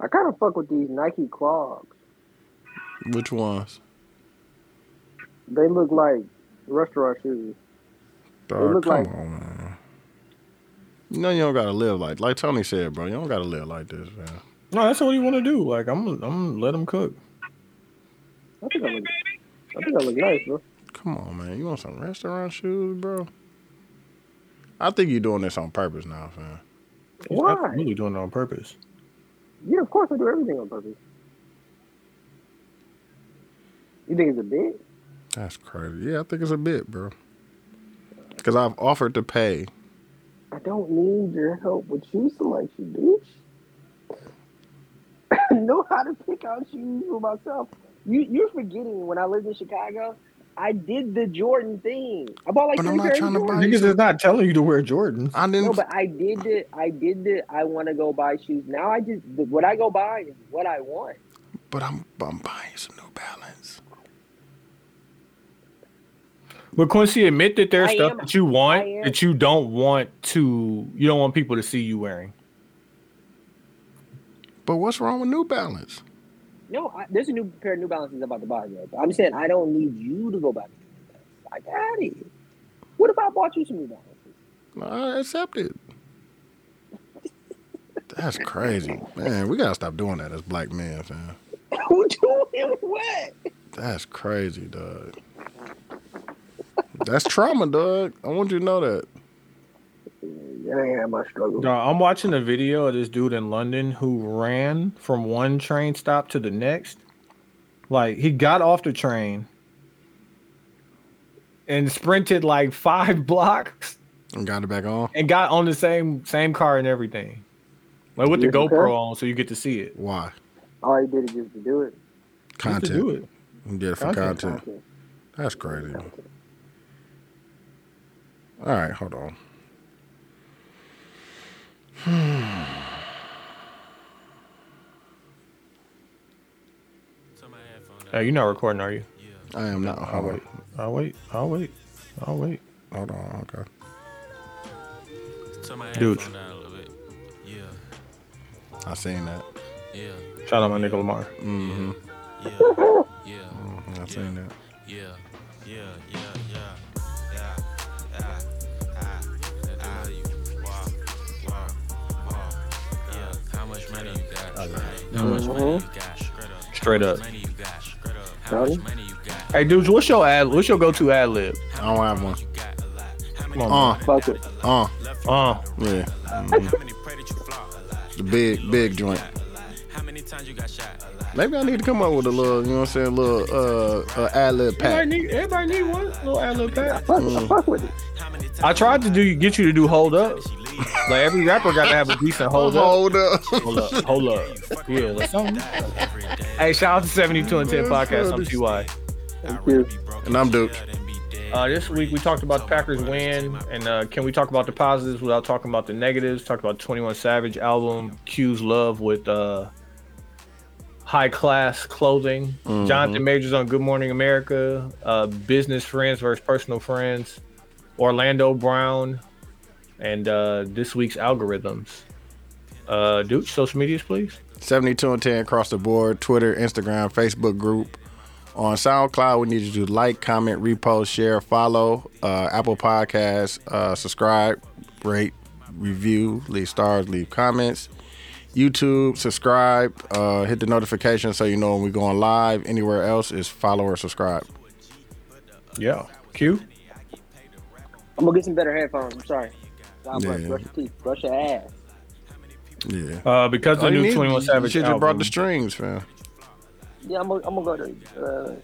I kind of fuck with these Nike clogs. Which ones? They look like restaurant shoes. They Dog, look come like on, man. You know you don't gotta live like like Tony said, bro. You don't gotta live like this, man. No, that's what you want to do. Like I'm, I'm gonna let them cook. I think I look. I think I look nice, bro. Come on, man. You want some restaurant shoes, bro? I think you're doing this on purpose now, fam. Yeah, Why? I'm really doing it on purpose. Yeah, of course I do everything on purpose. You think it's a bit? That's crazy. Yeah, I think it's a bit, bro. Cause I've offered to pay. I don't need your help with shoe selection, bitch. I know how to pick out shoes for myself. You you're forgetting when I lived in Chicago, I did the Jordan thing. I bought like But I'm three not pairs of trying to buy Jordans. you Niggas is not telling you to wear Jordans. I didn't. No, but I did it. I did it. I want to go buy shoes. Now I just the- what I go buy is what I want. but I'm I'm buying some New Balance. But Quincy, admit that there's I stuff am- that you I want am- that you don't want to. You don't want people to see you wearing. But what's wrong with New Balance? No, I, there's a new pair of New Balances I'm about to buy. Yet, but I'm saying I don't need you to go buy. me New Balances. I got it. What if I bought you some New Balances? I accept it. That's crazy, man. We gotta stop doing that as black men, fam. Who doing what? That's crazy, dog. That's trauma, dog. I want you to know that. That ain't how my struggle. Dawg, I'm watching a video of this dude in London who ran from one train stop to the next. Like he got off the train and sprinted like five blocks And got it back on. and got on the same same car and everything. Like with the Yes, sir. GoPro on, so you get to see it. Why? All he did is just to do it. Just to Content. do it. You did it for Content. content. Okay. That's crazy. man. All right, hold on. Hey, you're not recording, are you? I am not. I'll Hold on. wait. I'll wait. I'll wait. I'll wait. Hold on. Okay. Turn my Dude. headphone down a little bit. Yeah, I seen that. yeah, Shout out my nigga Lamar. Mm-hmm. yeah, yeah, I seen that. yeah, yeah, yeah, yeah, yeah, yeah, ah, ah, you wow, wow, wow, yeah. How much money you got? Right. How much money Uh-huh. you got? Straight up. How Straight much money up. you got? Straight up. How Tony? much money you got? Hey, dudes, what's your ad? What's your go-to ad lib? I don't have one. You got a lot. How many Come on, Uh, Fuck it. uh, uh, yeah. how many pray that you flop? A lot. Mm-hmm. The big, big joint. How many times you got shot? A lot. Maybe I need to come up with a little, you know what I'm saying, little uh, uh ad lib pack. Mm. need everybody need one little ad lib pack. Fuck, I fuck with it. How many times Mm. I tried to do get you to do hold up. she leave? Like every rapper got to have a decent hold up. Hold up. Hold up, hold up. Yeah, like something. Hey, shout out to 72 and 10 podcast. I'm TY. Thank you. And I'm Duke. Uh, this week we talked about the Packers win, and uh, can we talk about the positives without talking about the negatives? Talked about 21 Savage album, Q's Love with uh, high class clothing. Jonathan Majors on Good Morning America. Uh, business friends versus personal friends. Orlando Brown, and uh, this week's algorithms. Uh, Duke, social medias, please. 72 and 10 across the board Twitter, Instagram, Facebook group. On SoundCloud, we need you to like, comment, repost, share, follow, uh, Apple Podcasts, uh, subscribe, rate, review, leave stars, leave comments. YouTube, subscribe, uh, hit the notification so you know when we're going live. Anywhere else is follow or subscribe. Yeah. Q. I'm gonna get some better headphones. I'm sorry. God bless. Yeah. Brush your teeth. Brush your ass. Yeah. Uh, because of the All you new need- 21 You Savage should have brought album. the strings, fam. Yeah, I'm gonna, I'm gonna go to. Uh,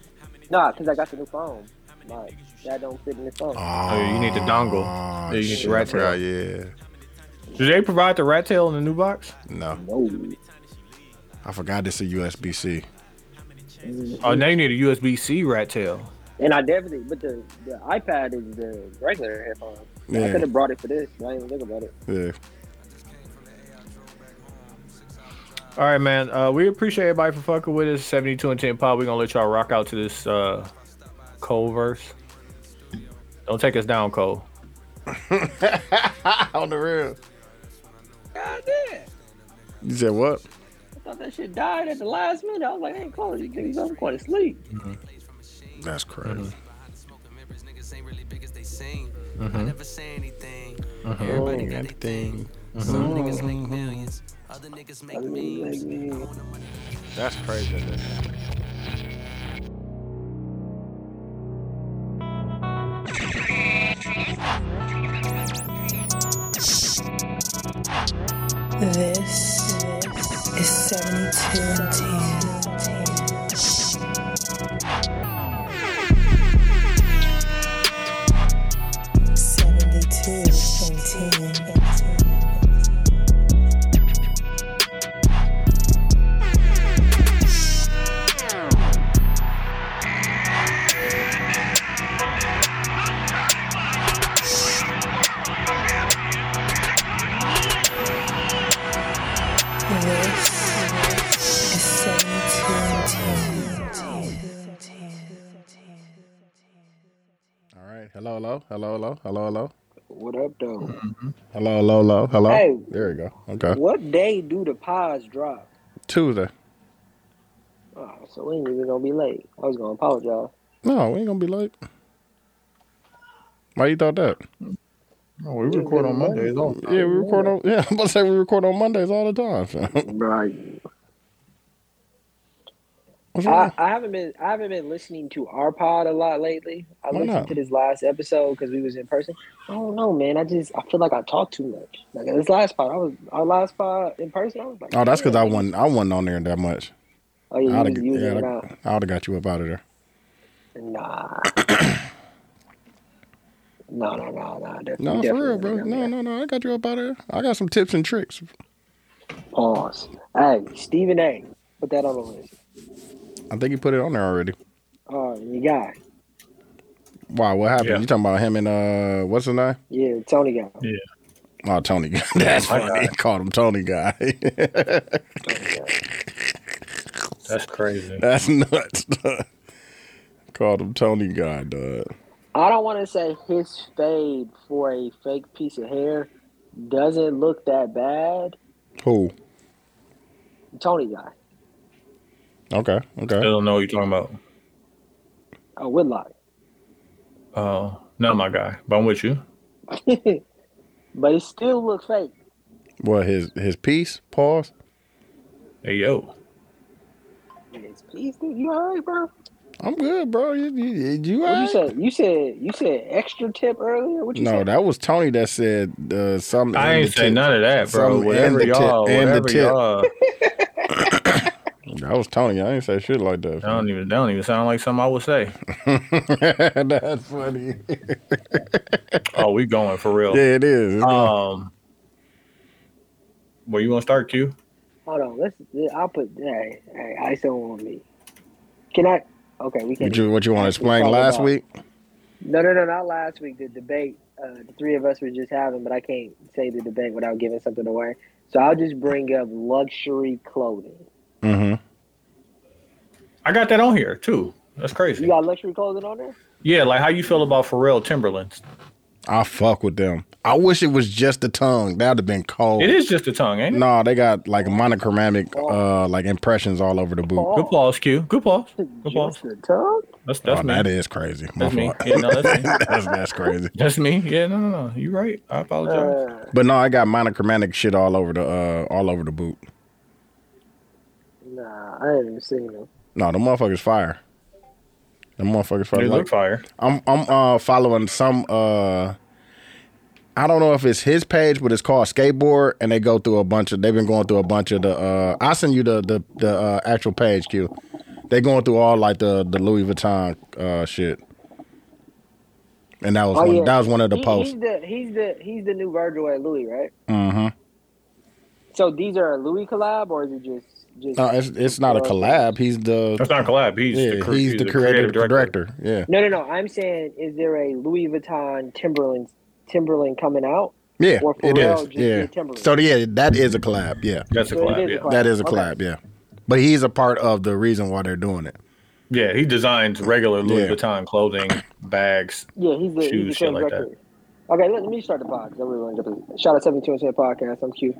nah, cause I got the new phone. Like that don't fit in this phone. Oh, you need the dongle. Yeah, you need Oh, shit, the rat I forgot, tail. Yeah. Do they provide the rat tail in the new box? No. No. I forgot it's a USB C. Oh, now you need a USB C rat tail. And I definitely, but the, the iPad is the regular headphone. I Yeah. could have brought it for this. but I didn't think about it. Yeah. All right, man. Uh, we appreciate everybody for fucking with us. 72 and 10 pod. We're going to let y'all rock out to this uh, Cole verse. Don't take us down, Cole. On the real. God damn. You said what? I thought that shit died at the last minute. I was like, ain't close. You niggas, I'm quite asleep. Mm-hmm. That's crazy. Mm-hmm. I never say anything. Everybody got their thing. Mm-hmm. Some niggas make millions, other niggas make I mean, like, memes. man, That's crazy. that- This is 7210. Seventy-two and ten. This is seventy-two and ten. All right. Hello, hello, hello, hello, hello, hello. what up, though? Hello, hello, hello, hello. Hey. There we go. Mm-hmm. Okay. What day do the pods drop? Tuesday. Oh, so we ain't even gonna be late. I was gonna apologize. No, we ain't gonna be late. Why you thought that? No, we record on Mondays. Oh, Yeah, we record on. Yeah, I'm about to say we record on Mondays all the time. fam. Right. What's wrong? I, I haven't been I haven't been listening to our pod a lot lately. I Why listened not? to this last episode because we was in person. I don't know, man. I just I feel like I talk too much. Like this last pod, I was our last pod in person. I was like, Oh, that's because I "Damn." wasn't. I wasn't on there that much. Oh, yeah, Ah. you I'd was have, using yeah, it out. I'd- I would have got you up out of there. Nah. no, no, no, no. Definitely, No, for definitely real, bro. not. No, no, no. I got you up out of there. I got some tips and tricks. Pause. Hey, Stephen A. Put that on the list. I think you put it on there already. Oh, you got. it. Wow, what happened? Yeah. You talking about him and uh, what's his name? Yeah, Tony got. it. Oh, Tony. That's My funny. He called him Tony guy. Tony got it. That's crazy. That's nuts. dog. called him Tony guy, dog. I don't want to say his fade for a fake piece of hair doesn't look that bad. Who? Tony guy. Okay, I okay. don't know what you're talking about. Oh, Whitlock. Oh, not my guy, but I'm with you. but it still look fake. What his his piece? Pause. Hey yo, It's please, dude. You all right, bro? I'm good, bro. You you, you all What you right? said? You said you said extra tip earlier. What you No, said? that was Tony that said uh, something. I ain't say none of that, bro. Some- and whatever the y'all, tip- and the whatever tip. y'all. That was Tony. I ain't say shit like that. That don't even that don't even sound like something I would say. That's funny. Oh, we going for real. Yeah, it is. It's going- Um, where you want to start, Q? Hold on, let's. I'll put. Hey, hey, I still want me. Can I? Okay, we can. what you what you want to explain Follow last up. week? No, no, no, not last week. The debate, uh, the three of us were just having, but I can't say the debate without giving something away. So I'll just bring up luxury clothing. Mm-hmm. I got that on here too. That's You crazy. got luxury clothing on there? Yeah, like how you feel about Pharrell Timberlands? I fuck with them. I wish it was just the tongue. That'd have been cold. It is just a tongue, ain't it? No, they got like monochromatic uh like impressions all over the boot. Oh, Good pause, Q. Good pause. Good pause. Just the tug? That's that's me. Oh, that is crazy. My That's me. fault. Yeah, no, that's me. that's that's crazy. That's me. Yeah, no, no, no. You right. I apologize. Uh, But no, I got monochromatic shit all over the uh all over the boot. nah, I haven't even seen them. No, the motherfuckers fire. The motherfuckers They fire. look Like, fire. I'm I'm uh following some uh I don't know if it's his page, but it's called Skateboard, and they go through a bunch of. They've been going through a bunch of the. uh I send you the the the uh, actual page, Q. They going through all like the the Louis Vuitton uh shit, and that was Oh, one yeah. that was one of the He- posts. he's the he's the he's the new Virgil at Louis, right? Mm-hmm. So these are a Louis collab, or is it just just? No, it's it's not a collab. He's the That's not a collab. He's yeah, the cre- he's the creative director. Yeah, no, no, no. I'm saying, is there a Louis Vuitton Timberland Timberland coming out? yeah, Or it Pharrell is. just Yeah, did Timberland. so yeah, that is a collab. Yeah, That's a So it collab. is a Yeah. collab. that is a Okay. collab. Yeah, but he's a part of the reason why they're doing it. yeah, he designs regular Louis Yeah. Vuitton clothing, bags. Yeah, he's the Shoes, he's the shit same like director. Okay, let, let me start the podcast. Everyone, shout out seventy two and ten podcast. I'm Q.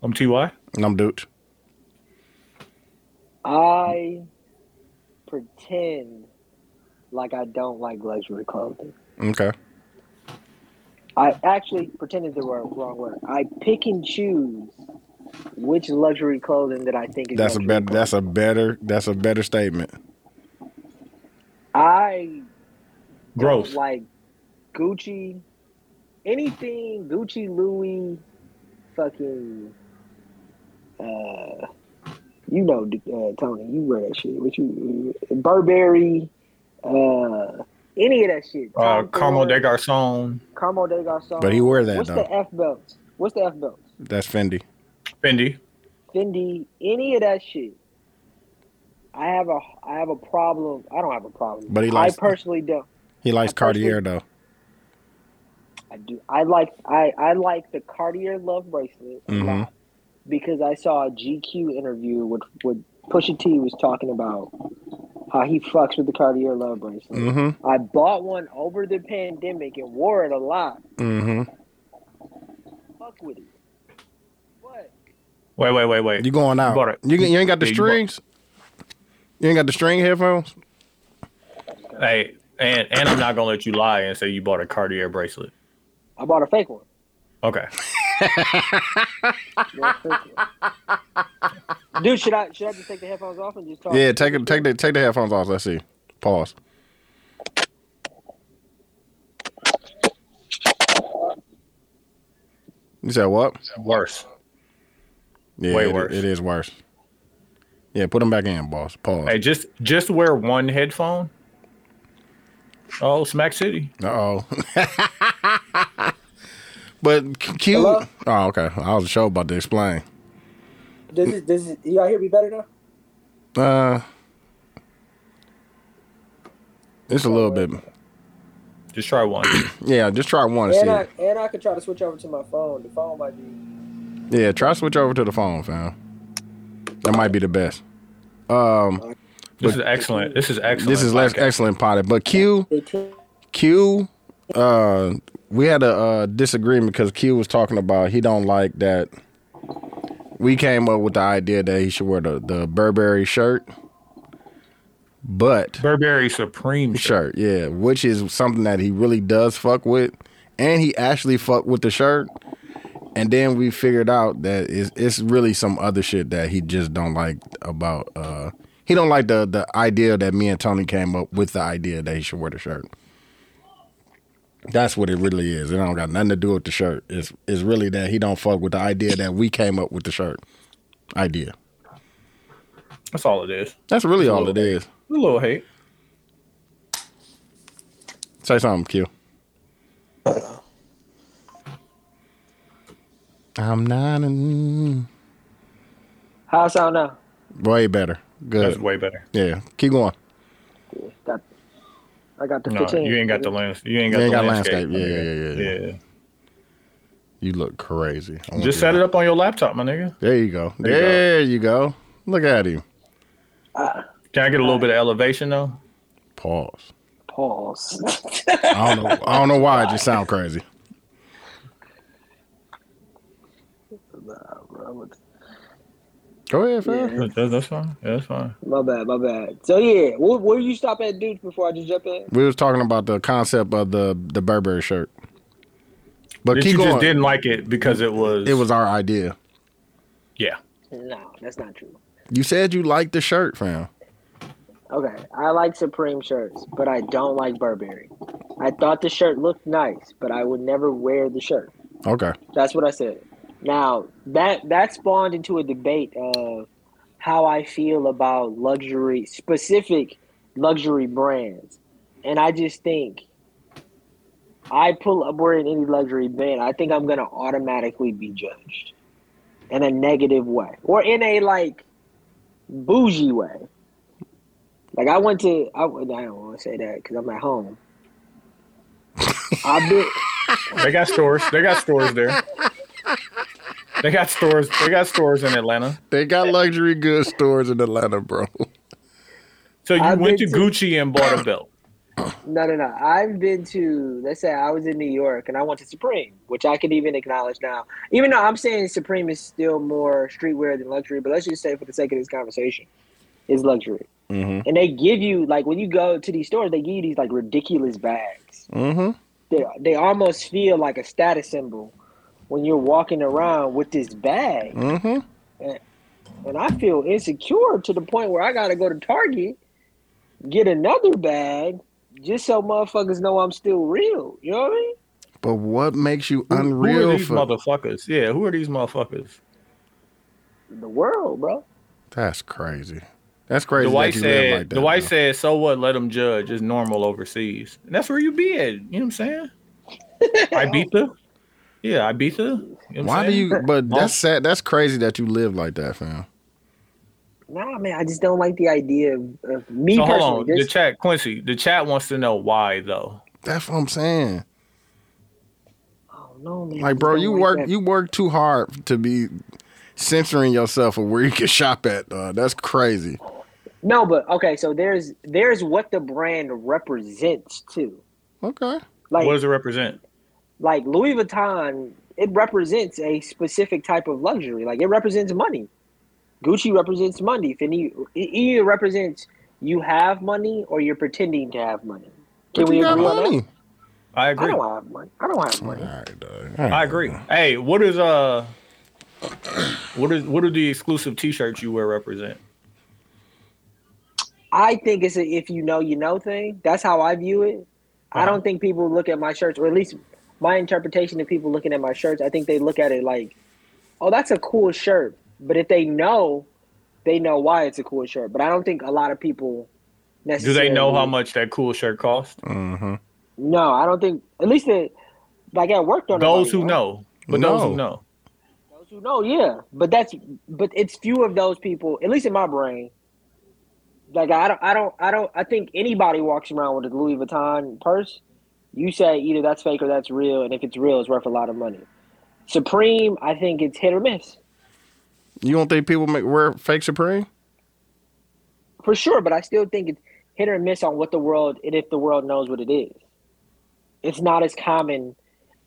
I'm Ty. And I'm Dude. I pretend like I don't like luxury clothing. Okay. I actually pretended the word, wrong word. I pick and choose which luxury clothing that I think is. That's a luxury better. clothing. That's a better. That's a better statement. I Gross. like Gucci, anything Gucci, Louis, fucking, uh, you know, uh, Tony, you wear that shit. What you Burberry, uh, any of that shit. Uh, Tom Carmel Ford, de Garcon, Carmo de Garcon. But he wear that, What's though. the F belt? What's the F belt? That's Fendi. Fendi. Fendi, any of that shit. I have a I have a problem. I don't have a problem. But he likes- I personally don't. He likes I personally- Cartier though. I do. I like I, I like the Cartier Love Bracelet a Mhm. lot because I saw a GQ interview with with Pusha T was talking about how he fucks with the Cartier Love Bracelet. Mm-hmm. I bought one over the pandemic and wore it a lot. Mm-hmm. Fuck with it. What? Wait, wait, wait, wait. You going out? bought it. You, you ain't got the Yeah, you bought- strings. You ain't got the string headphones. Hey, and and I'm not gonna let you lie and say you bought a Cartier bracelet. I bought a fake one. Okay. Yeah, a fake one. Dude, should I should I just take the headphones off and just talk? Yeah, take it. Take the take the headphones off. Let's see. Pause. You said what? Worse. Yeah, Way it- worse. it is worse. Yeah, put them back in, boss. Pause. Hey, just just wear one headphone. Oh, Smack City. Uh oh. but c- cute. Hello? Oh, okay. I was sure about to explain. This is this is y'all hear me better now? Uh, it's a little bit. Just try one. Yeah, just try one. to See. And I it. and I could try to switch over to my phone. The phone might be Yeah, try switch over to the phone, fam. That might be the best. Um, This is excellent. This is excellent. this is less excellent potted, but Q they can- Q, uh, we had a uh, disagreement because Q was talking about he don't like that. We came up with the idea that he should wear the, the Burberry shirt, but Burberry Supreme shirt. shirt, yeah, which is something that he really does fuck with, and he actually fuck with the shirt. And then we figured out that it's, it's really some other shit that he just don't like about. Uh, he don't like the the idea that me and Tony came up with the idea that he should wear the shirt. That's what it really is. It don't got nothing to do with the shirt. It's it's really that he don't fuck with the idea that we came up with the shirt idea. That's all it is. That's really all it is. A little hate. Say something, Q. I'm not a How I sound now? way better. That's Good. way better. Yeah. Keep going. Got, I got the No, 15. you ain't got the lands. You ain't got, You ain't the got landscape. landscape. Yeah, yeah, yeah, yeah. You look crazy. I want Just you set to- it up on your laptop, my nigga. There you go. There you go. There you go. Look at him. Can I get a little bit of elevation though? Pause. Pause. I don't know. I don't know why it just sound crazy. Nah, bro, what- Go ahead, fam. Yeah. That- that- that's fine. Yeah, that's fine. My bad, my bad. So yeah, where, where you stop at, dudes? Before I just jump in. We was talking about the concept of the the Burberry shirt, but That keep you going. just didn't like it because it was. It was our idea. Yeah. No, that's not true. You said you liked the shirt, fam. Okay, I like Supreme shirts, but I don't like Burberry. I thought the shirt looked nice, but I would never wear the shirt. Okay. That's what I said. Now that that spawned into a debate of how I feel about luxury, specific luxury brands, and I just think I pull up wearing any luxury brand, I think I'm gonna automatically be judged in a negative way or in a like bougie way. Like I went to I, I don't want to say that because I'm at home. I've been. They got stores. They got stores there. They got stores. They got stores in Atlanta. They got luxury goods stores in Atlanta, bro. So you I've went to been to- Gucci and bought a belt. No, no, no. I've been to, let's say I was in New York and I went to Supreme, which I can even acknowledge now. Even though I'm saying Supreme is still more streetwear than luxury, but let's just say for the sake of this conversation, it's luxury. Mm-hmm. And they give you, like, when you go to these stores, they give you these, like, ridiculous bags. Mm-hmm. They, they almost feel like a status symbol when you're walking around with this bag. Mm-hmm. and I feel insecure to the point where I gotta go to Target, get another bag, just so motherfuckers know I'm still real. You know what I mean? But what makes you who are unreal these for motherfuckers? Yeah, who are these motherfuckers? The world, bro. That's crazy. That's crazy. Dwight that you live said, like that, Dwight bro. said, so what? Let them judge. It's normal overseas. And that's where you be at. You know what I'm saying? Ibiza. Yeah, Ibiza. You know what I'm Why do saying? you? But Huh? that's sad. That's crazy that you live like that, fam. Nah, man, I just don't like the idea of, of me So hold personally. on. The this- chat, Quincy, the chat wants to know why, though. That's what I'm saying. oh, no, man, I Like, just bro, don't you like work that. you work too hard to be censoring yourself of where you can shop at. Uh, that's crazy. No, but okay. So there's there's what the brand represents too. Okay. Like what does it represent? like Louis Vuitton, it represents a specific type of luxury. Like it represents money. Gucci represents money. Fendi, it either E represents you have money or you're pretending to have money. Can But we you got agree on money. that? I I agree. don't have money. I don't have money. All right, dog. I agree. Hey, what is uh, what is what do the exclusive T-shirts you wear represent? I think it's a if you know, you know thing. That's how I view it. I Uh-huh. don't think people look at my shirts, or at least my interpretation of people looking at my shirts, I think they look at it like, oh, that's a cool shirt. But if they know, they know why it's a cool shirt. But I don't think a lot of people Do necessarily. they know how much that cool shirt costs? Mm-hmm. No, I don't think, at least the, like at work, don't Those nobody who know, but those who know. Those who know, yeah. But that's but it's few of those people, at least in my brain. Like I don't I don't I don't I think anybody walks around with a Louis Vuitton purse, you say either that's fake or that's real, and if it's real, it's worth a lot of money. Supreme, I think it's hit or miss. You don't think people make wear fake Supreme? For sure, but I still think it's hit or miss on what the world and if the world knows what it is. It's not as common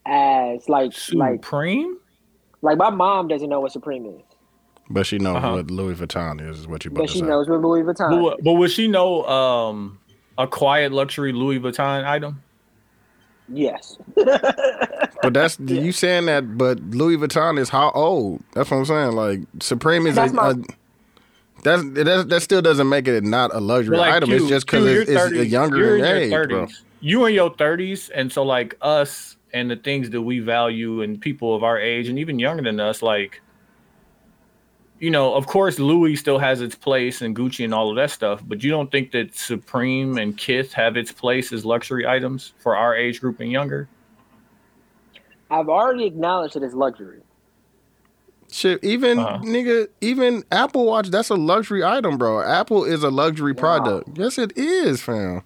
as like like Supreme. like my mom doesn't know what Supreme is, But she knows Uh-huh. what Louis Vuitton is. Is what you about but to she say? knows what Louis Vuitton. is. But, but would she know um a quiet luxury Louis Vuitton item? Yes. But that's you saying that. But Louis Vuitton is how old? That's what I'm saying. Like Supreme is That's a, my- a that's that, that still doesn't make it not a luxury But, like, item. Q- it's just because Q, it's, you're it's a 30s. younger You're in in your age, bro. 30s. You in your thirties, and so like us and the things that we value and people of our age and even younger than us, like you know, of course Louis still has its place and Gucci and all of that stuff, but you don't think that Supreme and Kith have its place as luxury items for our age group and younger? I've already acknowledged that it's luxury. Shit, even Uh-huh. nigga, even Apple Watch. That's a luxury item, bro. Apple is a luxury product. Yes, it is, fam.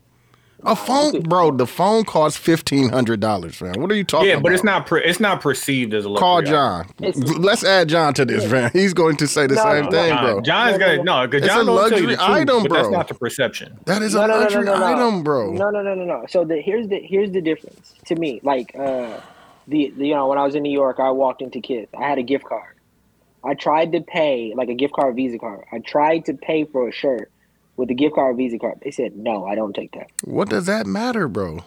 A phone, bro. The phone costs fifteen hundred dollars, fam. What are you talking? yeah, but it's about? not pre- it's not perceived as a luxury. Call item. John. It's- Let's add John to this, fam. He's going to say the No, same no, thing, Nah, bro. John's got no. Cause It's John a don't tell you luxury the truth, item, but that's bro. not the perception. That is No, a no, no, no, luxury no, no. item, bro. No, no, no, no, no. So the, here's the here's the difference to me. Like uh, the, the you know when I was in New York, I walked into Kids. I had a gift card. I tried to pay like a gift card, Visa card. I tried to pay for a shirt with a gift card, Visa card. They said no, I don't take that. What does that matter, bro?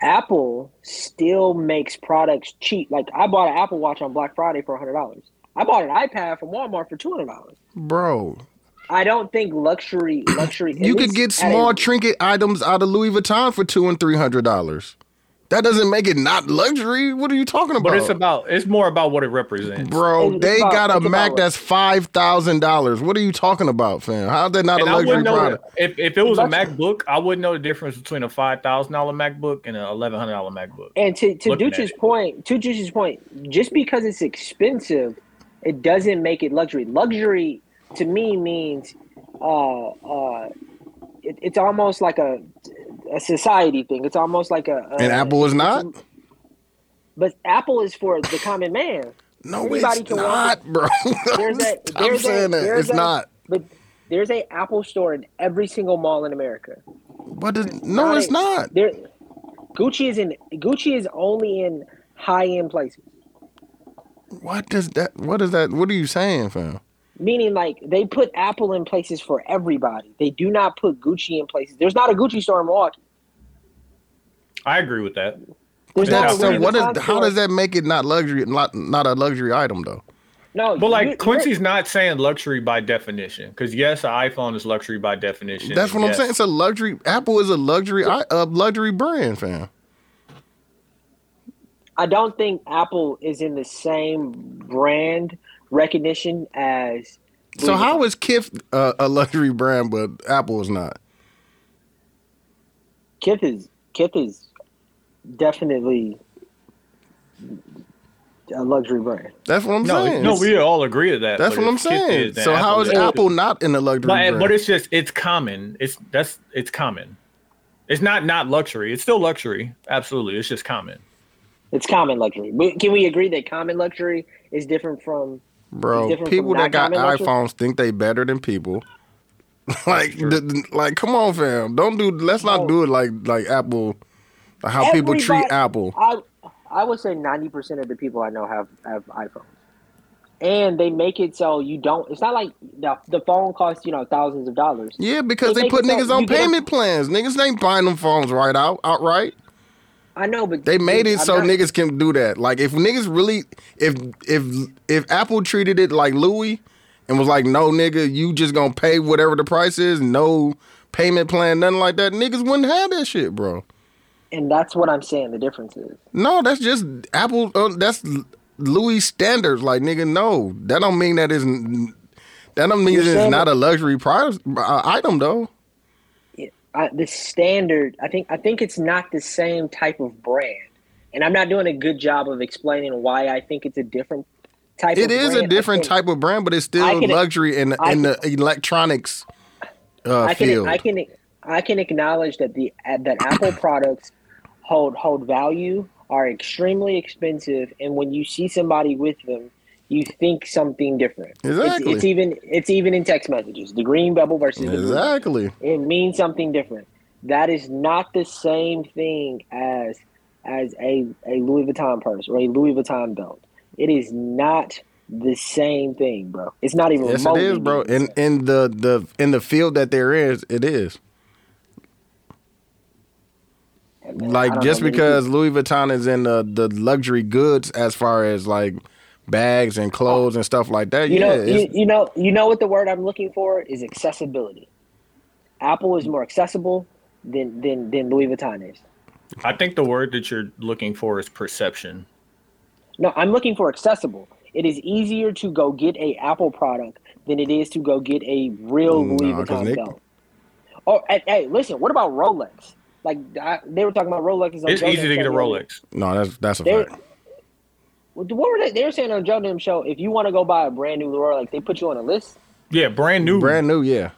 Apple still makes products cheap. Like I bought an Apple Watch on Black Friday for hundred dollars. I bought an iPad from Walmart for two hundred dollars. Bro, I don't think luxury luxury. at you could least get at a- small trinket items out of Louis Vuitton for two and three hundred dollars. That doesn't make it not luxury. What are you talking about? But it's about it's more about what it represents. bro, it's they about- got a it's about Mac what- that's five thousand dollars. What are you talking about, fam? How's that not and a I luxury wouldn't know that- product? if, if it was a Luxury. MacBook, I wouldn't know the difference between a five thousand dollar MacBook and an eleven hundred dollar MacBook. And to to Looking at Duch's it. point, to Duch's point, just because it's expensive, it doesn't make it luxury. Luxury to me means uh, uh, it, it's almost like a a society thing. It's almost like a, a And Apple Uh, is not. but Apple is for the common man. No, Everybody it's can walk not, bro. There's a, I'm there's a, saying that there's it's a- not. But there's a Apple store in every single mall in America. But it- no, it's not. There, Gucci is in Gucci is only in high end places. What does that? What is that? What are you saying, fam? Meaning, like they put Apple in places for everybody. They do not put Gucci in places. There's not a Gucci store in Milwaukee. I agree with that. There's Yeah, not. A so Louis what is? Vuitton How store. does that make it not luxury? Not not a luxury item though. No, But you- like Quincy's not saying luxury by definition, because yes, an iPhone is luxury by definition. That's what I'm Yes. saying. It's a luxury. Apple is a luxury. i- A luxury brand, fam. I don't think Apple is in the same brand recognition as. So Louis how is Kith uh, a luxury brand, but Apple is not? Kith is Kith is definitely a luxury brand. That's what I'm No, saying. no, we all agree to that. That's but what I'm if Kith saying. is, then So how is is. Apple not in the luxury But, brand? but it's just it's common. It's that's it's common. It's not not luxury. It's still luxury. Absolutely, it's just common. It's common luxury. We- Can we agree that common luxury is different from? Bro, different people from that got not common iPhones think they better than people. like, th- th- like, come on, fam. Don't do. Let's not do it like like Apple. like How people treat Everybody- Apple. I I would say ninety percent of the people I know have have iPhones, and they make it so you don't. It's not like the the phone costs you know thousands of dollars. Yeah, because They they make put it so niggas you on get a- payment plans. Niggas ain't buying them phones right out outright. I know, but They made it I'm so not- niggas can do that. Like if niggas really if if if Apple treated it like Louis and was like, no nigga, you just gonna pay whatever the price is, no payment plan, nothing like that, niggas wouldn't have that shit, bro. and that's what I'm saying. The difference is No, that's just Apple uh, that's Louis standards. Like nigga, no. That don't mean that isn't that don't mean You're it's saying not a luxury price uh, item though. I, the standard. I think I think it's not the same type of brand, and I'm not doing a good job of explaining why I think it's a different type. It of is brand. a different I can- type of brand, but I it's still can- luxury in the, I can- in the electronics uh, I field. can I can I can acknowledge that the that Apple products hold hold value are extremely expensive, and when you see somebody with them, you think something different. It's- Exactly. It's, even it's even in text messages. The green bubble versus the blue. exactly. It means something different. That is not the same thing as as a, a Louis Vuitton purse or a Louis Vuitton belt. It is not the same thing, bro. It's not even Yes, it remotely is, bro. the In same. in the the in the field that there is, it is. Man, uh, I Like don't just know, man. because Louis Vuitton is in the the luxury goods as far as like bags and clothes and stuff like that. You yeah, know, it's- you, you know, you know what the word I'm looking for is accessibility. Apple is more accessible than than than Louis Vuitton is. I think the word that you're looking for is perception. No, I'm looking for accessible. It is easier to go get a Apple product than it is to go get a real Louis Mm, Nah, 'cause Vuitton they- belt. Oh, hey, hey, listen, what about Rolex? Like I, they were talking about Rolexes. On It's Joe easy to Dam's get show a the other- Rolex. no, that's that's a They, fact. what were they? They were saying on Joe Dim show, if you want to go buy a brand new Rolex, they put you on a list, Yeah, brand new. Brand new, yeah,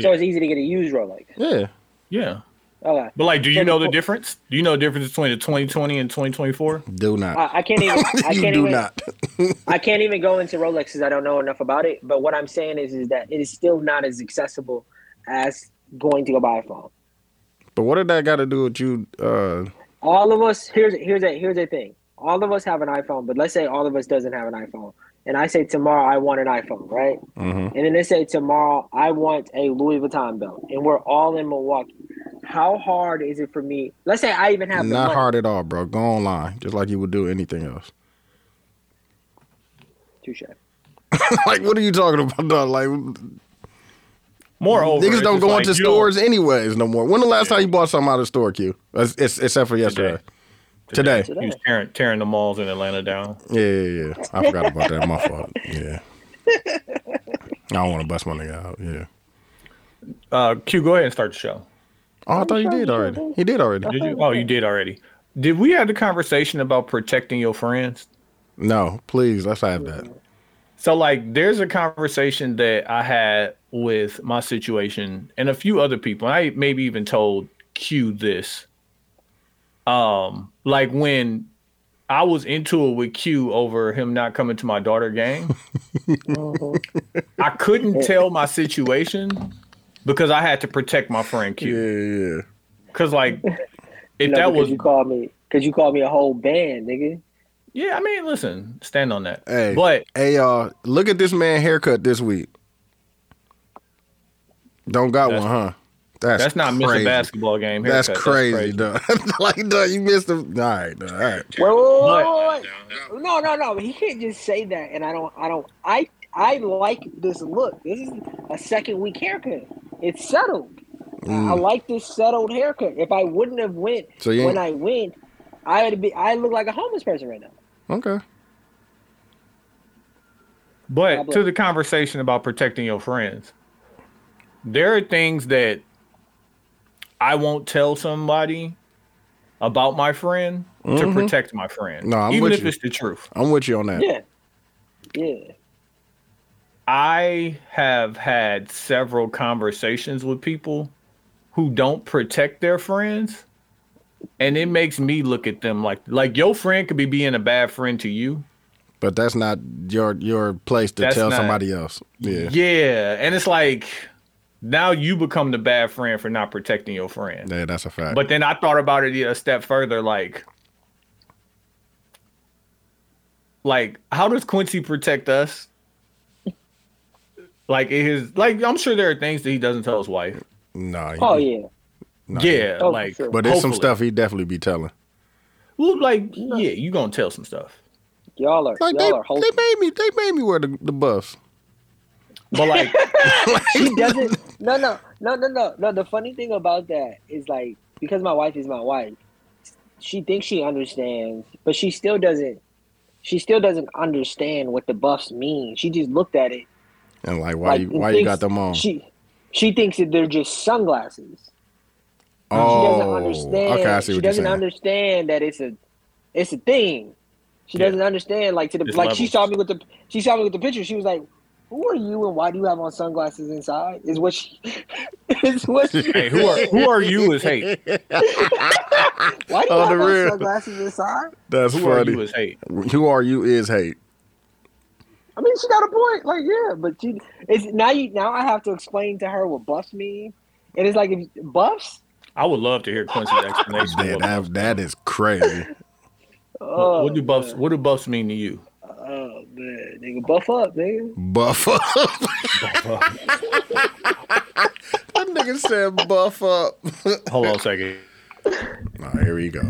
so it's easy to get a used Rolex. yeah. Yeah, Okay. but like, do you So know the before- difference? Do you know the difference between the 2020 and 2024? Do not. I, I can't even. I you can't do even. not. I can't even go into Rolex because I don't know enough about it. But what I'm saying is, is that it is still not as accessible as going to go buy a phone. But what did that got to do with you? Uh, All of us here's here's a here's a thing. All of us have an iPhone, but let's say all of us doesn't have an iPhone. And I say tomorrow I want an iPhone, right? mhm. And then they say tomorrow I want a Louis Vuitton belt, and we're all in Milwaukee. How hard is it for me? Let's say I even have the Not money. hard at all, bro. Go online, just like you would do anything else. Touche. like, what are you talking about? dog? Like, Moreover, Niggas it's don't just go like, into you don't- stores anyways no more. When the last time you bought something out of the store, Q? It's, it's, except for yesterday. Today. He was tearing, tearing the malls in Atlanta down. Yeah, yeah, yeah. I forgot about that. My fault. Yeah. I don't want to bust my nigga out. Yeah. Uh, Q, go ahead and start the show. Oh, I thought you did already. He did already. Did you? Oh, you did already. Did we have the conversation about protecting your friends? No, please. Let's have that. So like there's a conversation that I had with my situation and a few other people. I maybe even told Q this. Um like when I was into it with Q over him not coming to my daughter game. I couldn't tell my situation because I had to protect my friend Yeah, Q. yeah. Because like, if No, that because was you called me, because you called me a whole band, nigga. yeah, I mean, listen, stand on that. Hey. But Hey, y'all, look at this man haircut this week. Don't got That's- one, huh? That's that's not miss a crazy. basketball game. That's haircut. crazy, duh. like, duh, you missed the. All right, duh, all right. Wait, wait, wait, wait, But- wait. No, no, no. He can't just say that. And I don't, I don't, I, I like this look. This is a second week haircut. It's settled. I- I Mm. like this settled haircut. If I wouldn't have went So you when I ain't, went, I would be. I look like a homeless person right now. okay. But Pablo. to the conversation about protecting your friends, there are things that I won't tell somebody about my friend Mhm. to protect my friend. No, I'm even with if you. it's the truth. I'm with you on that. Yeah, yeah. I have had several conversations with people who don't protect their friends, and it makes me look at them like like your friend could be being a bad friend to you. But that's not your your place to That's tell not- somebody else. Yeah. Yeah, and it's like now you become the bad friend for not protecting your friend. Yeah, that's a fact. But then I thought about it a step further, like, like how does Quincy protect us? Like it is like I'm sure there are things that he doesn't tell his wife. no. Oh yeah. yeah, Oh, for like sure. But there's some hopefully. stuff he definitely be telling. Well, like yeah, you gonna tell some stuff. Y'all are. Like they, y'all are they wholesome. made me they made me wear the, the buffs. But like She doesn't. No, no, no, no, no, no. The funny thing about that is like because my wife is my wife, she thinks she understands, but she still doesn't. She still doesn't understand what the buffs mean. She just looked at it. And like why like, you and why you thinks- got them on? She she thinks that they're just sunglasses. she Oh, doesn't understand. okay, Oh, I see she what you're doesn't saying. understand that it's a it's a thing. She Yeah. doesn't understand like to the It's like she levels. saw me with the she saw me with the picture. She was like, "Who are you and why do you have on sunglasses inside?" Is what she is what she hey, who are who are you is hate. why do you On have the on real. sunglasses inside? That's Who are funny. you is hate. Who are you is hate. I mean, she got a point. Like, yeah, but she it's now you now I have to explain to her what buffs mean, and it's like if buffs. I would love to hear Quincy's explanation. Yeah, of what, that, that is crazy. Oh, what do buffs man. what do buffs mean to you? Oh man, nigga, buff up, nigga. buff up. that nigga said buff up. Hold on a second. Nah, here we go.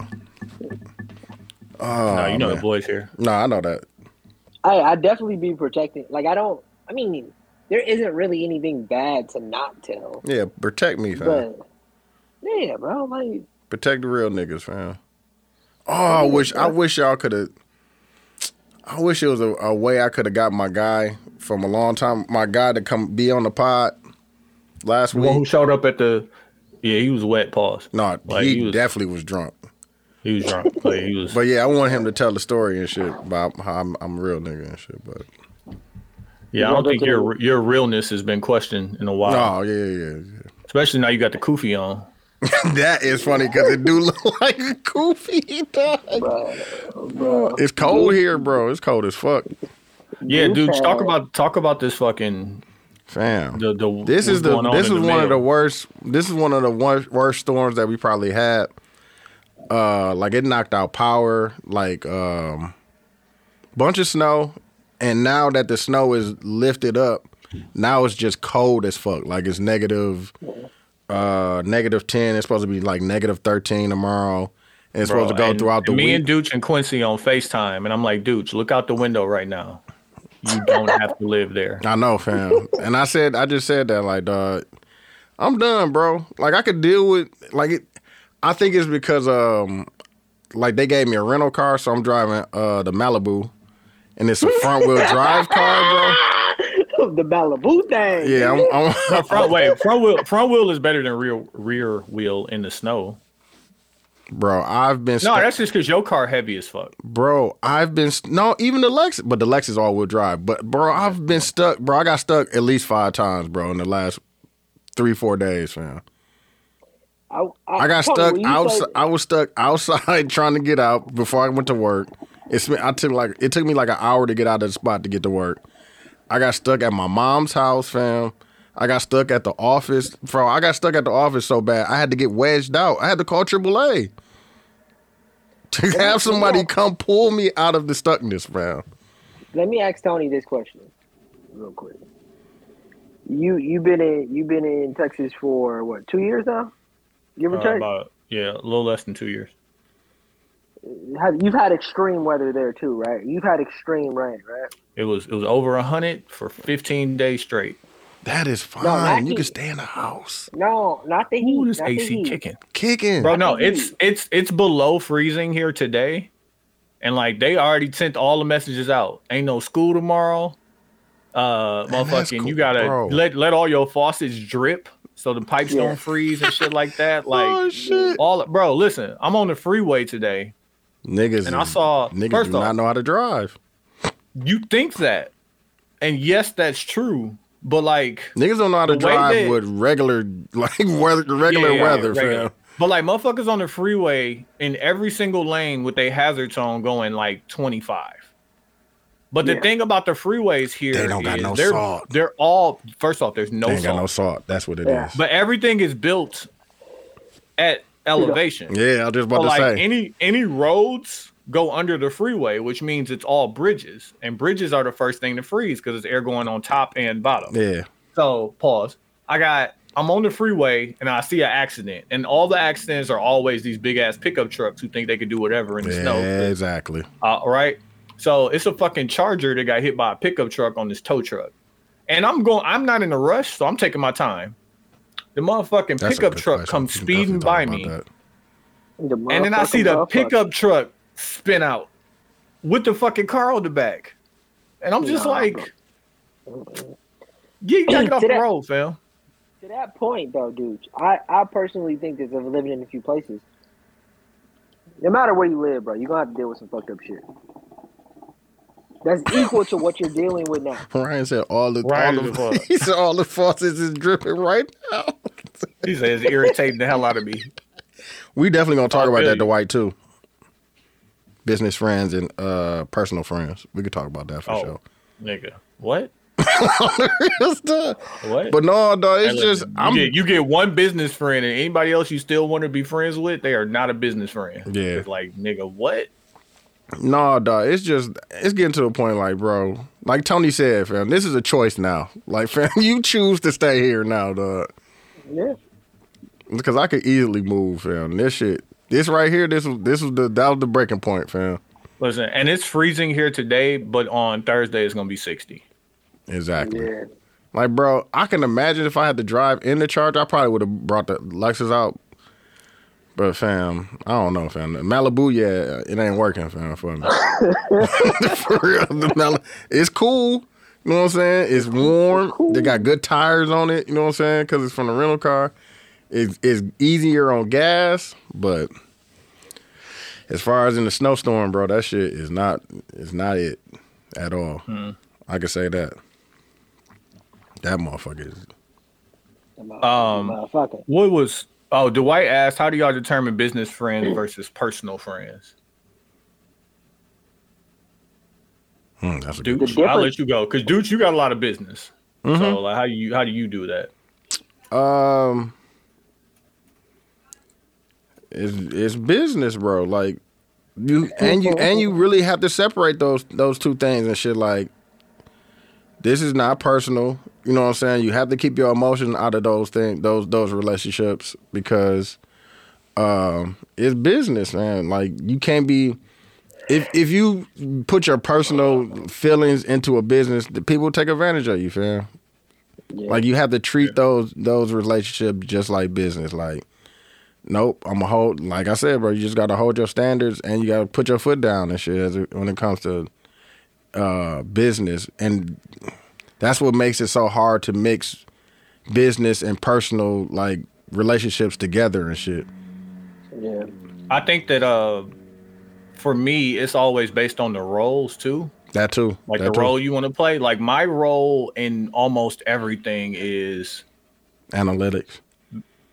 Oh, no, you know the man. boys here. No, I know that. I I definitely be protecting. Like I don't. I mean, there isn't really anything bad to not tell, Yeah, protect me, fam. but yeah, bro. Like Protect the real niggas, fam. Oh, I wish I wish y'all could have. I wish it was a, a way I could have got my guy from a long time. My guy to come be on the pod last The one who week. showed up at the yeah, he was wet. Pause. No, Like, he, he was- definitely was drunk. He was drunk. Like, he was. But yeah, I want him to tell the story and shit about how I'm, I'm a real nigga and shit. But yeah, I don't think your your realness has been questioned in a while. oh yeah, yeah, yeah. Especially now you got the kufi on. that is funny because it do look like a goofy dog. Oh, bro, It's cold here, bro. It's cold as fuck, Yeah, Goof dude. Talk ass. about talk about this fucking fam. the the. This is what's the going on this in is one of the mail. worst this is one of the worst, worst storms that we probably had. Uh like it knocked out power, like um bunch of snow and now that the snow is lifted up, now it's just cold as fuck. Like it's negative uh negative 10, it's supposed to be like negative 13 tomorrow. And it's Bro, supposed to go and throughout the Me week. and Dooch and Quincy on Facetime, and I'm like, Dooch, look out the window right now. You don't have to live there. I know, fam. and I said, I just said that, like, dog, I'm done, bro. Like, I could deal with, like, it. I think it's because, um, like, they gave me a rental car, so I'm driving uh the Malibu, and it's a front wheel drive car, the Malibu bro. thing. Yeah, I'm, I'm Front wait, front wheel front wheel is better than rear rear wheel in the snow. bro. I've been, No, stu- that's just because your car heavy as fuck. bro. I've been, st- no, even the Lexus, but the Lexus all wheel drive. But bro, I've been stuck, bro. I got stuck at least five times, bro, in the last three, four days, fam. I, I got Tony, stuck when you outside. say- I was stuck outside trying to get out before I went to work. It's I took like it took me like an hour to get out of the spot to get to work. I got stuck at my mom's house, fam. I got stuck at the office, bro. I got stuck at the office so bad, I had to get wedged out. I had to call AAA to have somebody come pull me out of the stuckness, bro. Let me ask Tony this question, real quick. You you've been in you've been in Texas for what two years now? Give or Uh, take. about yeah, a little less than two years. Have- You've had extreme weather there too, right? You've had extreme rain, right? It was it was over hundred for fifteen days straight. That is fine. not you heat. can stay in the house No, not the heat. Ooh, this not the AC heat. kicking, kicking. bro. No, the heat. it's it's it's below freezing here today, and like they already sent all the messages out. Ain't no school tomorrow. Uh, Man, that's motherfucking, cool, you gotta bro. let let all your faucets drip so the pipes Yeah. don't freeze and shit like that. Like oh shit, all, bro. Listen, I'm on the freeway today. niggas. And I saw- niggas first do not off- know how to drive. you think that and yes that's true but like Niggas don't know how to The way drive that- with regular like weather, regular Yeah, yeah, weather, regular. fam. but like motherfuckers on the freeway in every single lane with their hazards on going like 25 but the Yeah. thing about the freeways here They don't got is no they're, salt. they're all first off there's no they salt ain't got no salt. That's what it is. Yeah. but everything is built at elevation Yeah, I was just about So, to like say. any any roads go under the freeway which means it's all bridges and bridges are the first thing to freeze because it's air going on top and bottom yeah, So pause. I got. I'm on the freeway and I see an accident, and all the accidents are always these big ass pickup trucks who think they can do whatever in the yeah, snow. exactly. Uh, all right. So it's a fucking charger that got hit by a pickup truck on this tow truck, and I'm going. I'm not in a rush, so I'm taking my time. The motherfucking That's a pickup good truck question. comes We can speeding definitely by talk me, about The and then I see the motherfucker, pickup truck spin out with the fucking car on the back, and I'm just Nah, like, bro. "Get, get off To the that- road, fam." To that point, though, dude, I, I personally think that of living in a few places, no matter where you live, bro, you're gonna have to deal with some fucked up shit. That's equal to what you're dealing with now. that. Ryan said all the Ryan all is the, fucked. he said all the faucets is dripping right now. He says, irritating the hell out of me. We definitely gonna talk I about feel that, you. Dwight, too. Business friends and uh personal friends. We could talk about that for Oh. sure. Nigga, what? It's the- What? but no, dog, it's Hey, just listen, you I'm get, you get one business friend, and anybody else you still want to be friends with, they are not a business friend. Yeah. It's like nigga, what? No, dog. It's just it's getting to a point like, bro. Like Tony said, fam, this is a choice now. Like, fam, you choose to stay here now, dog. Yeah. Because I could easily move, fam. This shit, this right here, this was this was the that was the breaking point, fam. Listen, and it's freezing here today, but on Thursday it's gonna be sixty. Exactly. Yeah. Like, bro, I can imagine if I had to drive in the charger, I probably would have brought the Lexus out. But fam, I don't know, fam. The Malibu, yeah, it ain't working, fam, for me. for real, the Mal- it's cool. You know what I'm saying? It's warm. They got good tires on it. You know what I'm saying? Because it's from the rental car. It's, it's easier on gas, but as far as in the snowstorm, bro, that shit is not is not it at all. I can say that. That motherfucker is The motherfucker, Um, the motherfucker. What was? Oh, Dwight asked, how do y'all determine business friends versus personal friends? Hmm, that's a Dude, The I'll difference- let you go because dude, you got a lot of business. Mhm. So like, how do you how do you do that? Um, it's it's business, bro. Like you and you and you really have to separate those those two things and shit. Like this is not personal. You know what I'm saying? You have to keep your emotions out of those things, those those relationships because um, it's business, man. Like you can't be. If if you put your personal feelings into a business, the people take advantage of you, fam. Yeah. Like you have to treat those those relationships just like business. Like, nope, I'm a hold. Like I said, bro, you just gotta hold your standards and you gotta put your foot down and shit as it, when it comes to uh business. And that's what makes it so hard to mix business and personal like relationships together and shit. yeah. I think that uh, for me, it's always based on the roles too. That too. like that the too. role you want to play. Like my role in almost everything is analytics.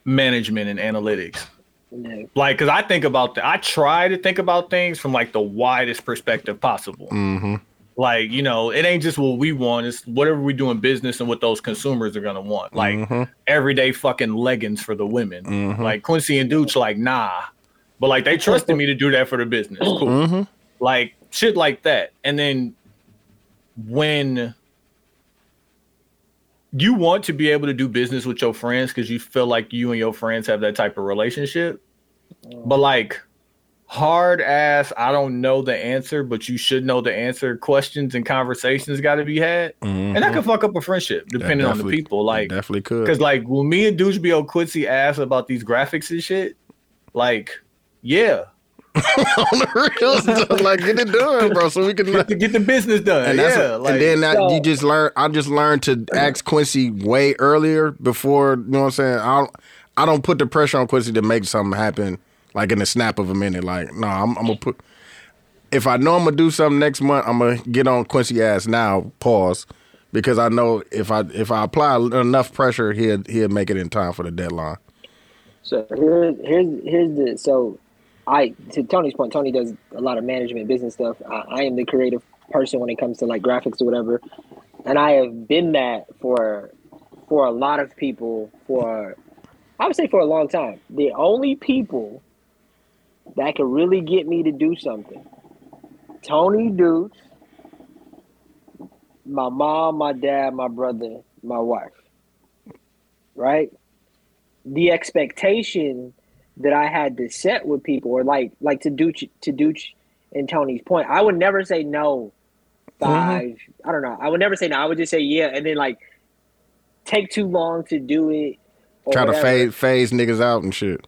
management and analytics. Yeah. Like, cause I think about that. I try to think about things from like the widest perspective possible. Mm-hmm. Like, you know, it ain't just what we want, it's whatever we do in business and what those consumers are gonna want. Like Mhm. everyday fucking leggings for the women. Mhm. Like Quincy and Dooch, like, nah. But like they trusted me to do that for the business. Cool. Mhm. Like shit like that. And then when you want to be able to do business with your friends because you feel like you and your friends have that type of relationship. But like hard ass, I don't know the answer, but you should know the answer. Questions and conversations gotta be had. And that could fuck up a friendship depending on the Mm-hmm. definitely- people. Like definitely could. Cause like when me and Douchebio Quincy asked about these graphics and shit, like, yeah, on the real stuff, like get it done, bro, so we can. get the, get the business done. And, that's yeah, like, and then that, so- you just learn. I just learned to ask Quincy way earlier before. You know what I'm saying? I don't, I don't put the pressure on Quincy to make something happen like in the snap of a minute. Like no, I'm, I'm gonna put. If I know I'm gonna do something next month, I'm gonna get on Quincy ass now. Pause, because I know if I if I apply enough pressure, he'll he'll make it in time for the deadline. So Here's here's here's the so I to Tony's point. Tony does a lot of management business stuff. I, I am the creative person when it comes to like graphics or whatever, and I have been that for for a lot of people for I would say for a long time. The only people that could really get me to do something, Tony Dukes, my mom, my dad, my brother, my wife, right? the expectation that I had to set with people, or like like to Dooch to Dooch and Tony's point, I would never say no 5 I don't know. I would never say no. I would just say yeah, and then like take too long to do it. Or Try to whatever. phase phase niggas out and shit.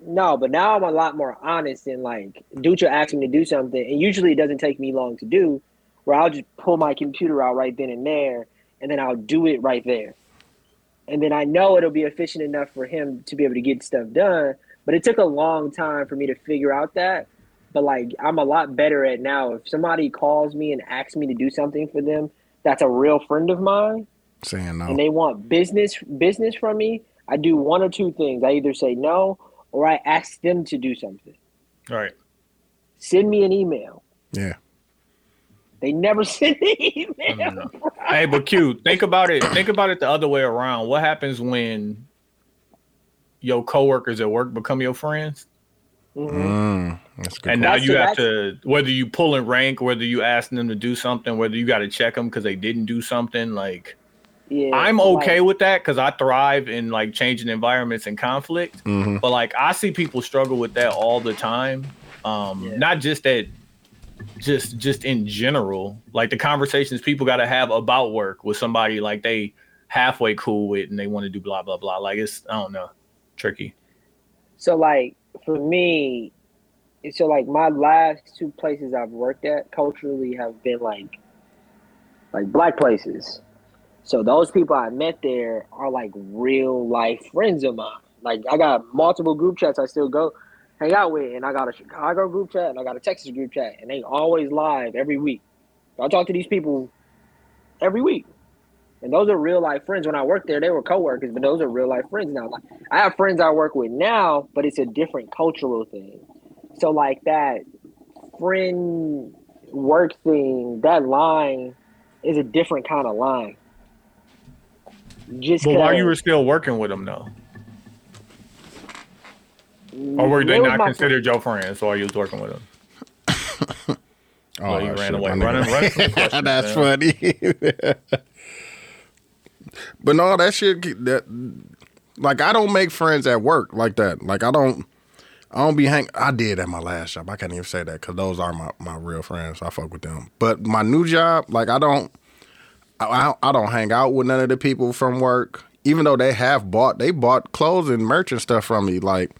No, but now I'm a lot more honest and like Dooch will ask me to do something, and usually it doesn't take me long to do. Where I'll just pull my computer out right then and there, and then I'll do it right there. and then I know it'll be efficient enough for him to be able to get stuff done. But it took a long time for me to figure out that. But like I'm a lot better at now. If somebody calls me and asks me to do something for them, that's a real friend of mine, Saying no. and they want business business from me. I do one or two things. I either say no or I ask them to do something. all right, Send me an email. yeah. They never send an email. hey, but Q, think about it. Think about it the other way around. What happens when your coworkers at work become your friends, Mhm. Mm-hmm. Mm, that's a good. and point. now That's- you have to that's- whether you pulling rank, whether you asking them to do something, whether you got to check them because they didn't do something, like. Yeah, I'm so, okay like, with that because I thrive in like changing environments and conflict. Mhm. But like I see people struggle with that all the time. Um, Yeah. not just that, just just in general, like the conversations people got to have about work with somebody like they halfway cool with and they want to do blah blah blah. Like it's I don't know, tricky. So like for me, so like my last two places I've worked at culturally have been like like black places. So those people I met there are like real life friends of mine. Like I got multiple group chats I still go hang out with, and I got a Chicago group chat and I got a Texas group chat, and they always live every week. So I talk to these people every week. And those are real life friends. When I worked there, they were coworkers, but those are real life friends now. Like I have friends I work with now, but it's a different cultural thing. So like that friend work thing, that line is a different kind of line. Just But while you were 'cause- still working with them though, or were they Where was not my- considered your friends while you was working with them? Oh, Well, you ran shit, away. my nigga. Running- running from questions, That's funny. but no, that shit. That like I don't make friends at work like that. Like I don't. I don't be hang. I did at my last job. I can't even say that because those are my my real friends. I fuck with them. But my new job, like I don't. I- I, don't- I don't hang out with none of the people from work, even though they have bought they bought clothes and merch and stuff from me. Like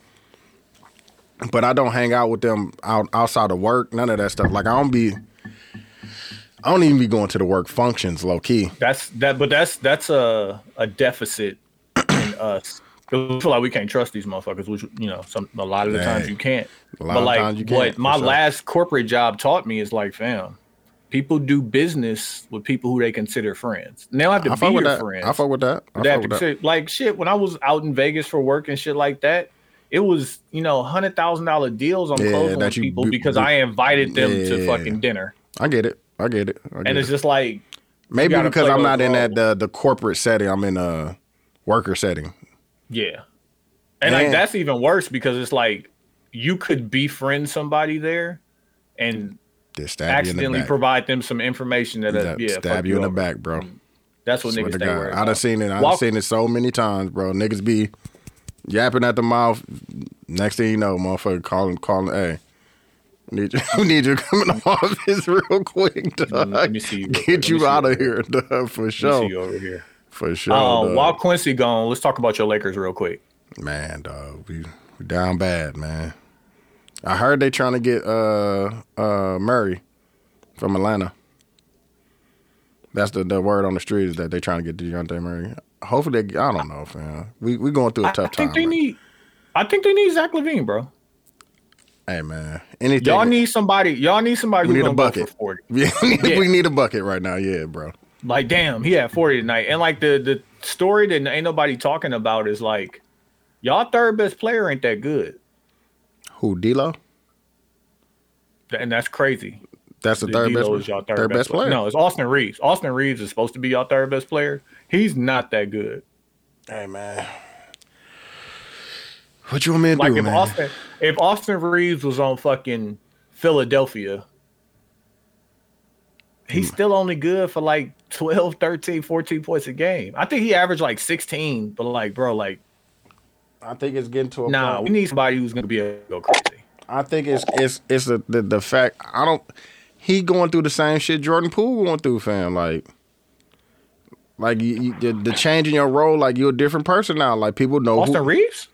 but I don't hang out with them out outside of work, none of that stuff. Like I don't be I don't even be going to the work functions low key. That's that, but that's that's a a deficit in us. 'Cause We feel like we can't trust these motherfuckers, which you know, some a lot of the times Dang. you can't. A lot But of like times you can't, what for my sure. last corporate job taught me is like, fam, people do business with people who they consider friends. And they don't have to I be fuck your with that. friends. I fuck with that. I They have fuck with to that. consider- like shit. When I was out in Vegas for work and shit like that, it was you know hundred thousand dollar deals on Yeah, closing that with you people bu- because bu- I invited them Yeah. to fucking dinner. I get it. I get it. I get and it. it's just like Maybe gotta because play I'm those not in roles. that the, the corporate setting. I'm in a worker setting. Yeah. And Man. like that's even worse because it's like you could befriend somebody there and Just stab you in accidentally the back. provide them some information that uh, Just yeah, stab fuck you in the up. back, bro. That's what Swear niggas to think. God. worry I done about. seen it. I done Walk- seen it so many times, bro. Niggas be yapping at the mouth. Next thing you know, motherfucker calling, calling, hey. Need you, need you coming to office real quick, dog. let me see you real quick. Let Get me you see out you of here, dog, for Let me sure. see you over here. For sure, Uh, dog. while Quincy gone, let's talk about your Lakers real quick. man, dog. We, we down bad, man. I heard they trying to get uh uh Murray from Atlanta. That's the, the word on the street is that they trying to get Dejounte Murray. Hopefully, they, I don't know, fam. We we going through a I, tough I think time. they man. need I think they need Zach Levine, bro. Hey man, anything. Y'all need somebody. Y'all need somebody We who's need a gonna go bucket. for forty. Yeah, we need- Yeah. we need a bucket right now. Yeah, bro. Like, damn, he had 40 tonight. And like the the story that ain't nobody talking about is like, y'all third best player ain't that good. Who D'Lo? And that's crazy. That's the third D'Lo best. is y'all third, third best, best player. player. No, it's Austin Reeves. Austin Reeves is supposed to be y'all third best player. He's not that good. Hey man, what you want me to Like do, if man? Austin if Austin Reeves was on fucking Philadelphia, he's Hmm. still only good for like 12, 13, 14 points a game. I think he averaged like 16, but like, bro, like, I think it's getting to a nah, we point. need somebody who's gonna be able to go crazy. I think it's it's it's the, the the fact I don't. He going through the same shit Jordan Poole going through, fam. Like, like you, you, the, the change in your role, like you're a different person now. Like people know who, Austin Reeves?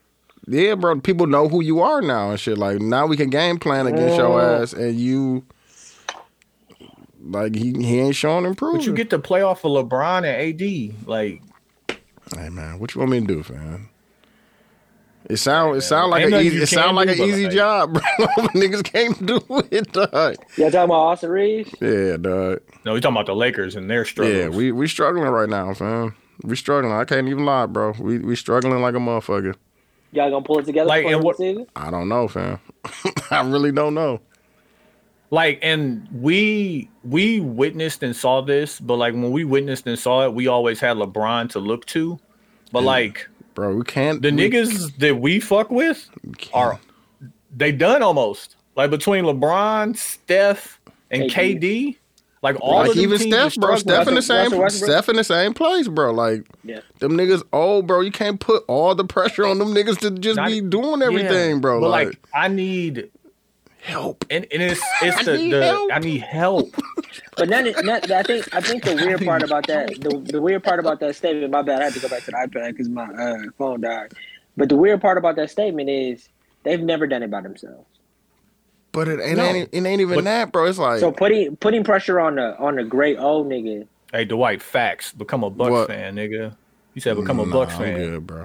Yeah, bro. People know who you are now and shit. Like now we can game plan against your ass, and you like he he ain't showing improvement. But you get to play off of LeBron and AD. Like, hey man, what you want me to do, fam? It sound it sound like Ain't an nothing easy you it sound can't like do, an but, easy like- job, bro. Niggas can't do it, dog. Y'all talking about Austin Reeves? Yeah, dog. no, we talking about the Lakers and their struggles. Yeah, we we struggling right now, fam. We struggling. I can't even lie, bro. We we struggling like a motherfucker. Y'all gonna pull it together Like, for and the what- season? I don't know, fam. I really don't know. like, and we we witnessed and saw this, but like when we witnessed and saw it, we always had LeBron to look to. But like Bro, we can't the we niggas that we fuck with are they done almost. Like between LeBron, Steph, and KD. KD, like all like of them even teams Steph, bro. are Steph in Russell- the struggling. same, Russell Westbrook? Steph in the same place, bro. Like Yeah. them niggas old, bro. You can't put all the pressure on them niggas to just Not- e- be doing everything, Yeah, bro. But Like, like, I need help. and, and it's it's I the, need the help. I need help. But none, none, I think I think the weird part about that the, the weird part about that statement. My bad, I had to go back to the iPad because my uh, phone died. But the weird part about that statement is they've never done it by themselves. But it ain't, No. ain't it ain't even But- that, bro. It's like So putting putting pressure on the on the great old nigga. Hey Dwight, facts. Become a Bucks What? fan, nigga. He said become a nah, Bucks I'm fan. good, bro.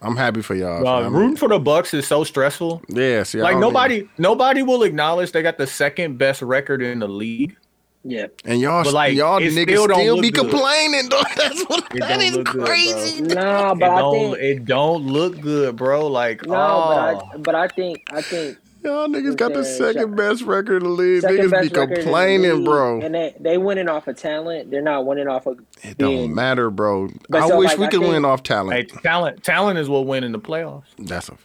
I'm happy for y'all. Uh, fam. rooting for the Bucks is so stressful. yeah, see, I Like don't nobody, even- nobody will acknowledge they got the second best record in the league. Yeah, and y'all, but, like, y'all it niggas still still, don't look be good. complaining, though. That's what It that don't is look good, bro. crazy. no, it but I don't, think it don't look good, bro. Like, no, oh, but I but I think I think Y'all niggas got the Yeah, second yeah. best record in the league. second Niggas be best record in the complaining, league, bro. And they they winning off of talent. They're not winning off of It don't being matter, bro. But I so, wish like, we I could win think- off talent. hey, talent, talent is what win in the playoffs. That's a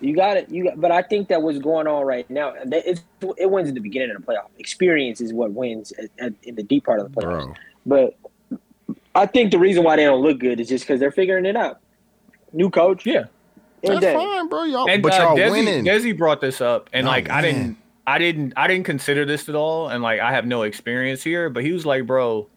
You got it. You got, but I think that what's going on right now, and that it's, it wins at the beginning of the playoff. Experience is what wins at, at, in the deep part of the playoffs. bro. But I think the reason why they don't look good is just because they're figuring it out. New coach, Yeah, and That's fine, bro. Y'all, and but uh, y'all Desi, winning. Desi brought this up, and Oh, like I man. didn't, I didn't, I didn't consider this at all, and like I have no experience here. But he was like, bro,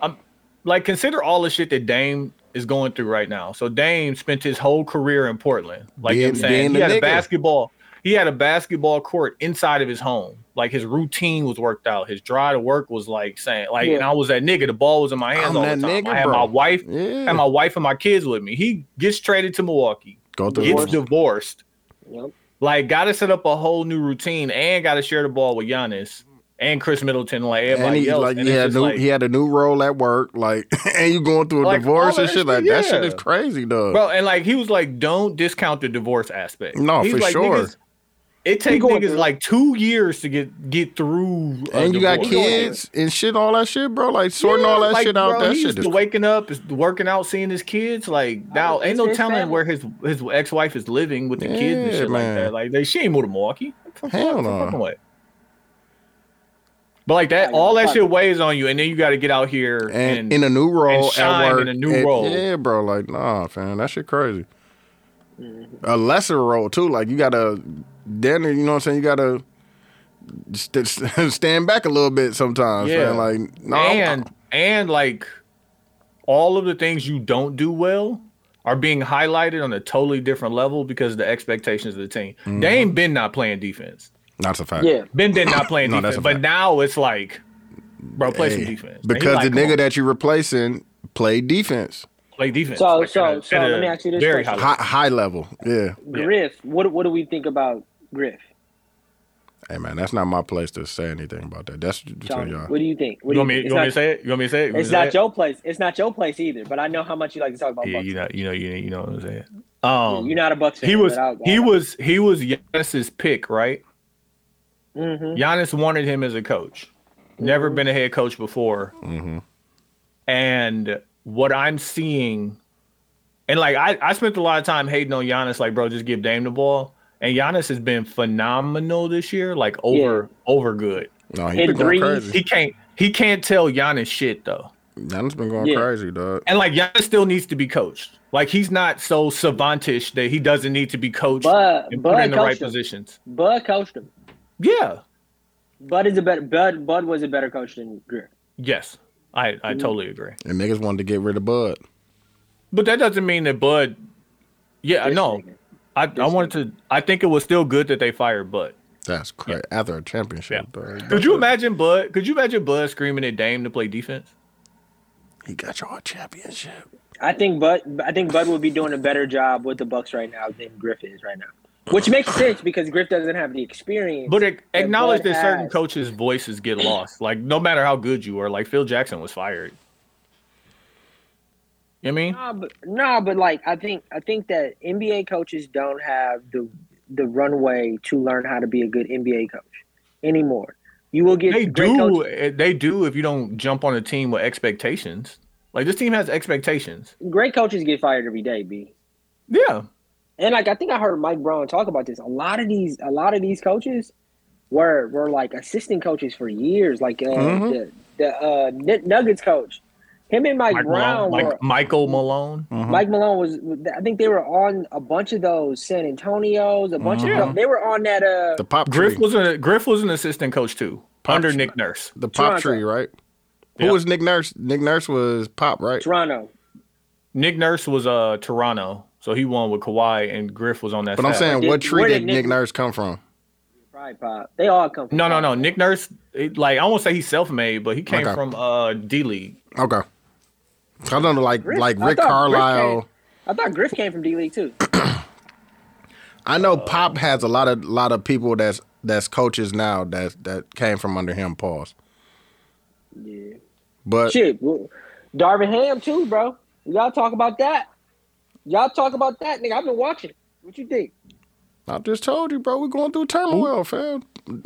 I'm like consider all the shit that Dame is going through right now. So Dame spent his whole career in Portland, like you know what Being- I'm saying, being he the had nigga. a basketball, he had a basketball court inside of his home. Like his routine was worked out. His drive to work was like saying, like, Yeah. and I was that nigga. The ball was in my hands I'm all that the time. nigga, I had bro. my wife, Yeah. and my wife and my kids with me. He gets traded to Milwaukee Go through gets the divorced. Yep. Like, got to set up a whole new routine and got to share the ball with Giannis and Chris Middleton, like and everybody he else. like and he it's had just new like, he had a new role at work, like and you going through a Like, divorce all and that shit. Like shit, that shit yeah. is crazy, dog. bro, and like he was like, don't discount the divorce aspect. No, He was for like, sure. Niggas, It We takes going niggas through. like two years to get get through. a and you got divorce. kids and shit, all that shit, bro. Like sorting all that like, shit out. bro, that he shit used is to waking up, is working out, seeing his kids. Like now, it's ain't no his telling family. where his his ex wife is living with the kids and Yeah, shit man. like that. Like they, she ain't moved to Milwaukee. Fuck- Hell fuck- no. fucking way. But like that, Like, all that fuck. shit weighs on you, and then you got to get out here and in a new role at shine work. in a new and- role. Yeah, bro. Like, nah, fam, that shit crazy. Mm-hmm. A lesser role too. Like you gotta then you know what I'm saying. You gotta st- st- stand back a little bit sometimes. Yeah. Yeah. Like, no, and and like all of the things you don't do well are being highlighted on a totally different level because of the expectations of the team. Mm-hmm. Dame been not playing defense. that's a fact. Yeah, Ben been not playing No, that's defense, a but fact. now it's like, bro, play some Hey, defense. And he Because like, the come nigga on, that you replacing played defense play defense. So- Like, so- at a- so at a let me ask you this very question. high high, high level. Yeah. Griff. What what do we think about Griff? Hey man, that's not my place to say anything about that. That's Sean, between y'all. what do you think? What You do want me? think? You It's want not- me to say it? You want me to say it? You want me It's to say not it? your place. It's not your place either. But I know how much you like to talk about Yeah, Bucks. you know, you know, you know, you know what I'm saying. Um, You're not a Bucks fan. he was, but I'll- he I'll- was, he was Giannis's pick, right? Mhm. Giannis wanted him as a coach. Never been a head coach before. Mm-hmm. And what I'm seeing, and like I, I spent a lot of time hating on Giannis, like, bro, just give Dame the ball. And Giannis has been phenomenal this year, like over over good. No, he Hit been going threes. crazy. He can't he can't tell Giannis shit though. Giannis been going Yeah. crazy, dog. And like Giannis still needs to be coached. Like he's not so savantish that he doesn't need to be coached But- and but put in the coach right him. positions. Bud coached him. Yeah. Bud is a better. Bud Bud was a better coach than Griff. Yes. I, Mm-hmm. I totally agree. And niggas wanted to get rid of Bud. But that doesn't mean that Bud. Yeah, This no. nigga. I, I wanted to. I think it was still good that they fired Bud. That's crazy. After a championship, dog. Could you imagine Bud? Could you imagine Bud screaming at Dame to play defense? He got y'all a championship. I think Bud. I think Bud would be doing a better job with the Bucks right now than Griff is right now, which makes sense because Griff doesn't have the experience. But ac- that acknowledge Bud that certain has. coaches' voices get lost. Like no matter how good you are, like Phil Jackson was fired. You know what I mean? Nah, but, nah, but like I think I think that NBA coaches don't have the the runway to learn how to be a good NBA coach anymore. You will get They great do. coaches- eh, They do if you don't jump on a team with expectations. Like this team has expectations. great coaches get fired every day, B. Yeah. And like I think I heard Mike Brown talk about this. A lot of these a lot of these coaches were were like assistant coaches for years. Like uh, Mm-hmm. Mhm. the, the uh, Nug- Nuggets coach. Him and Mike, Mike Brown Malone, were Mike, Michael Malone. Mike Malone was. I think they were on a bunch of those San Antonio's, a bunch Mhm. of they were on that. Uh, The pop Griff tree. was a Griff was an assistant coach too Pop- under Nick Nurse. the Toronto. pop tree, right? Yeah. Who was Nick Nurse? Nick Nurse was pop, right? Toronto. Nick Nurse was uh Toronto, so he won with Kawhi, and Griff was on that. But I'm staff. saying, Did- what tree where did did Nick Nick- Nurse come from? Pride Pop. They all come. From no, no, Pride. no. Nick Nurse, it- like I won't say he's self-made, but he came Okay. from uh D League. Okay. I don't know, like Rick- like I Rick thought Rick Carlisle. came- I thought Griff came from D League too. I know Pop Uh, has a lot of lot of people that's that's coaches now that that came from under him. Pause. yeah. But Shit. well, Darvin Ham too, bro. Y'all talk about that. Y'all talk about that, nigga. I've been watching. What you think? I just told you, bro, we're going through turmoil, fam.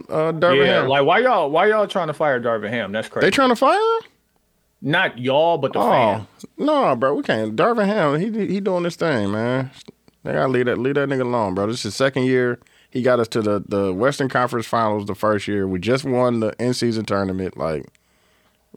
Uh, Durham. Yeah, like why y'all why y'all trying to fire Darvin Ham? That's crazy. they trying to fire him? Not y'all, but the Oh fans. no, bro, we can't. Darvin Ham, he he doing this thing, man. They gotta leave that leave that nigga alone, bro. This is his second year. He got us to the the Western Conference Finals the first year. We just won the in season tournament. Like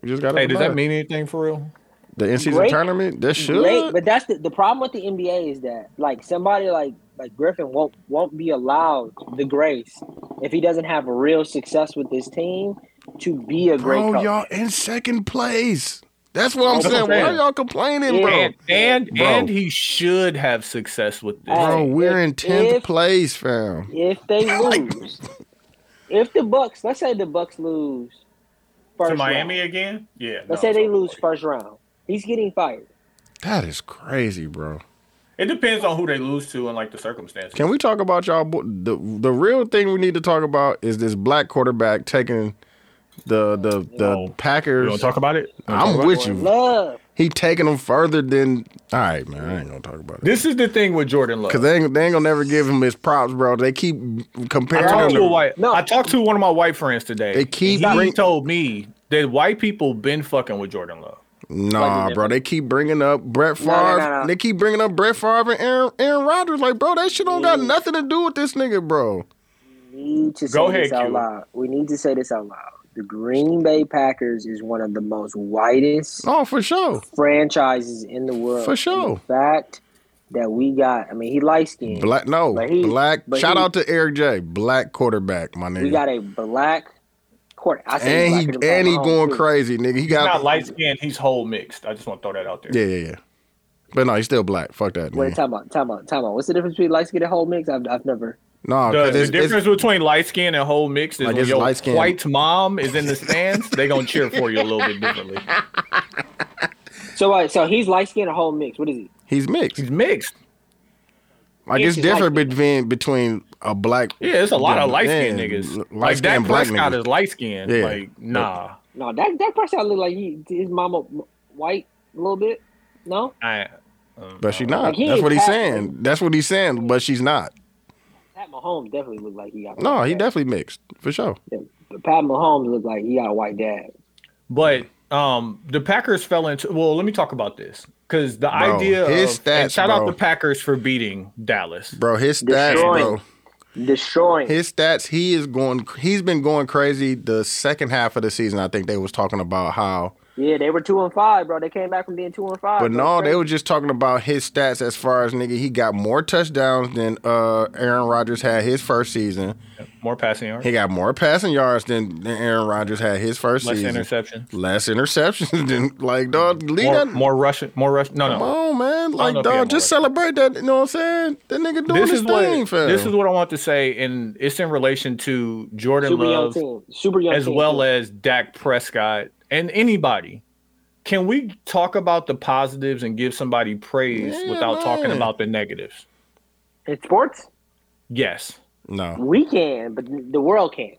we just got. Hey, does that mean anything for real? the in season Great- tournament? That should. Great, but that's the, the problem with the NBA is that like somebody like like Griffin won't won't be allowed the grace if he doesn't have real success with this team to be a great bro, coach. Oh, y'all in second place. That's what I'm That's saying. what Why I'm are saying. y'all complaining, Yeah. bro? And and, Bro. and he should have success with this. Bro, Hey, we're if- in tenth if- place, fam. If they lose, if the Bucks, let's say the Bucks lose first to Miami round. again? Yeah. let's no, say they it's over. lose first round, he's getting fired. That is crazy, bro. It depends on who they lose to and like the circumstances. Can we talk about y'all? bo- The the real thing we need to talk about is this black quarterback taking the the the No. Packers. about it? I'm with you. Love, He taking them further than. All right, man. I ain't gonna talk about it. This is the thing with Jordan Love. Cause they ain't, they ain't gonna never give him his props, bro. They keep I comparing talked him to to. a white. No, I talked to one of my white friends today. They keep He bring- told me that white people been fucking with Jordan Love. Nah, bro. They keep bringing up Brett Favre. No, no, no, no. They keep bringing up Brett Favre and Aaron, Aaron Rodgers. Like, bro, that shit don't Mm. got nothing to do with this nigga, bro. need to say Go this ahead, out Q. loud. We need to say this out loud. The Green Bay Packers is one of the most whitest Oh, for sure. franchises in the world. For sure. And the fact that we got, I mean, he light skinned. Black, no, But he- black. but Shout he- out to Eric J. Black quarterback, my nigga. We got a black quarter. I say and he blacker than and he Mahomes, going too. crazy, nigga. He He's not got light skinned. He's whole mixed. I just want to throw that out there. yeah, yeah, yeah. But no, he's still black. Fuck that. Wait, Nigga. time out, time out, time out. What's the difference between light skin and whole mix? I've, I've never. No, 'cause The, the it's, it's- difference between light skin and whole mixed is Like, when it's your light-skinned. white mom is in the stands, they gonna cheer for you a little bit differently. So, uh, so he's light skin and whole mix. What is he? he's mixed. He's mixed. Like It's it's just different like- between between a black. Yeah, it's a lot of Yeah, light skinned yeah, niggas. Like light-skinned Dak black Prescott niggas. is light skinned. Yeah. Like nah, No, that that person look like he his mama white a little bit. No, I, uh, But she not. Like, he That's ain't what he's black. saying. That's what he's saying. But she's not. Pat Mahomes definitely looked like he got. a No, white he dad. definitely mixed for sure. But Pat Mahomes looked like he got a white dad. But um, the Packers fell into. Well, let me talk about this because the Bro, idea his of and stats, shout out bro. the Packers for beating Dallas. Bro, his stats, Destroying. bro. Destroying. His stats, he is going. He's been going crazy the second half of the season. I think they was talking about how yeah, they were two and five, bro. They came back from being two and five. But bro. no, Ah, Crazy. they were just talking about his stats as far as nigga, he got more touchdowns than uh Aaron Rodgers had his first season. More passing yards, He got more passing yards than, than Aaron Rodgers had his first less season. interception, Less interceptions than like dog lead more, that more rushing, more rush. No, come no. on, man. Like know if he had dog, more just celebrate that, you know what I'm saying? That nigga doing This his is thing, what fam. this is what I want to say, and it's in relation to Jordan super young Love team, super young as team, well too. as Dak Prescott and anybody. Can we talk about the positives and give somebody praise Yeah, without talking man. about the negatives? in sports. Yes. no. We can, but the world can't.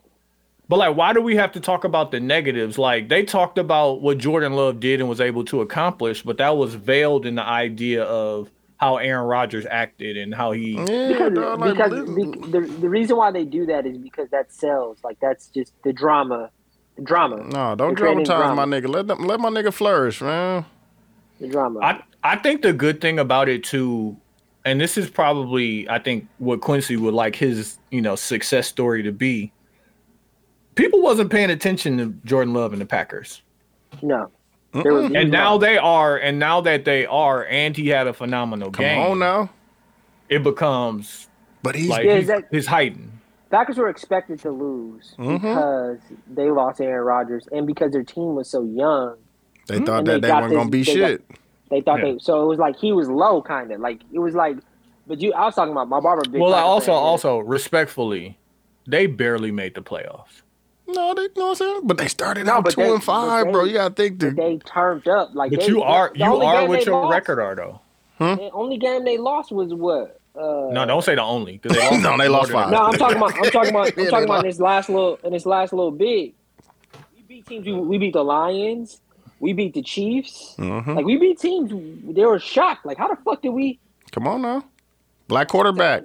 But like, why do we have to talk about the negatives? Like, they talked about what Jordan Love did and was able to accomplish, but that was veiled in the idea of how Aaron Rodgers acted and how he. Yeah, Because, dog, like, because listen- be- the, the reason why they do that is because that sells. Like that's just the drama, the drama. no, don't They're creating dramatize drama. my nigga. Let them, let my nigga flourish, man. The drama. I I think the good thing about it too, and this is probably I think what Quincy would like his you know success story to be. People wasn't paying attention to Jordan Love and the Packers, no. There was- and now they are, and now that they are, and he had a phenomenal Come game. on now. It becomes But he's like Yeah, he's, that- he's hiding. Packers were expected to lose Mm-hmm. because they lost Aaron Rodgers and because their team was so young. they thought Mm-hmm. And that they they, got weren't this- gonna be they got- shit. They thought Yeah. they so it was like he was low, kind of like it was like. But you, I was talking about my barber. Big Well, I Packer also fan. also respectfully, they barely made the playoffs. No, they you know what I'm saying? But they started No, out but two they- and five, but bro. they- You gotta think But the they turned up like. But they- you are the you only are game what they your lost- record are though. The only game they lost was what. Uh, No, don't say the only. 'cause They lost No, they more lost than- five. No, I'm talking about. I'm talking about. Yeah, I'm they talking about lost. in this last little in this last little bit. We beat teams. We, we beat the Lions. We beat the Chiefs. Mm-hmm. Mm-hmm. Like we beat teams. They were shocked. Like how the fuck did we? come on now. Black quarterback.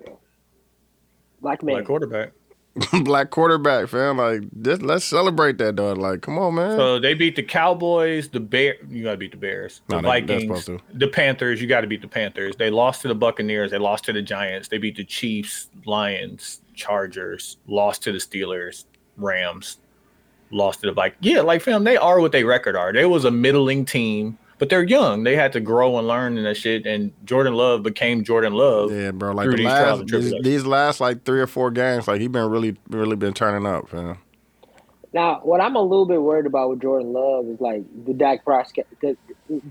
Black man. Like quarterback. Black quarterback, fam. Like this, let's celebrate that dog. Like, come on, man. So they beat the Cowboys, the Bear. You gotta beat the Bears, No, the they- they're Vikings, supposed the Panthers. You gotta beat the Panthers. They lost to the Buccaneers. They lost to the Giants. They beat the Chiefs, Lions, Chargers. Lost to the Steelers, Rams. Lost to the Vikings. Yeah, like fam, they are what they record are. They was a middling team, but they're young. They had to grow and learn and that shit. And Jordan Love became Jordan Love. yeah, bro. Like through the these trials last and these, tribulations. these last like three or four games, like he been really really been turning up, fam. Now, what I'm a little bit worried about with Jordan Love is like the Dak Prescott. The,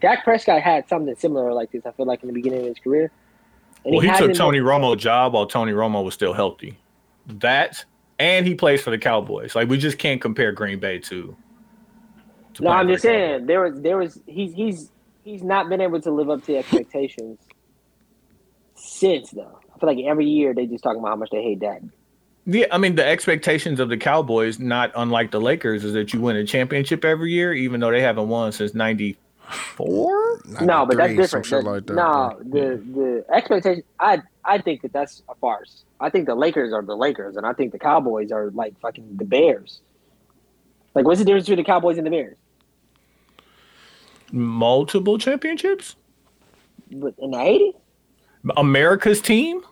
Dak Prescott had something similar like this. I feel like in the beginning of his career. And Well, he, took hasn't- Tony Romo's job while Tony Romo was still healthy. That and he plays for the Cowboys. Like we just can't compare Green Bay to. to No, playing I'm for just the Cowboys. saying there was there was he's he's he's not been able to live up to expectations since though. I feel like every year they just talking about how much they hate Dak. Yeah, I mean the expectations of the Cowboys, not unlike the Lakers, is that you win a championship every year, even though they haven't won since '94. no, but that's 93, different. Some shit The- like that. no, yeah. the the expectation. I I think that that's a farce. I think the Lakers are the Lakers, and I think the Cowboys are like fucking the Bears. Like, what's the difference between the Cowboys and the Bears? Multiple championships? But in the eighties, America's team?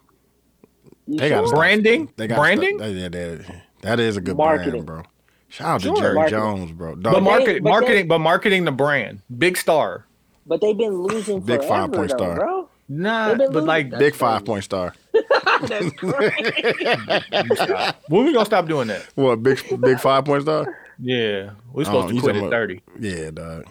They got sure? stuff. Branding? They got Branding? Stuff. That, that- that- that is a good Marketing. brand, bro. Shout out Sure, to Jerry marketing. Jones, bro. Dog, But market, but they- marketing, but marketing the brand, big star. but they've been losing Big forever, five-point though, star. bro. Nah, They've been but losing- like, big five point star. That's crazy. when we gonna stop doing that? What big big five point star? Yeah, we're Oh, supposed to you quit talking at about- thirty. Yeah, dog.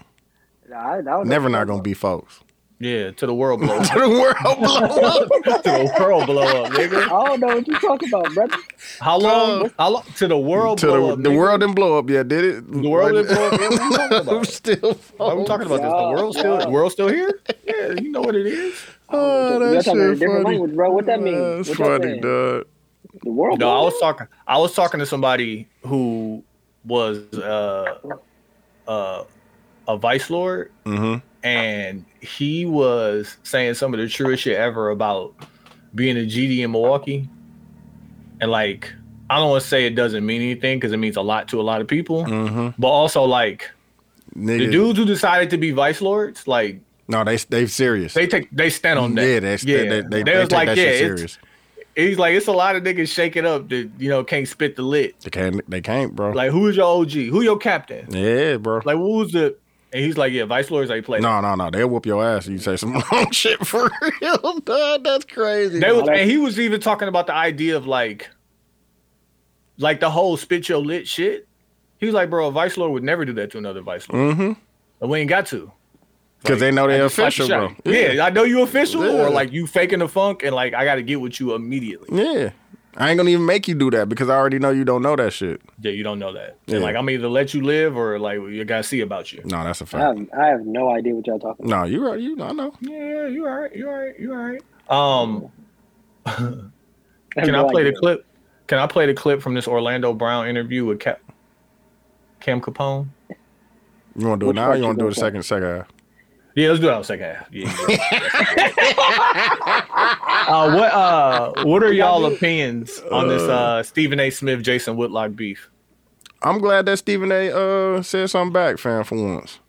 Nah, that was a- Never not gonna be folks. Yeah, to the world blow up. To the world blow up. to the world blow up, nigga. I don't know what you're talking about, brother. How long? How long? To the world to blow the, up. the nigga. world didn't blow up yet, did it? The world didn't blow up yet? What you talking I'm about? still. Why are we folks. talking about this? The Yeah, world still, yeah. the world still here? Yeah, you know what it is. Oh, You're that talking a shit different funny. language, bro. What that mean? That's What y'all funny, saying? dog. The world. No, I bro? was talking. I was talking to somebody who was uh, uh, a vice lord, Mm-hmm. and he was saying some of the truest shit ever about being a GD in Milwaukee. And like, I don't want to say it doesn't mean anything because it means a lot to a lot of people, Mm-hmm. but also like the Nigga, dudes who decided to be vice lords, like no, they they serious. they take they stand on that. yeah, that's, yeah, they, they, they was take that shit it's- serious. He's like, it's a lot of niggas shaking up that you know can't spit the lit. They can't, they can't, bro. Like, who is your OG? Who your captain? yeah, bro. Like, who was the? And he's like, yeah, Vice Lords they play. no, no, no. They'll whoop your ass if you say some wrong shit for real, dog. That's crazy. They was, Like- and he was even talking about the idea of like, like the whole spit your lit shit. He was like, bro, a Vice Lord would never do that to another Vice Lord. mm-hmm. And we ain't got to. Because they know they're Just like official, the bro. shot. Yeah. I know you official, Yeah. or like you faking the funk, and like I got to get with you immediately. Yeah. I ain't gonna even make you do that because I already know you don't know that shit. Yeah, you don't know that. Yeah. And like I'm either let you live or like you gotta see about you. No, that's a I fact. have, I have no idea what y'all talking No, you right. You, I know. Yeah, you all right. You all right. You all right. Um, about. Can I No play the idea. clip? Can I play the clip from this Orlando Brown interview with Cap- Cam Capone? You want to do Which it now? part Or you you want to do gonna it second, second half? Yeah, let's do it on the second half. Yeah. uh, what uh, What are y'all opinions on this uh, Stephen A. Smith Jason Whitlock beef? I'm glad that Stephen A. Uh, said something back, fam, for once.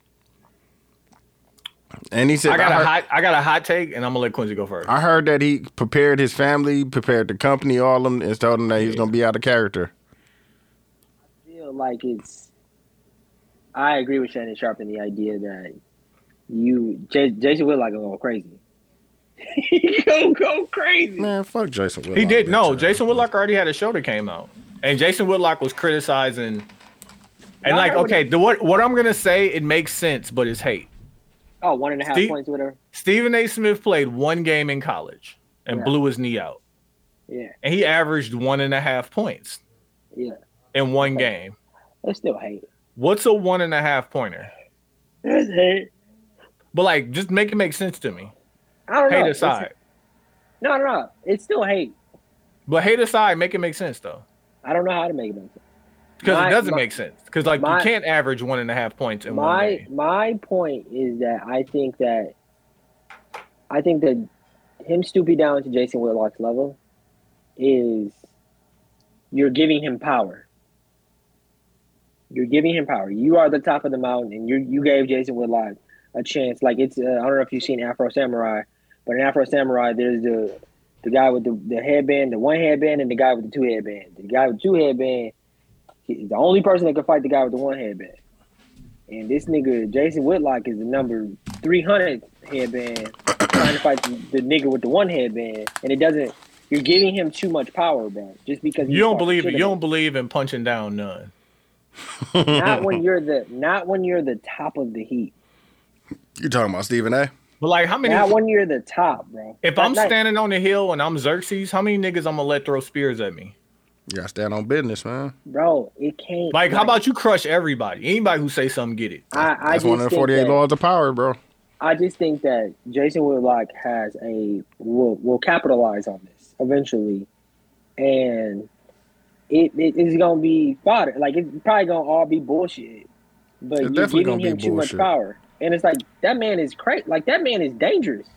And he said, I got heard, a hot I got a hot take, and I'm gonna let Quincy go first. I heard that he prepared his family, prepared the company, all of them, and told them that he's gonna be out of character. feel like it's. I agree with Shannon Sharp in the idea that you J, Jason Whitlock gonna go crazy. he gonna go crazy. Man, fuck Jason. Whitlock, He did. bitch. No, Jason Whitlock already had a show that came out, and Jason Whitlock was criticizing. And Y'all like, heard what okay, the, what what I'm gonna say, it makes sense, but it's hate. Oh, one and a half Steve- points, whatever. Stephen A. Smith played one game in college and Yeah. blew his knee out, Yeah, and he averaged one and a half points yeah. in one game. That's still hate. What's a one and a half pointer? That's hate. But like, just make it make sense to me. I don't know. Hate It's- aside, No, no, no. It's still hate. but hate aside, make it make sense though, I don't know how to make it. Make sense. because My- it doesn't my- make sense. Because like, my- you can't average one and a half points in one my game. my point is that I think that I think that him stooping down to Jason Whitlock's level is you're giving him power. You're giving him power. You are the top of the mountain, and you you gave Jason Whitlock a chance. Like it's uh, I don't know if you've seen Afro Samurai, but in Afro Samurai there's the the guy with the, the headband, the one headband, and the guy with the two headband. The guy with two headband is the only person that can fight the guy with the one headband. And this nigga Jason Whitlock is the number three hundred headband trying to fight the, the nigga with the one headband, and it doesn't. You're giving him too much power, bro. Just because You he's don't talking believe shit it. You about- don't believe in punching down none. not when you're the not when you're the top of the heat. You talking about Stephen A? But like, how many? Not when you're the top, bro. If Not- I'm not- standing on the hill and I'm Xerxes, how many niggas I'm gonna let throw spears at me? You gotta stand on business, man. bro, it can't. Like, how about you crush everybody? Anybody who say something, get it. I, I That's just one of the think 48 that- laws of power, bro. I just think that Jason Whitlock has a will will capitalize on this eventually, and it it is gonna be fodder. Like it's probably gonna all be bullshit, but It's you're giving definitely gonna be him too much bullshit. power. and it's like that man is crazy. Like that man is dangerous.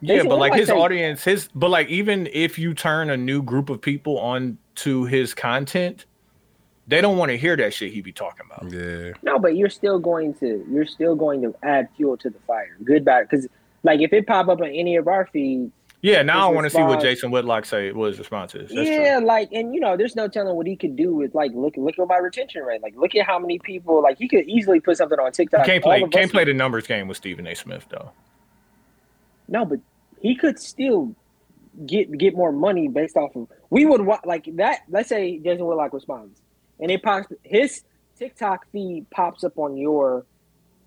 Yeah, Basically, but like I'm his saying- audience, his but like even if you turn a new group of people on to his content, they don't want to hear that shit he be talking about. Yeah. No, but you're still going to you're still going to add fuel to the fire. Good, bad, because like if it pop up on any of our feeds, Yeah, now I His want to see what response- Jason Whitlock say what his response is. That's yeah, true. like and you know, there's no telling what he could do with like look look at my retention rate. Like look at how many people like he could easily put something on TikTok. You can't All play of can't us- play the numbers game with Stephen A. Smith though. No, but he could still get get more money based off of we would wa- like that. Let's say Jason Whitlock responds, and it pops his TikTok feed pops up on your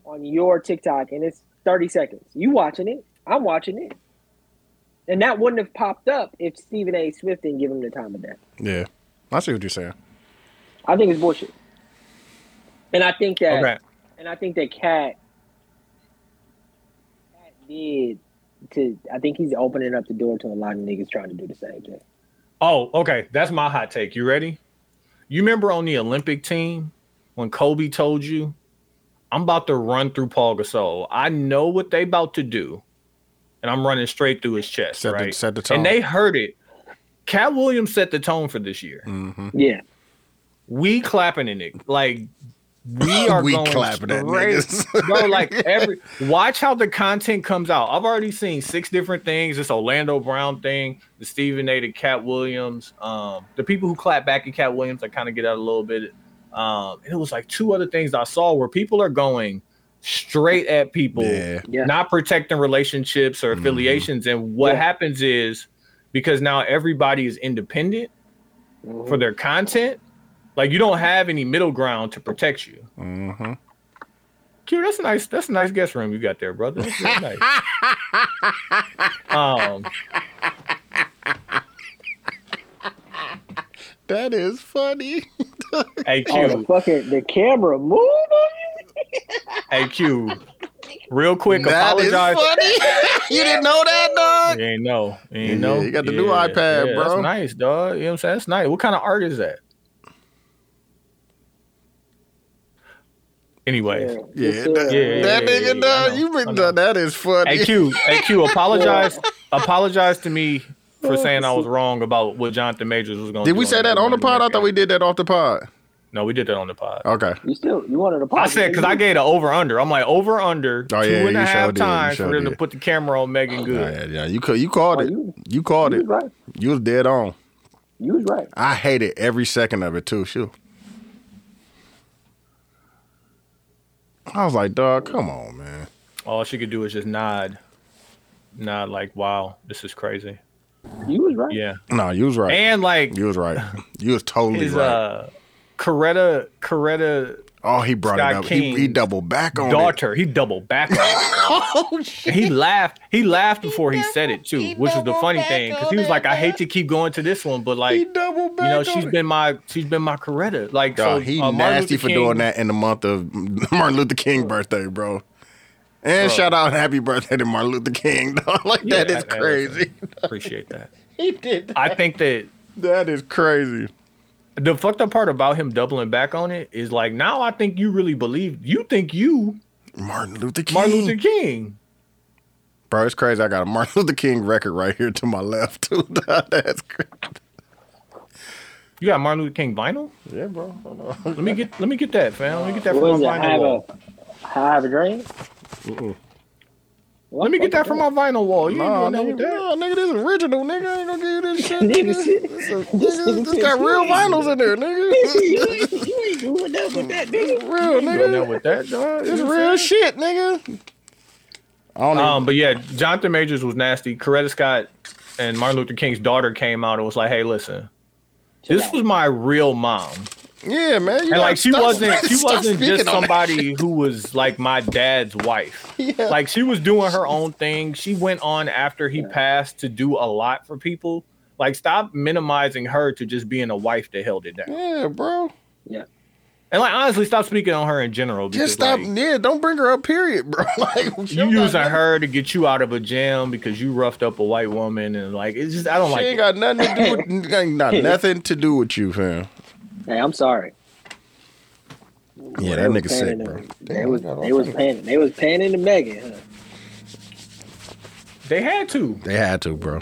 on your TikTok, and it's thirty seconds. You watching it? I'm watching it, and that wouldn't have popped up if Stephen A. Smith didn't give him the time of day. Yeah. I see what you're saying. I think it's bullshit, and I think that Okay. and I think that Cat Cat did to I think he's opening up the door to a lot of niggas trying to do the same thing. Oh, okay. That's my hot take. You ready? You remember on the Olympic team when Kobe told you, I'm about to run through Paul Gasol. I know what they about to do, and I'm running straight through his chest. Set the- right? set the tone. And they heard it. Cat Williams set the tone for this year. Mm-hmm. Yeah. We clapping in it. Like we are We going clapping at straight. niggas. Bro, like every watch how the content comes out. I've already seen six different things. This Orlando Brown thing, the Stephen A. the Cat Williams. Um, the people who clap back at Cat Williams, I kind of get out a little bit. Um, and it was like two other things I saw where people are going straight at people Yeah. Yeah. not protecting relationships or affiliations. And what Yeah. happens is because now everybody is independent for their content, like you don't have any middle ground to protect you. Mm-hmm. Q, that's a nice. That's a nice guest room you got there, brother. That's really nice. um, That is funny. hey Oh, the Q, fucking the camera move on hey Q, real quick, That is apologize. funny. you didn't know that, dog? You ain't know, you Yeah, ain't know. you got the new iPad, bro. That's nice, dog. You know what I'm saying? That's nice. What kind of art is that? you. Anyway, Yeah, Yes, that, sir. yeah, that yeah, yeah, nigga, yeah, I dog. know, You I been know. done. That is funny. hey Q, hey Q, apologize, apologize to me for saying I was wrong about what Jonathan Majors was going. to Oh, Did we say that on the pod? I thought we did that off the pod. No, we did that on the pod. Okay. You still you wanted to I said because I gave an over under. I'm like over under two Oh, yeah, and you sure a half did, you times sure for them to did. put the camera on Megan Good. Yeah, yeah. You cou- you called Oh, it. you- You called you it. was right. You was dead on. You was right. I hated every second of it too. Shoot. I was like, dog, come on, man. All she could do is just nod, nod like, "Wow, this is crazy." You was right. Yeah, No, you was right. and like you was right. You was totally his right. uh, Coretta Coretta oh, he brought Scott it up. He, he King's doubled back on it. daughter, he double back. on it. Oh shit. And he laughed. He laughed before he said it too, which is the funny thing because he was like, "I hate to keep going to this one, but He like." doubled back. You know, on she's it. been my she's been my Coretta. Like Dog, so, he uh, Martin nasty Luther for doing King- that in the month of Martin Luther King birthday, bro. And Bro. shout out happy birthday to Martin Luther King, dog. Like that Yeah, uh, is I- I- crazy. Appreciate that. he did. I think that that is crazy. the fucked up part about him doubling back on it is like now I think you really believe you think you Martin Luther King. Martin Luther King. Bro, it's crazy. I got a Martin Luther King record right here to my left too. dog. That's crazy. You got Martin Luther King vinyl? Yeah, bro. Hold on. Let me get let me get that, fam. Let me get that What from is it? my vinyl Have a wall. have a drink. Let me get that from my vinyl wall. You Nah, ain't doing nigga, that with that. nah, nigga, this is original, nigga. I ain't gonna give you this shit. Nigga, shit. nigga. This, a- nigga, nigga this got said real shit. vinyls in there, nigga. you, ain't- you ain't doing that with that It's nigga. real, You ain't doing that nigga. with that, dog. You It's know what I'm real saying? shit, nigga. I don't even Um, but yeah, Jonathan Majors was nasty. Coretta Scott and Martin Luther King's daughter came out and was like, "Hey, listen, this was my real mom, Yeah, man. You and gotta like she stop- wasn't she stop wasn't speaking just on that. somebody who was like my dad's wife. Yeah. like she was doing her own thing. She went on after he passed to do a lot for people. Like, stop minimizing her to just being a wife that held it down. yeah, bro. And like, honestly, stop speaking on her in general. Because, Just stop. like, yeah, don't bring her up. Period, bro. Like she you don't got using nothing- her to get you out of a jam because you roughed up a white woman, and like, it's just I don't She like. ain't it. got nothing to do. With, ain't got nothing to do with you, fam. Hey, I'm sorry. They Yeah, that was nigga sick, panning bro. them. They Damn, was I got they all was types. panning. They was panning to Megan. Huh? They had to. They had to, bro.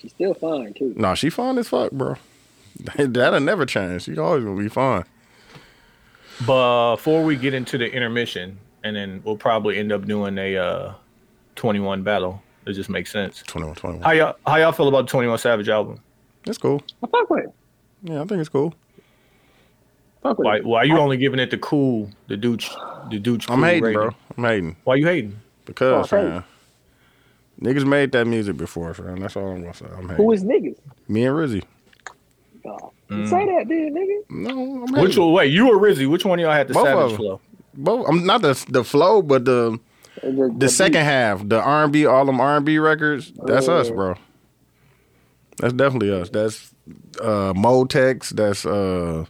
She's still fine too. No, she fine as fuck, bro. That'll never change. She always gonna be fine. Before we get into the intermission, and then we'll probably end up doing a uh, 21 battle. It just makes sense. 21, 21. How y'all how y'all feel about the 21 Savage album? It's cool. I fuck with it. Yeah, I think it's cool. Fuck with Why it. why you only giving it the cool the dude the dude? I'm hating, bro. I'm hating Why you hating? because Oh, hey. man, niggas made that music before, fam. That's all I'm gonna say. I'm hating. Who is niggas? me and Rizzy? Oh, you Say that, dude, nigga. No, I'm hating. Which one? Wait, Mm. you or Rizzy? Which one of y'all had the Both of Savage them. flow? Both, I'm not the the flow, but the The, the second half, the R&B, all them R&B records. That's us, bro. That's definitely us. That's uh, Motex. That's uh,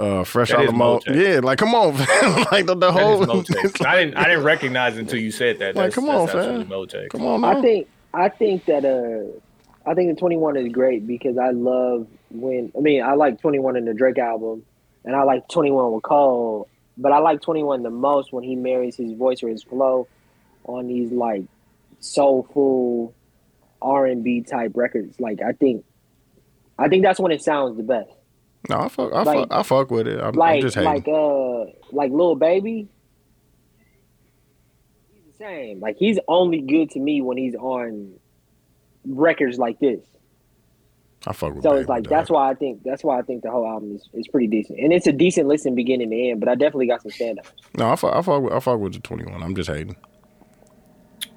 uh, fresh That out is of Mo. Motex. Yeah, like come on, fam. like the, the That is whole. Motex. I didn't I didn't recognize it until you said that. Like, That's, come that's on, fam. absolutely Motex. come on, I man. think I think that uh I think the 21 is great because I love when I mean I like 21 in the Drake album and I like 21 with Cole, but I like 21 the most when he marries his voice or his flow on these like soulful R&B type records. Like I think I think that's when it sounds the best. no, I fuck, I like- fuck, I fuck with it. I'm, I'm Like just hating. like uh like Lil Baby he's the same. Like he's only good to me when he's on records like this. I fuck with. So Baby, it's like dog. that's why I think that's why I think the whole album is, is pretty decent, and it's a decent listen beginning to end. But I definitely got some standouts. No, I fuck, I fuck with, I fuck with the 21. I'm just hating.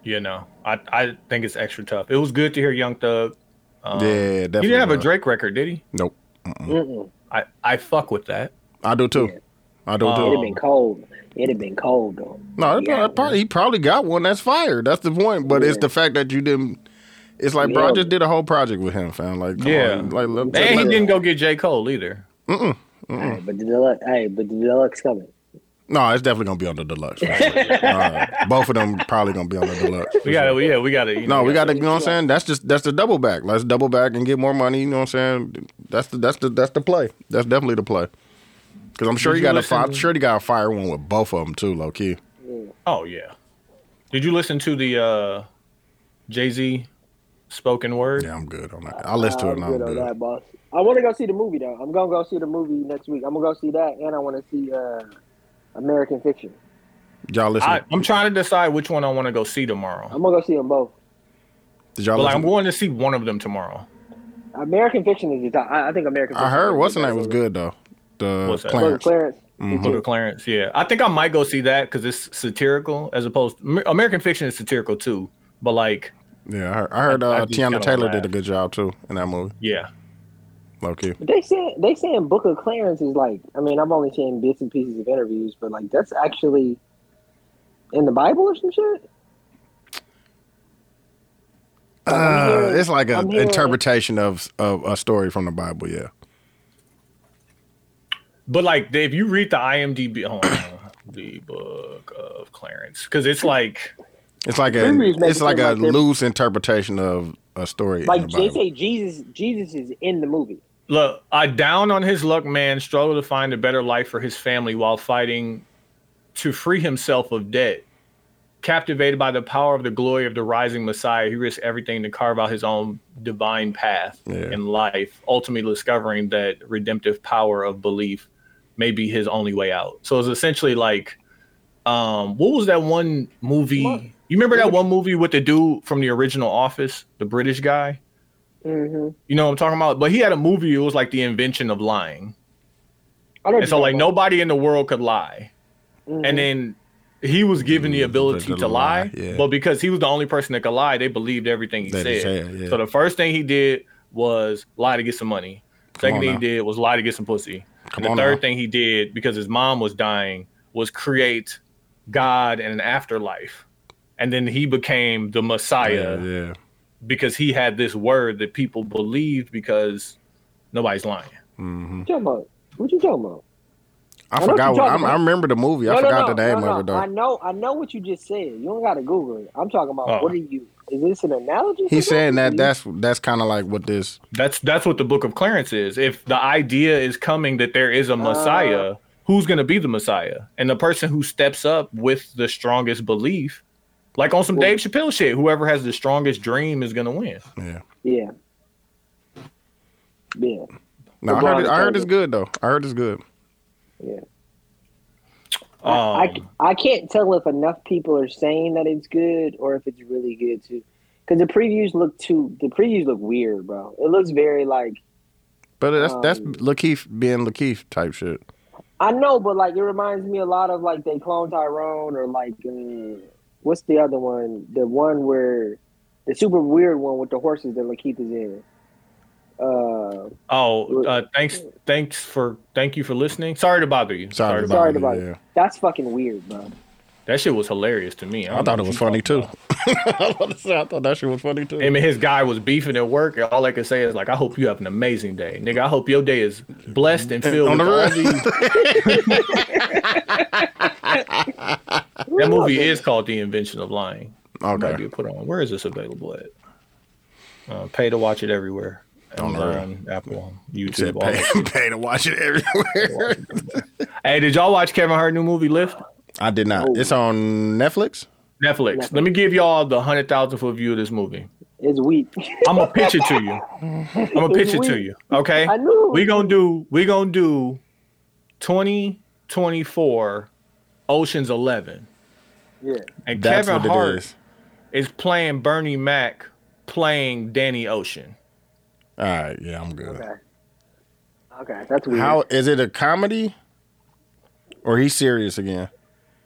You know, I I think it's extra tough. It was good to hear Young Thug. Um, yeah, he definitely. didn't have a bro. Drake record, did he? Nope. Mm-mm. I I fuck with that. I do too. Yeah. I do Um, too. It'd have been cold. It'd have been cold though. No, that Yeah. probably, probably he probably got one that's fire. That's the point. But it's Yeah. the fact that you didn't. It's like, bro, I Yeah. just did a whole project with him, fam. Like, come Yeah. on, like, let, And he let- didn't go get J Cole either. Hey, but the deluxe, hey, but the deluxe coming. no, it's definitely gonna be on the deluxe. for sure. Uh, both of them probably gonna be on the deluxe. for We got sure. to yeah, we got to No, we got to. You know what I'm saying? That's just that's the double back. Let's double back and get more money. You know what I'm saying? That's the that's the that's the play. That's definitely the play. Because I'm sure Did he got you a fire. I'm listen- sure he got a fire one with both of them too, low key. Oh yeah. Did you listen to the uh, Jay Z spoken word? Yeah, I'm good on that. I listen to it. I'm And I'm good on good. that, boss. I want to go see the movie though. I'm gonna go see the movie next week. I'm gonna go see that, and I want to see uh, American Fiction. Y'all listen. I, I'm trying to decide which one I want to go see tomorrow. I'm gonna go see them both. Did y'all But like, I'm listen? going to see one of them tomorrow. American Fiction is the top. I, I think American. I Fiction heard is what's the best name was movie. good though. The What's that? Clarence. Mm-hmm. Clarence. Go to Clarence, yeah. I think I might go see that because it's satirical as opposed Amer- American Fiction is satirical too. But like, Yeah, I heard, I heard uh, I just Tiana kinda Taylor laugh. did a good job too in that movie. yeah, Low key. But They saying they saying Booker Clarence is like I mean I've only seen bits and pieces of interviews, but like that's actually in the Bible or some shit. I'm Uh, hearing- it's like I'm an hearing- interpretation of of a story from the Bible. Yeah. but like if you read the IMDb, hold on, the Book of Clarence, because it's like It's like a Them niggas make it's it like a seem like they're- loose interpretation of a story. in Like the they Bible. say Jesus Jesus is in the movie. Look, a down on his luck man struggled to find a better life for his family while fighting to free himself of debt. Captivated by the power of the glory of the rising Messiah, he risked everything to carve out his own divine path Yeah. in life, ultimately discovering that redemptive power of belief may be his only way out. So it's essentially like, um, what was that one movie? You remember that one movie with the dude from the original Office, the British guy? Mm-hmm. You know what I'm talking about? But he had a movie. It was like the invention of lying, I know and so like nobody in the world could lie. Mm-hmm. And then he was given the Mm, ability the to lie, lie, yeah. but because he was the only person that could lie, they believed everything he That said. he said, yeah. So the first thing he did was lie to get some money. Second on thing now. he did was lie to get some pussy. Come and on the third now. thing he did because his mom was dying was create God and an afterlife. And then he became the Messiah yeah, yeah. because he had this word that people believed because nobody's lying. hmm what you talking about? What you talking about? I know forgot. what you're What, I'm- talking I about. remember the movie. I forgot the name of it I though. know I know what you just said. You don't gotta Google it. I'm talking about Oh. what are you is this an analogy? He's saying that that's that's kind of like what this. Uh. That's that's what the Book of Clarence is. If the idea is coming that there is a Messiah who's going to be the Messiah. And the person who steps up with the strongest belief, like on some Dave Chappelle shit, whoever has the strongest dream is going to win. Yeah. Yeah. Yeah. No, I heard, it, I heard it's good though. I heard it's good. Um, I, I can't tell if enough people are saying that it's good or if it's really good too. Because the previews look too. The previews look weird, bro. It looks very like But that's that's Um, Lakeith being Lakeith type shit. I know, but like it reminds me a lot of like they clone Tyrone or like uh, what's the other one? The one where the super weird one with the horses that Lakeith is in. Uh, oh, uh, thanks, thanks for, thank you for listening. Sorry to bother you. Sorry, to about bother Sorry it. to bother Yeah. that's fucking weird, bro. That shit was hilarious to me. I don't thought know it was what you funny talking too. about. I was about to say, I thought that shit was funny too. Him and his guy was beefing at work, and all I could say is like, I hope you have an amazing day, nigga. I hope your day is blessed and filled On with the all road. these That movie is called The Invention of Lying. It Might okay. be put on. Where is this available at? Uh, pay to watch it everywhere. Don't know. Amazon, Apple, Said YouTube. All pay, that. pay to watch it everywhere. Hey, did y'all watch Kevin Hart new movie Lift? I did not. It's on Netflix. Netflix. Let me give y'all the hundred thousand foot view of this movie. It's weak. I'm gonna pitch it to you. I'm gonna pitch it to you. Okay. I knew. We gonna do. We gonna do. Twenty twenty four, Ocean's Eleven, yeah. and That's Kevin what Hart it is. is playing Bernie Mac, playing Danny Ocean. All right. Yeah, I'm good. Okay. Okay, that's weird. How is it a comedy? Or he's serious again?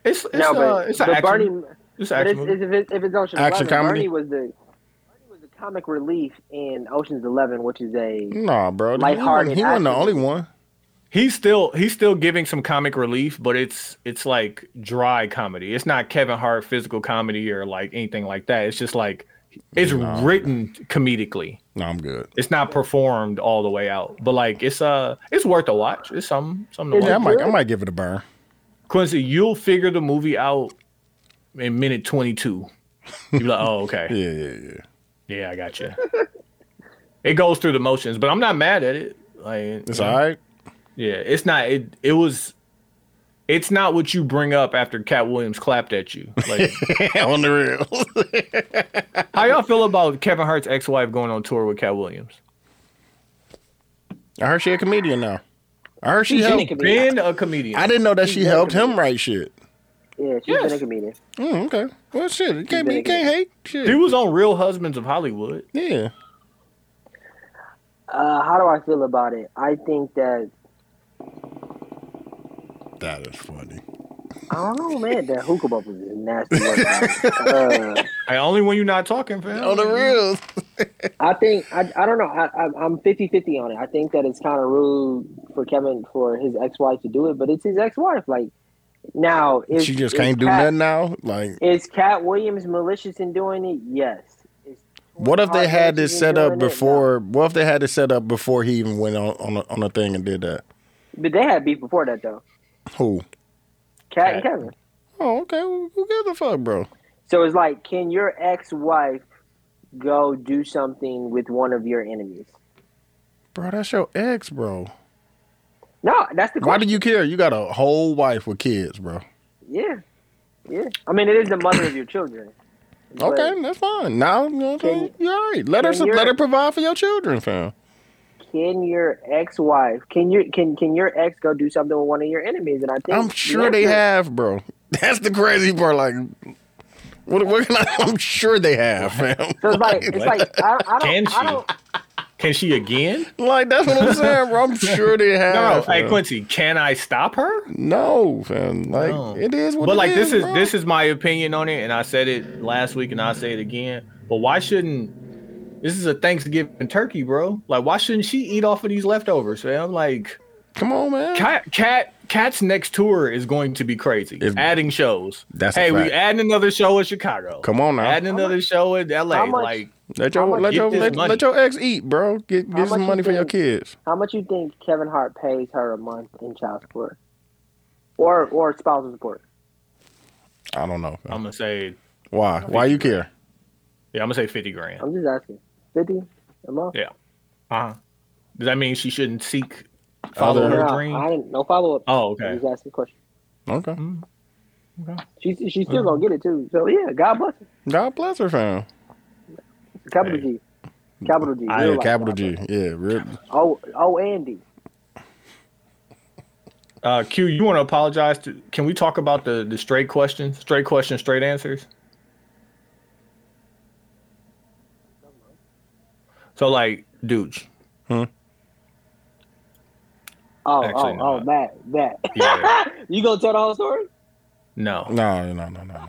It's it's no, uh, but, it's an but action. Bernie, it's an but action it's, movie. it's, if, it's, if it's Ocean's Action Eleven, comedy? Bernie was the Bernie was the comic relief in Ocean's Eleven, which is a Nah, bro. He wasn't, Lighthearted he wasn't the action. only one. he's still he's still giving some comic relief, but it's it's like dry comedy. It's not Kevin Hart physical comedy or like anything like that. It's just like it's No. written comedically. No, I'm good. It's not performed all the way out, but like it's uh it's worth a watch. It's some something. To Is Yeah, it I watch. might, I good? might give it a burn. Quincy, you'll figure the movie out in minute twenty two. You'll be like, oh okay, Yeah, yeah, yeah. yeah, I got you. It goes through the motions, but I'm not mad at it. Like It's you know. all right. Yeah, it's not. It it was. It's not what you bring up after Cat Williams clapped at you. Like, on the real. how y'all feel about Kevin Hart's ex-wife going on tour with Cat Williams? I heard she a comedian now. I heard she She's helped. a comedian. Been a comedian. I didn't know that she She's a helped comedian. him write shit. yeah, she's Yes. been a comedian. Mm, okay. Well, shit. You can't, be, you been a can't hate. He Shit. was on Real Husbands of Hollywood. Yeah. Uh, how do I feel about it? I think that That is funny. I don't know, man. That hookah bubble is a nasty. Word, uh, I only when you're not talking, fam. On Oh, the real. I think I, I don't know. I, I, I'm 50-50 on it. I think that it's kind of rude for Kevin for his ex-wife to do it, but it's his ex-wife. Like now, is, She just is can't do Cat- nothing now. Like, Is Cat Williams malicious in doing it? Yes. Is what if they Hart had this Hanks set doing up it? No. before? What if they had this set up before he even went on on a, on a thing and did that? But they had beef before that though. Who? Cat and Cat. Kevin. Oh, okay. Who who gives a fuck, bro? So it's like, can your ex-wife go do something with one of your enemies? Bro, that's your ex, bro. No, that's the question. Why do you care? You got a whole wife with kids, bro. Yeah, yeah. I mean, it is the mother of your children. But Okay, that's fine. Now, you know what I'm Can- saying? You're all right. Let her can your- let her provide for your children, fam. Can your ex-wife? Can your can can your ex go do something with one of your enemies? And I think I'm the sure they answer- have, bro. That's the crazy part. Like, what? what can I, I'm sure they have, fam. So it's like it's like I, I don't. Can I don't Can she again? Like that's what I'm saying, bro. I'm sure they No, have. hey fam. Quincy, can I stop her? No, fam. Like No. it is what. but it like this is bro. this is my opinion on it and i said it last week and i say it again but why shouldn't this is a thanksgiving turkey bro like why shouldn't she eat off of these leftovers man i'm like Come on, man. cat cat cat's next tour is going to be crazy It's- adding shows That's a hey we fact. adding another show in chicago Come on now. adding another show in la how much- like let your I'ma let get your this let, money. let your ex eat, bro. Get How get some much money you for your think- kids. how much you think Kevin Hart pays her a month in child support, or or spousal support? I don't know. fam. i'm gonna say Why? Why you care? yeah i'm gonna say 50 grand I'm just asking. Fifty a month. uh-huh does that mean she shouldn't seek Follow Other- her No, dream. Hmm? I didn't. No follow up. Oh, I okay. Just asking a question. Okay. She's she's still Mm-hmm. gonna get it too. So yeah, God bless her. God bless her fam. Capital Hey. G. Capital G. I- real Yeah, life capital God bless G. Yeah, real. her. Oh, oh, Andy. Uh, Q, you want to apologize? To, can we talk about the the straight question, straight question, straight answers? So like, dude, Hmm? Oh, Actually, oh, no. oh, that, that. Yeah. you gonna tell the whole story? no, No, no, no, no, no.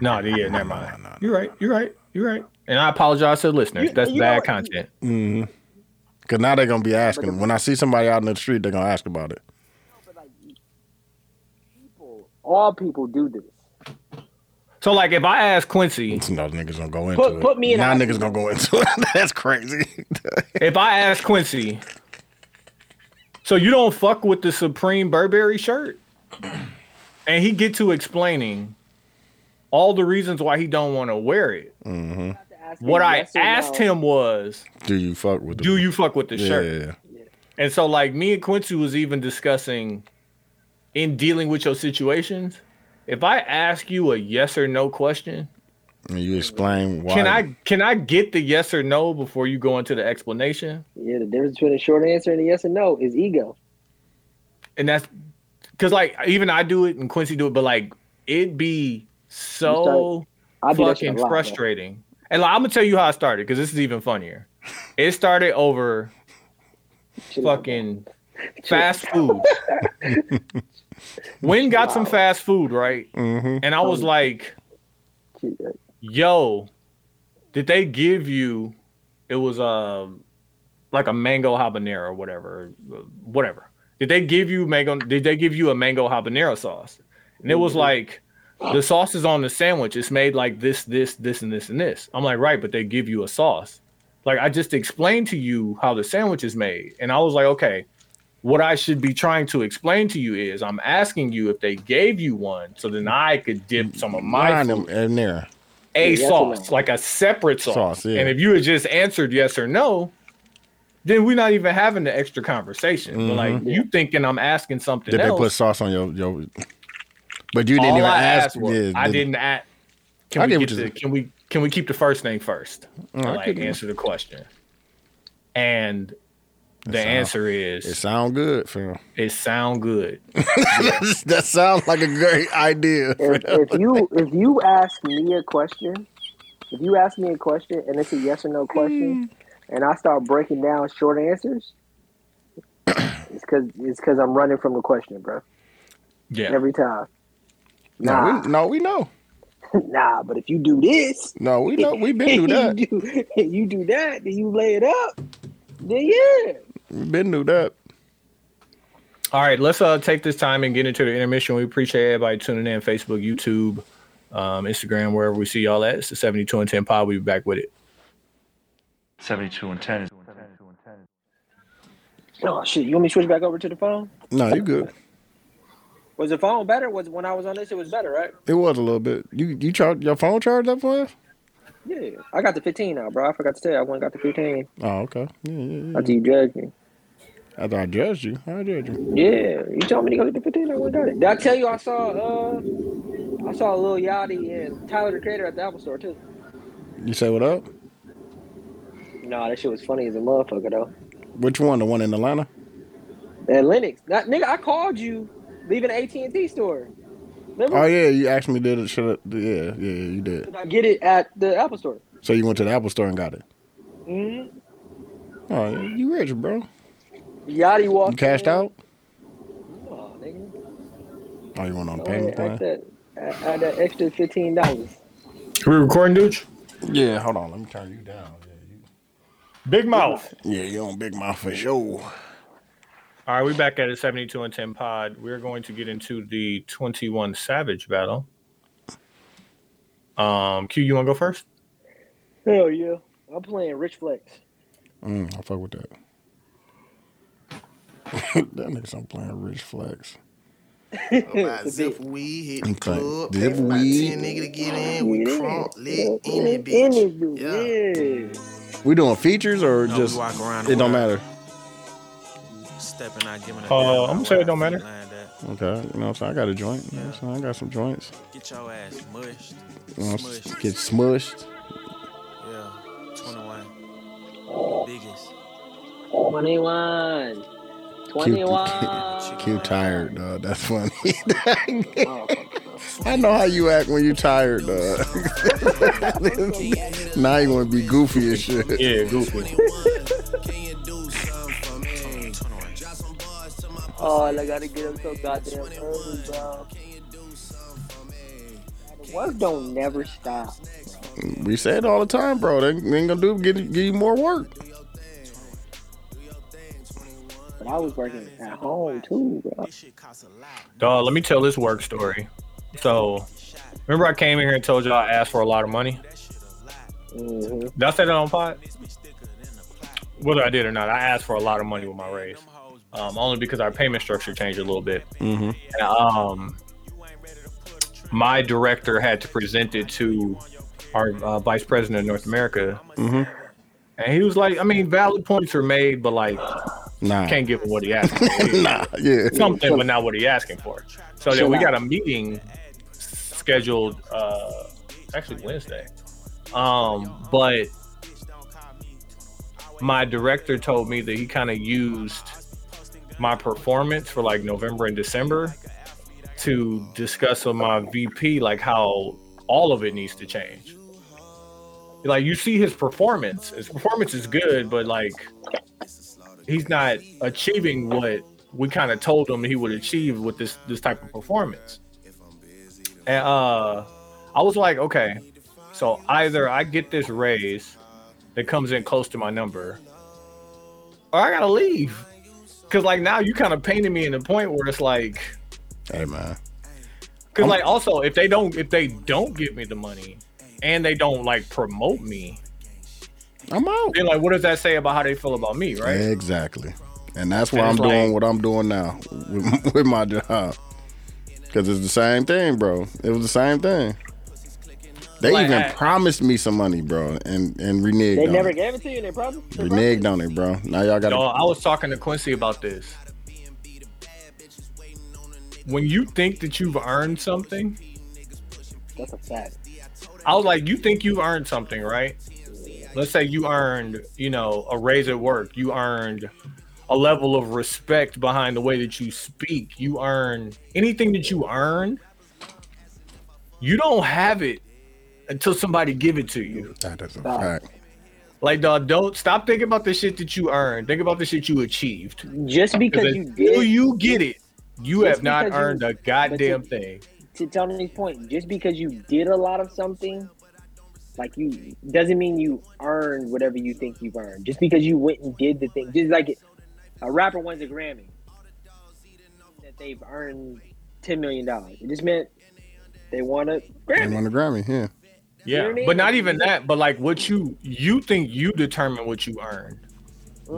no. no, yeah, never mind. no, no, You're right, you're right, you're right. And I apologize to the listeners. You- That's you know bad what? content. Mm-hmm. Cause now they're gonna be asking. When I see somebody out in the street, they're gonna ask about it. But like, people, all people do this. So like, if I ask Quincy, No niggas gonna go into Put- it. put me in Nah, a- niggas gonna go into it. That's crazy. if I ask Quincy, so you don't fuck with the Supreme Burberry shirt, and he get to explaining all the reasons why he don't want to wear it. mm-hmm. Have to ask What him I yes or asked no. him was, Do you fuck with? The, "Do you fuck with the Yeah. shirt?" And so, like me and Quincy was even discussing in dealing with your situations. If I ask you a yes or no question, And you explain why? can I can I get the yes or no before you go into the explanation? Yeah, the difference between a short answer and a yes and no is ego. and that's because like even I do it and Quincy do it, but like it'd be so I do that shit a fucking lot, bro. frustrating. And like, I'm gonna tell you how I started because this is even funnier. It started over Shit is- fucking fast food. When got some fast food right, Mm-hmm. and I was like, shit, uh, "Yo, did they give you?" It was um like a mango habanero, or whatever, uh, whatever. Did they give you mango? Did they give you a mango habanero sauce? And it was like, the sauce is on the sandwich. It's made like this, this, this, and this, and this. I'm like, right, but they give you a sauce. Like I just explained to you how the sandwich is made, and I was like, okay, what I should be trying to explain to you is I'm asking you if they gave you one, so then I could dip some of my Mind food them in there. a Yeah, that's sauce, a- like a separate sauce. Sauce, yeah. And if you had just answered yes or no, then we're not even having the extra conversation. But like you thinking I'm asking something Mm-hmm. Did else. they put sauce on your your? But you didn't all even I ask. asked was, yeah, I did- didn't ask. Can I we get what get you the, said. Mm, can we can we keep the first name first? I and, like couldn't- answer the question. And the sound- answer is It sound good, fam. it sound good. that sounds like a great idea. If, if you if you ask me a question, if you ask me a question and it's a yes or no question, and I start breaking down short answers, it's because it's because I'm running from the question, bro. Yeah. Every time. No, Nah, we, no, we know. nah. But if you do this, No, we know. We've been through that. you, do, you do that, then you lay it up. Then yeah, We've been through that. All right, let's uh, take this time and get into the intermission. We appreciate everybody tuning in Facebook, YouTube, um, Instagram, wherever we see y'all at. It's the 72 and 10 pod. We'll be back with it. 72 and 10 is Oh shit! You want me to switch back over to the phone? No, you good. Was the phone better? Was when I was on this, it was better, right? It was a little bit. You you charge your phone charged up for you? Yeah, I got the 15 now, bro. I forgot to tell you, I went and got the 15 Oh, okay. Yeah, yeah, yeah. after you judged me. After I judged you, I judged you. Yeah, you told me to go get the 15. I went and got it. Did I tell you I saw uh I saw Lil Yachty and Tyler the Creator at the Apple Store too? You say what up? Nah, that shit was funny as a motherfucker though. Which one? The one in Atlanta? And Lennox, that nigga, I called you leaving the AT and T store. Remember? Oh yeah, you asked me did it. Should I, yeah, yeah, yeah, you did. I get it at the Apple Store. So you went to the Apple store and got it. mm Oh, yeah, you rich, bro. Yachty walked. You cashed in. out? Aw, nigga. Oh, you went on Go ahead, payment add plan? that, add add that extra fifteen dollars. Are we recording, dude? Yeah, hold on. Let me turn you down. Big mouth. Yeah, you on big mouth for sure. All right, we're back at a 72 and 10 pod. We're going to get into the 21 Savage battle. Um, Q, you want to go first? Hell yeah! I'm playing Rich Flex. Mm, I fuck with that. that nigga, I'm playing Rich Flex. About zip weed, hit the Okay. club. Zip About weed. 10 nigga to get in. We Yeah. crunk lit Yeah, in it, yeah, in bitch. it, dude. Yeah. Yeah. We doing features or No, we just walk around it don't the- matter. stepping out, giving a Uh, damn I'm gonna about say what it don't I matter. feel lined up. Okay, you know what I'm saying? I got a joint. You know what I'm saying? I got some joints. Get your ass mushed. You know, Smushed. get smushed. Yeah, 21. Biggest. 21. 21. Q tired, dog. That's funny. Oh, I know how you act when you tired, dog. now you want to be goofy and shit. Yeah, goofy. 21. oh, I gotta get up so goddamn early, bro. The Work don't never stop. We say it all the time, bro. They ain't gonna do get give you more work. But I was working at home too, bro. Dog, let me tell this work story. So, remember I came in here and told y'all I asked for a lot of money? hmm Did I say that on pod? Whether I did or not, I asked for a lot of money with my raise. Um, only because our payment structure changed a little bit. Mm-hmm. And, um, my director had to present it to our uh, vice president of North America. Mm-hmm. And he was like, I mean, valid points were made, but like, Nah. can't give him what he asked for. nah. Yeah. Something, but not what he asking for. So then Chill we got out. a meeting scheduled, uh, actually Wednesday. Um, but my director told me that he kind of used my performance for like November and December to discuss with my VP like how all of it needs to change. Like you see his performance. His performance is good, but like he's not achieving what we kind of told him he would achieve with this this type of performance. And uh I was like, okay, so either I get this raise that comes in close to my number, or I gotta leave. Cause like now you kind of painted me in a point where it's like Hey man. Cause like also if they don't if they don't give me the money and they don't like promote me, I'm out. then like what does that say about how they feel about me, right? Exactly. And that's why And I'm it's doing like- what I'm doing now with, with my job. Cause it's the same thing, bro. It was the same thing. They Like, even I- promised me some money, bro, and and reneged. They on never it. gave it to you, they probably. reneged on it, bro. Now y'all got No, to I was talking to Quincy about this. When you think that you've earned something, That's a fact. I was like, you think you earned something, right? Let's say you earned, you know, a raise at work. You earned a level of respect behind the way that you speak. You earn anything that you earn. You don't have it until somebody give it to you. That is a Nah. fact. Like, dog, don't stop thinking about the shit that you earned. Think about the shit you achieved. Just because you until did, you get it, you Just have not because you- earned a goddamn thing. to Tony's point, just because you did a lot of something, like you, doesn't mean you earned whatever you think you've earned. Just because you went and did the thing, just like it, a rapper wins a Grammy, that they've earned ten million dollars. It just meant they won a They Grammy. won the Grammy, yeah. know what Yeah, I mean? but not even that. But like, what you you think you determine what you earn.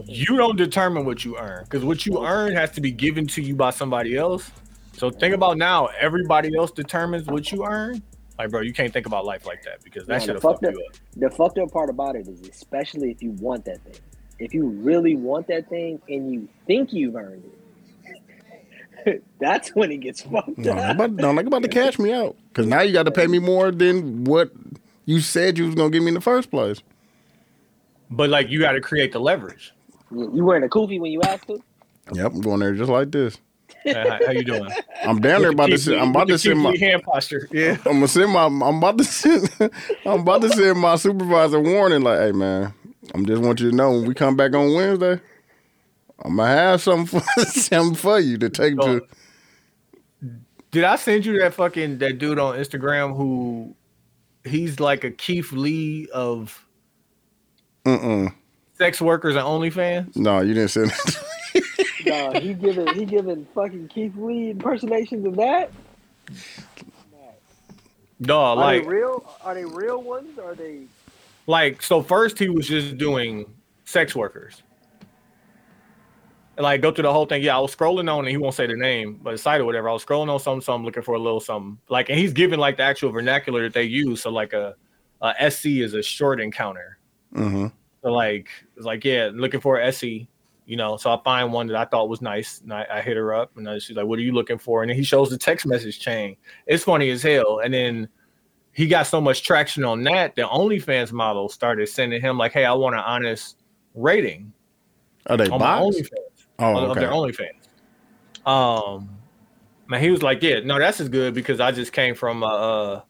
You don't determine what you earn because what you earn has to be given to you by somebody else. So think about now. Everybody else determines what you earn. Like, bro, you can't think about life like that because that Nah, should have fuck fucked that. you up. The fucked up part about it is, especially if you want that thing, if you really want that thing and you think you've earned it, that's when it gets fucked No, up. nobody, no, nobody about to cash me out. Cause now you got to pay me more than what you said you was gonna give me in the first place. But like, you got to create the leverage. You you wearing a kufi when you asked to? Yep, I'm going there just like this. Uh, how, how you doing? I'm down there about to. Send, I'm about to With the send my. cheeky hand posture. Yeah. I'm gonna send my. I'm about to send. I'm about to send my supervisor warning. Like, hey man, I'm just want you to know when we come back on Wednesday, I'm gonna have something for, something for you to take Dog. to. Did I send you that fucking that dude on Instagram who he's like a Keith Lee of Mm-mm. sex workers and OnlyFans? No, you didn't send. It. Dog, he giving he giving fucking Keith Lee impersonations of that. Dog, Are like they real? Are they real ones? Or are they? like so first he was just doing sex workers. And like go through the whole thing. Yeah, I was scrolling on and he won't say the name, but the site or whatever. I was scrolling on something, something looking for a little something. Like and he's giving like the actual vernacular that they use. So like a, a SC is a short encounter. Mm-hmm. So like it's like yeah, looking for a SE. you know. So I find one that I thought was nice, and I, I hit her up, and I, she's like, "What are you looking for?" And then he shows the text message chain. It's funny as hell. And then he got so much traction on that, the OnlyFans model started sending him like, "Hey, I want an honest rating Are Oh, they on my bots? OnlyFans." Oh, of- of their okay. OnlyFans. Um, man, he was like, "Yeah, no, that's as good because I just came from a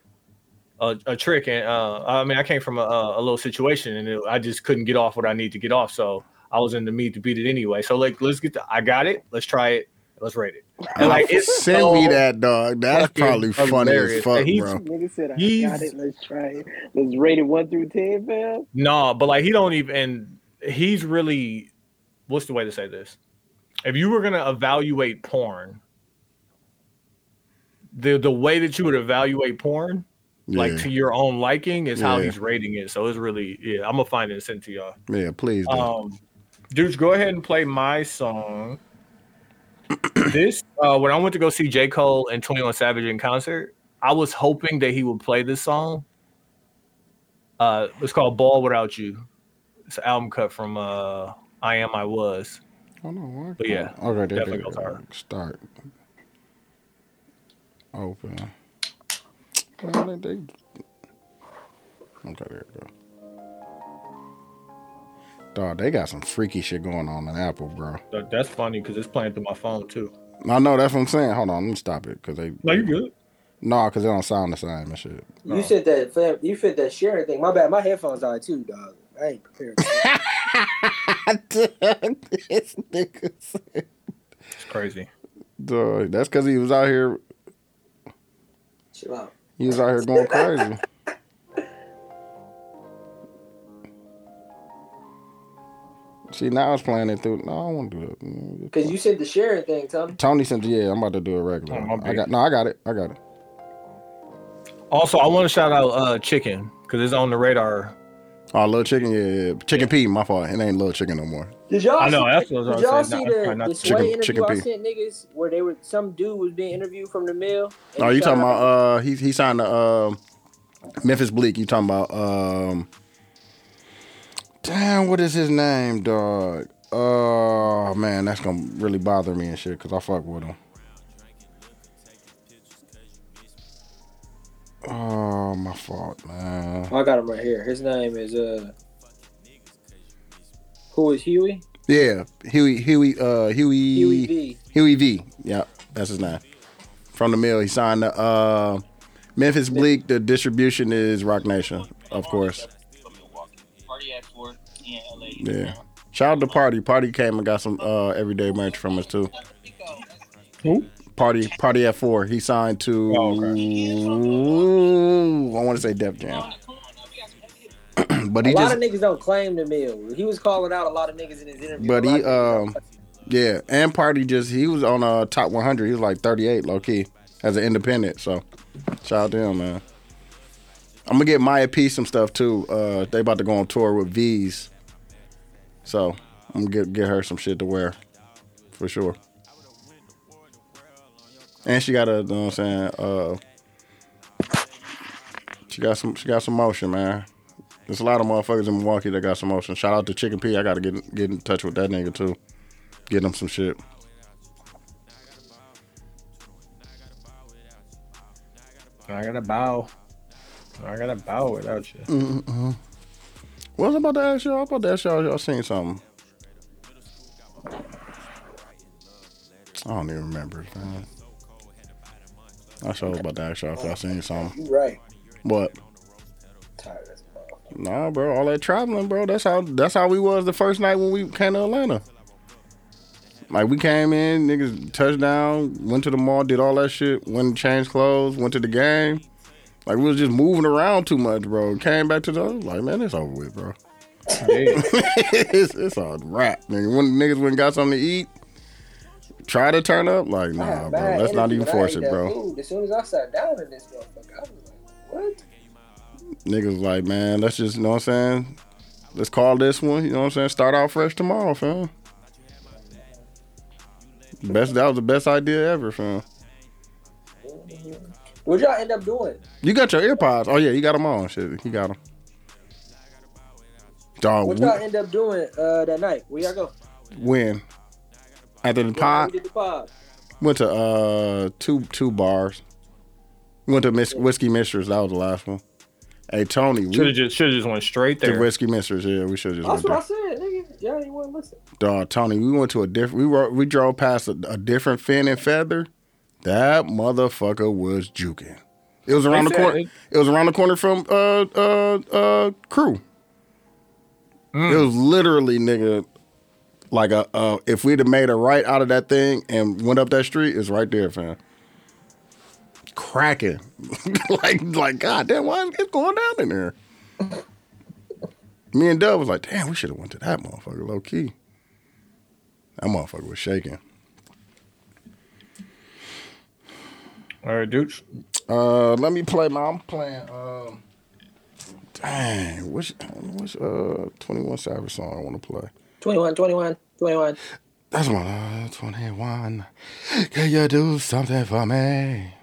a, a trick, and uh, I mean, I came from a, a little situation, and it, I just couldn't get off what I need to get off, so I was in the need to beat it anyway. So like, let's get, the, I got it, let's try it, let's rate it. And, like, it's Send so- me that dog. That's fucking probably funny as hilarious. fuck, And he's- bro. Nigga said, I He's- got it. Let's try it. Let's rate it one through ten, fam. No, but like he don't even. And he's really. What's the way to say this? If you were gonna evaluate porn, the the way that you would evaluate porn, like Yeah. to your own liking, is how Yeah. he's rating it. So it's really yeah. I'm gonna find it and send it to y'all. Yeah, please do. Um, dudes, go ahead and play my song. this uh, when I went to go see J Cole and Twenty One Savage in concert, I was hoping that he would play this song. Uh, it's called "Ball Without You." It's an album cut from uh, "I Am I Was." Hold on, where- But yeah, oh, okay, there, definitely there, goes there. hard. Start. Open. Well, they- they- Okay, there we go. Dog, they got some freaky shit going on in Apple, bro. That- That's funny because it's playing through my phone too. I know that's what I'm saying. Hold on, let me stop it because they Oh, No, you good? no, because they don't sound the same and shit. No. You said that fam, you said that sharing thing. My bad. My headphones died too, dog. I ain't prepared. this nigga said- It's crazy. Dog, that's because he was out here. Chill out. He was out here going crazy. See, now it's playing it through. No, I won't do it. Mm, Cause you said the sharing thing, Tommy. Tony sent. Yeah, I'm about to do it regular. Oh, my bad. I got. No, I got it. I got it. Also, I want to shout out uh, Chicken because it's on the radar. Oh, little chicken. Yeah, yeah. chicken P. My fault. It ain't little chicken no more. Did y'all? I know see- that's what I was Did y'all gonna say. see Nah, the, probably not the Chicken- sway interview chicken I pee. sent niggas where they were some dude was being interviewed from the mill? and Oh, he you talking shouted about? out- Uh, he he signed the um Memphis Bleak. You talking about? Um, damn, what is his name, dog? Oh man, that's gonna really bother me and shit because I fuck with him. Oh, my fault, man. I got him right here. His name is uh. Who is Huey? Yeah, Huey, Huey, uh, Huey, Huey V. Huey V. Yeah, that's his name. From the mill, he signed the uh, Memphis Bleak. The distribution is Rock Nation, of course. Party at Ford in LA. Yeah. Shout out to Party. Party came and got some uh, everyday merch from us too. Party Party at four. He signed to Ooh, I want to say Def Jam, but A he lot just of niggas don't claim the mill. He was calling out a lot of niggas in his interview. but A lot he of niggas um don't- yeah and Party just he was on uh top 100. He was like 38 low key as an independent. So shout out to him, man. I'm gonna get Maya P some stuff too. Uh, they about to go on tour with V's, so I'm gonna get get her some shit to wear for sure. And she got a, you know what I'm saying? Uh, she got some, she got some motion, man. There's a lot of motherfuckers in Milwaukee that got some motion. Shout out to Chicken P. I gotta get get in touch with that nigga too. Get him some shit. I gotta bow. I gotta bow without you. Mm-hmm. What was I about to ask y'all? I was about to ask y'all. Y'all seen something? I don't even remember, man. I sure was about to ask y'all if y'all seen something. You right. What? Tired as fuck. Nah, bro. All that traveling, bro. That's how. That's how we was the first night when we came to Atlanta. Like we came in, niggas touchdown, went to the mall, did all that shit, went and changed clothes, went to the game. Like we was just moving around too much, bro. Came back to the I was like, man, it's over with, bro. Yeah. it's, it's a wrap, nigga. When niggas went and got something to eat, try to turn up. Like, nah, Ah, Bad bro. Let's not energy, even but I force ate it, that bro. food. As soon as I sat down in this motherfucker, I was like, what? Niggas like, man, let's just, you know what I'm saying? Let's call this one, you know what I'm saying? Start out fresh tomorrow, fam. Best that was the best idea ever, fam. What y'all end up doing? You got your earpods. Oh yeah, you got them on. Shit, you got them. Dog, What we- y'all end up doing uh, that night? Where y'all go? When after the pod did the pod. went to uh two two bars. Went to Mis- whiskey mistress. That was the last one. Hey Tony, Should we have just should have just went straight the there. whiskey mistress. Yeah, we should just That's went what I there. said, nigga. Yeah, you wouldn't listen. Dog, Tony, we went to a different. We were, we drove past a, a different fin and feather. That motherfucker was juking. It was around They the said corner. it- It was around the corner from uh uh uh crew. Mm. It was literally nigga like a uh, if we'd have made a right out of that thing and went up that street, it's right there, fam. Cracking, like like God damn, why it's going down in there? Me and Dub was like, damn, we should have went to that motherfucker low key. That motherfucker was shaking. All right, dudes. Uh, let me play my. I'm playing. Um, dang, which which uh 21 Savage song I want to play? 21, 21, 21. That's my uh, 21. Can you do something for me?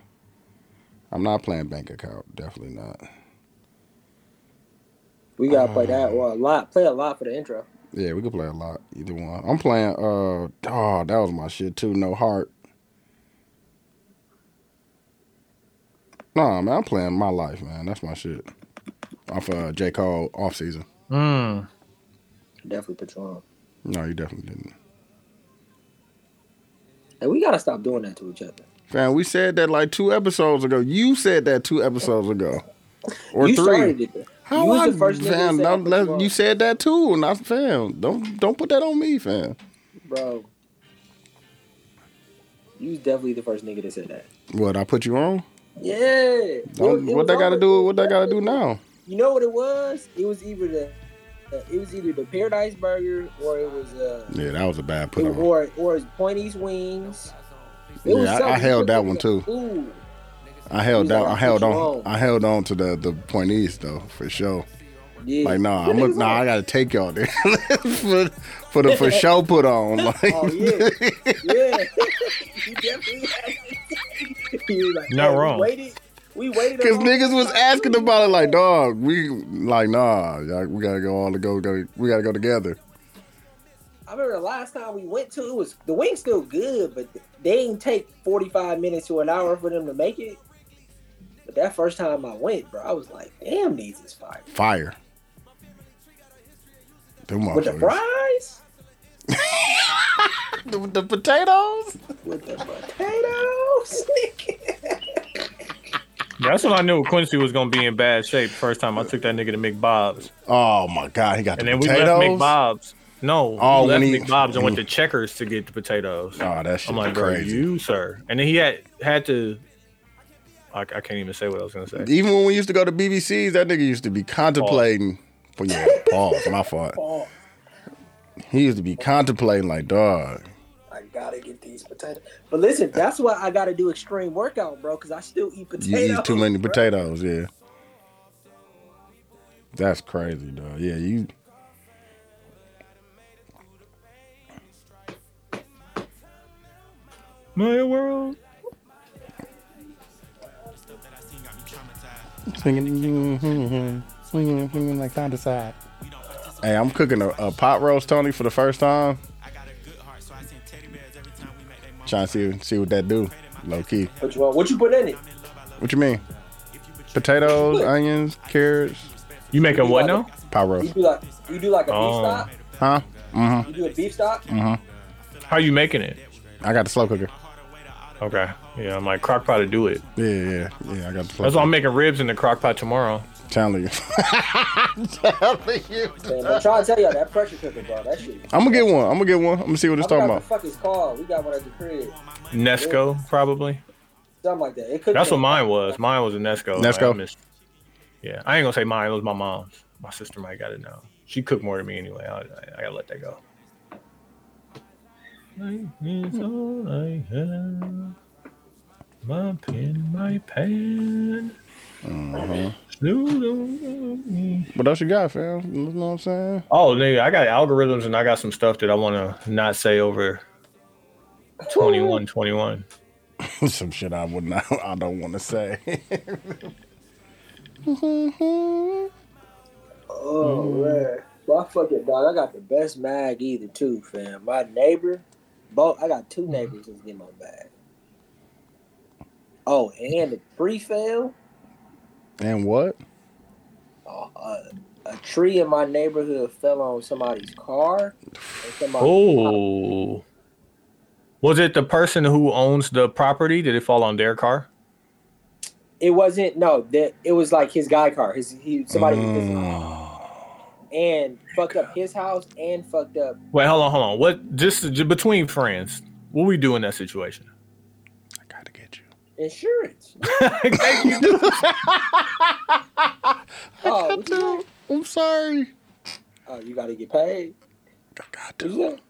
I'm not playing bank account. Definitely not. We gotta play Um. that. Well, a lot. Play a lot for the intro. Yeah, we could play a lot. Either one. I'm playing. Uh, oh, that was my shit too. No heart. Nah, man, I'm playing my life, man. That's my shit. Off uh, J Cole off season. Mm. Definitely put you on. No, you definitely didn't. And we gotta stop doing that to each other. Fam, we said that like two episodes ago. You said that two episodes ago, or you three. started it. How you was I, the first nigga fam, to say don't I put let- you on. you said that too, and I fam. Don't don't put that on me, fam. Bro. You was definitely the first nigga to say that. What I put you on? Yeah. It was- Don't, it what was they got to always- do? What they got to do now? You know what it was? It was either the uh, it was either the Paradise Burger or it was uh Yeah, that was a bad it, put on. or or it's Pointy's Wings. It was Yeah, I- I something. held that one, too. Ooh, I held He's like, out. I "I'll held put you on. on." I held on to the the pointees though for sure. yeah. Like nah, Put I'm a, niggas nah. on. I gotta take y'all there for, for the for show put on. Like, Oh, yeah. Yeah. you definitely had to- You was like, Not "Hey, wrong." We waited. We waited. Cause along niggas for was like asking three about it like, dog, we like, nah, y'all, we gotta go all to go, go, we gotta go together. I remember the last time we went to it was the wings still good, but they didn't take forty five minutes to an hour for them to make it. But that first time I went, bro, I was like, damn, these is fire. Fire. Them With the motherfuckers. fries, The, the potatoes. with the potatoes, That's when I knew Quincy was gonna be in bad shape. First time I took that nigga to McBob's, Oh my god, he got and the then we potatoes. left McBob's. No, Oh, we left when he- McBob's and went to Checkers to get the potatoes. Oh, that shit I'm like, bro, crazy. you sir, and then he had had to. I, I can't even say what I was gonna say. Even when we used to go to BBC's, that nigga used to be contemplating. Well, yeah, pause. My fault. Oh, He used to be contemplating like, dog. I gotta get these potatoes. But listen, that's why I gotta do extreme workout, bro, because I still eat potatoes. You eat too many bro. potatoes, yeah. That's crazy, dog. Yeah, you. My world. Swinging, swinging, swinging like side to side. Hey, I'm cooking a, a pot roast, Tony, for the first time. Trying to see see what that do, low key. What you want? What you put in it? What you mean? Potatoes, onions, carrots, You making what now? pot You roast, do like you do like a Oh. beef stock. huh? Mm-hmm. You do a beef stock. How you making it? I got the slow cooker. Okay, yeah, I'm like crock pot to do it. Yeah, yeah, yeah. I got the slow. That's why cooker. I'm making ribs in the crock pot tomorrow. telling you. telling you. Man, I'm trying to tell y'all that pressure cooker, bro. That shit. I'm gonna get one. I'm gonna get one. I'm gonna see what it's I forgot talking what about. the fuck it's called. We got one at the crib. Nesco probably. Something like that. It could That's be- what mine was. Mine was a Nesco. Like, Nesco? I missed- yeah, I ain't gonna say mine. It was my mom's. My sister might got it now. She cooked more than me anyway. I, I, I gotta let that go. Life is all I have. My pen, my pen. Mm-hmm. What else you got, fam? You know what I'm saying? Oh, nigga, I got algorithms and I got some stuff that I want to not say over 21, 21. Some shit I would not. I don't want to say. Oh man. Well, I fuck it, dog. I got the best mag either too, fam. My neighbor, both. I got two neighbors that's getting my bag. Oh, and a tree fell. And what? Oh, uh, a tree in my neighborhood fell on somebody's car. and somebody- Oh. Was it the person who owns the property? Did it fall on their car? It wasn't. No, that it was like his guy car. His he somebody was visiting. Mm. and fucked up his house and fucked up. Wait, hold on, hold on. What? Just, just between friends, what we do in that situation? I gotta get you. Insurance. Thank you. Oh, what you mean? I'm sorry. oh, you gotta get paid. I got What you to. say?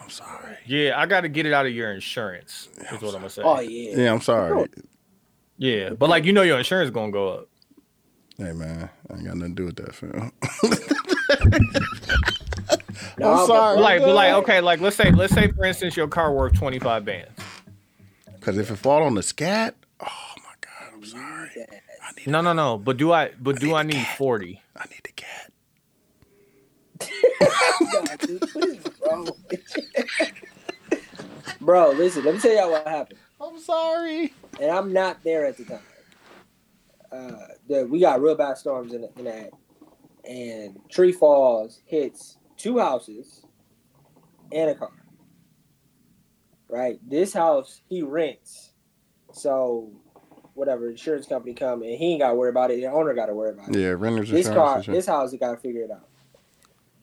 I'm sorry. Yeah, I got to get it out of your insurance. Is what I'm gonna say. Oh yeah. Yeah, I'm sorry. Yeah, but like you know, your insurance gonna go up. Hey man, I ain't got nothing to do with that film. No, I'm but- sorry. Like, but like, okay, like let's say, let's say for instance, your car worth 25 bands. Cause if it fall on the scat, oh my god, I'm sorry. I need, No, no, no. But do I? But do I need 40? I need the cat. God, dude, please, bro. bro, listen, let me tell y'all what happened. I'm sorry. And I'm not there at the time. Uh, the, we got real bad storms in, the, in that. And tree falls, hits two houses and a car. Right? This house he rents. So, whatever, insurance company come and he ain't got to worry about it. The owner got to worry about it Yeah, renters this car, insurance. and shit. this house, you gotta figure it out.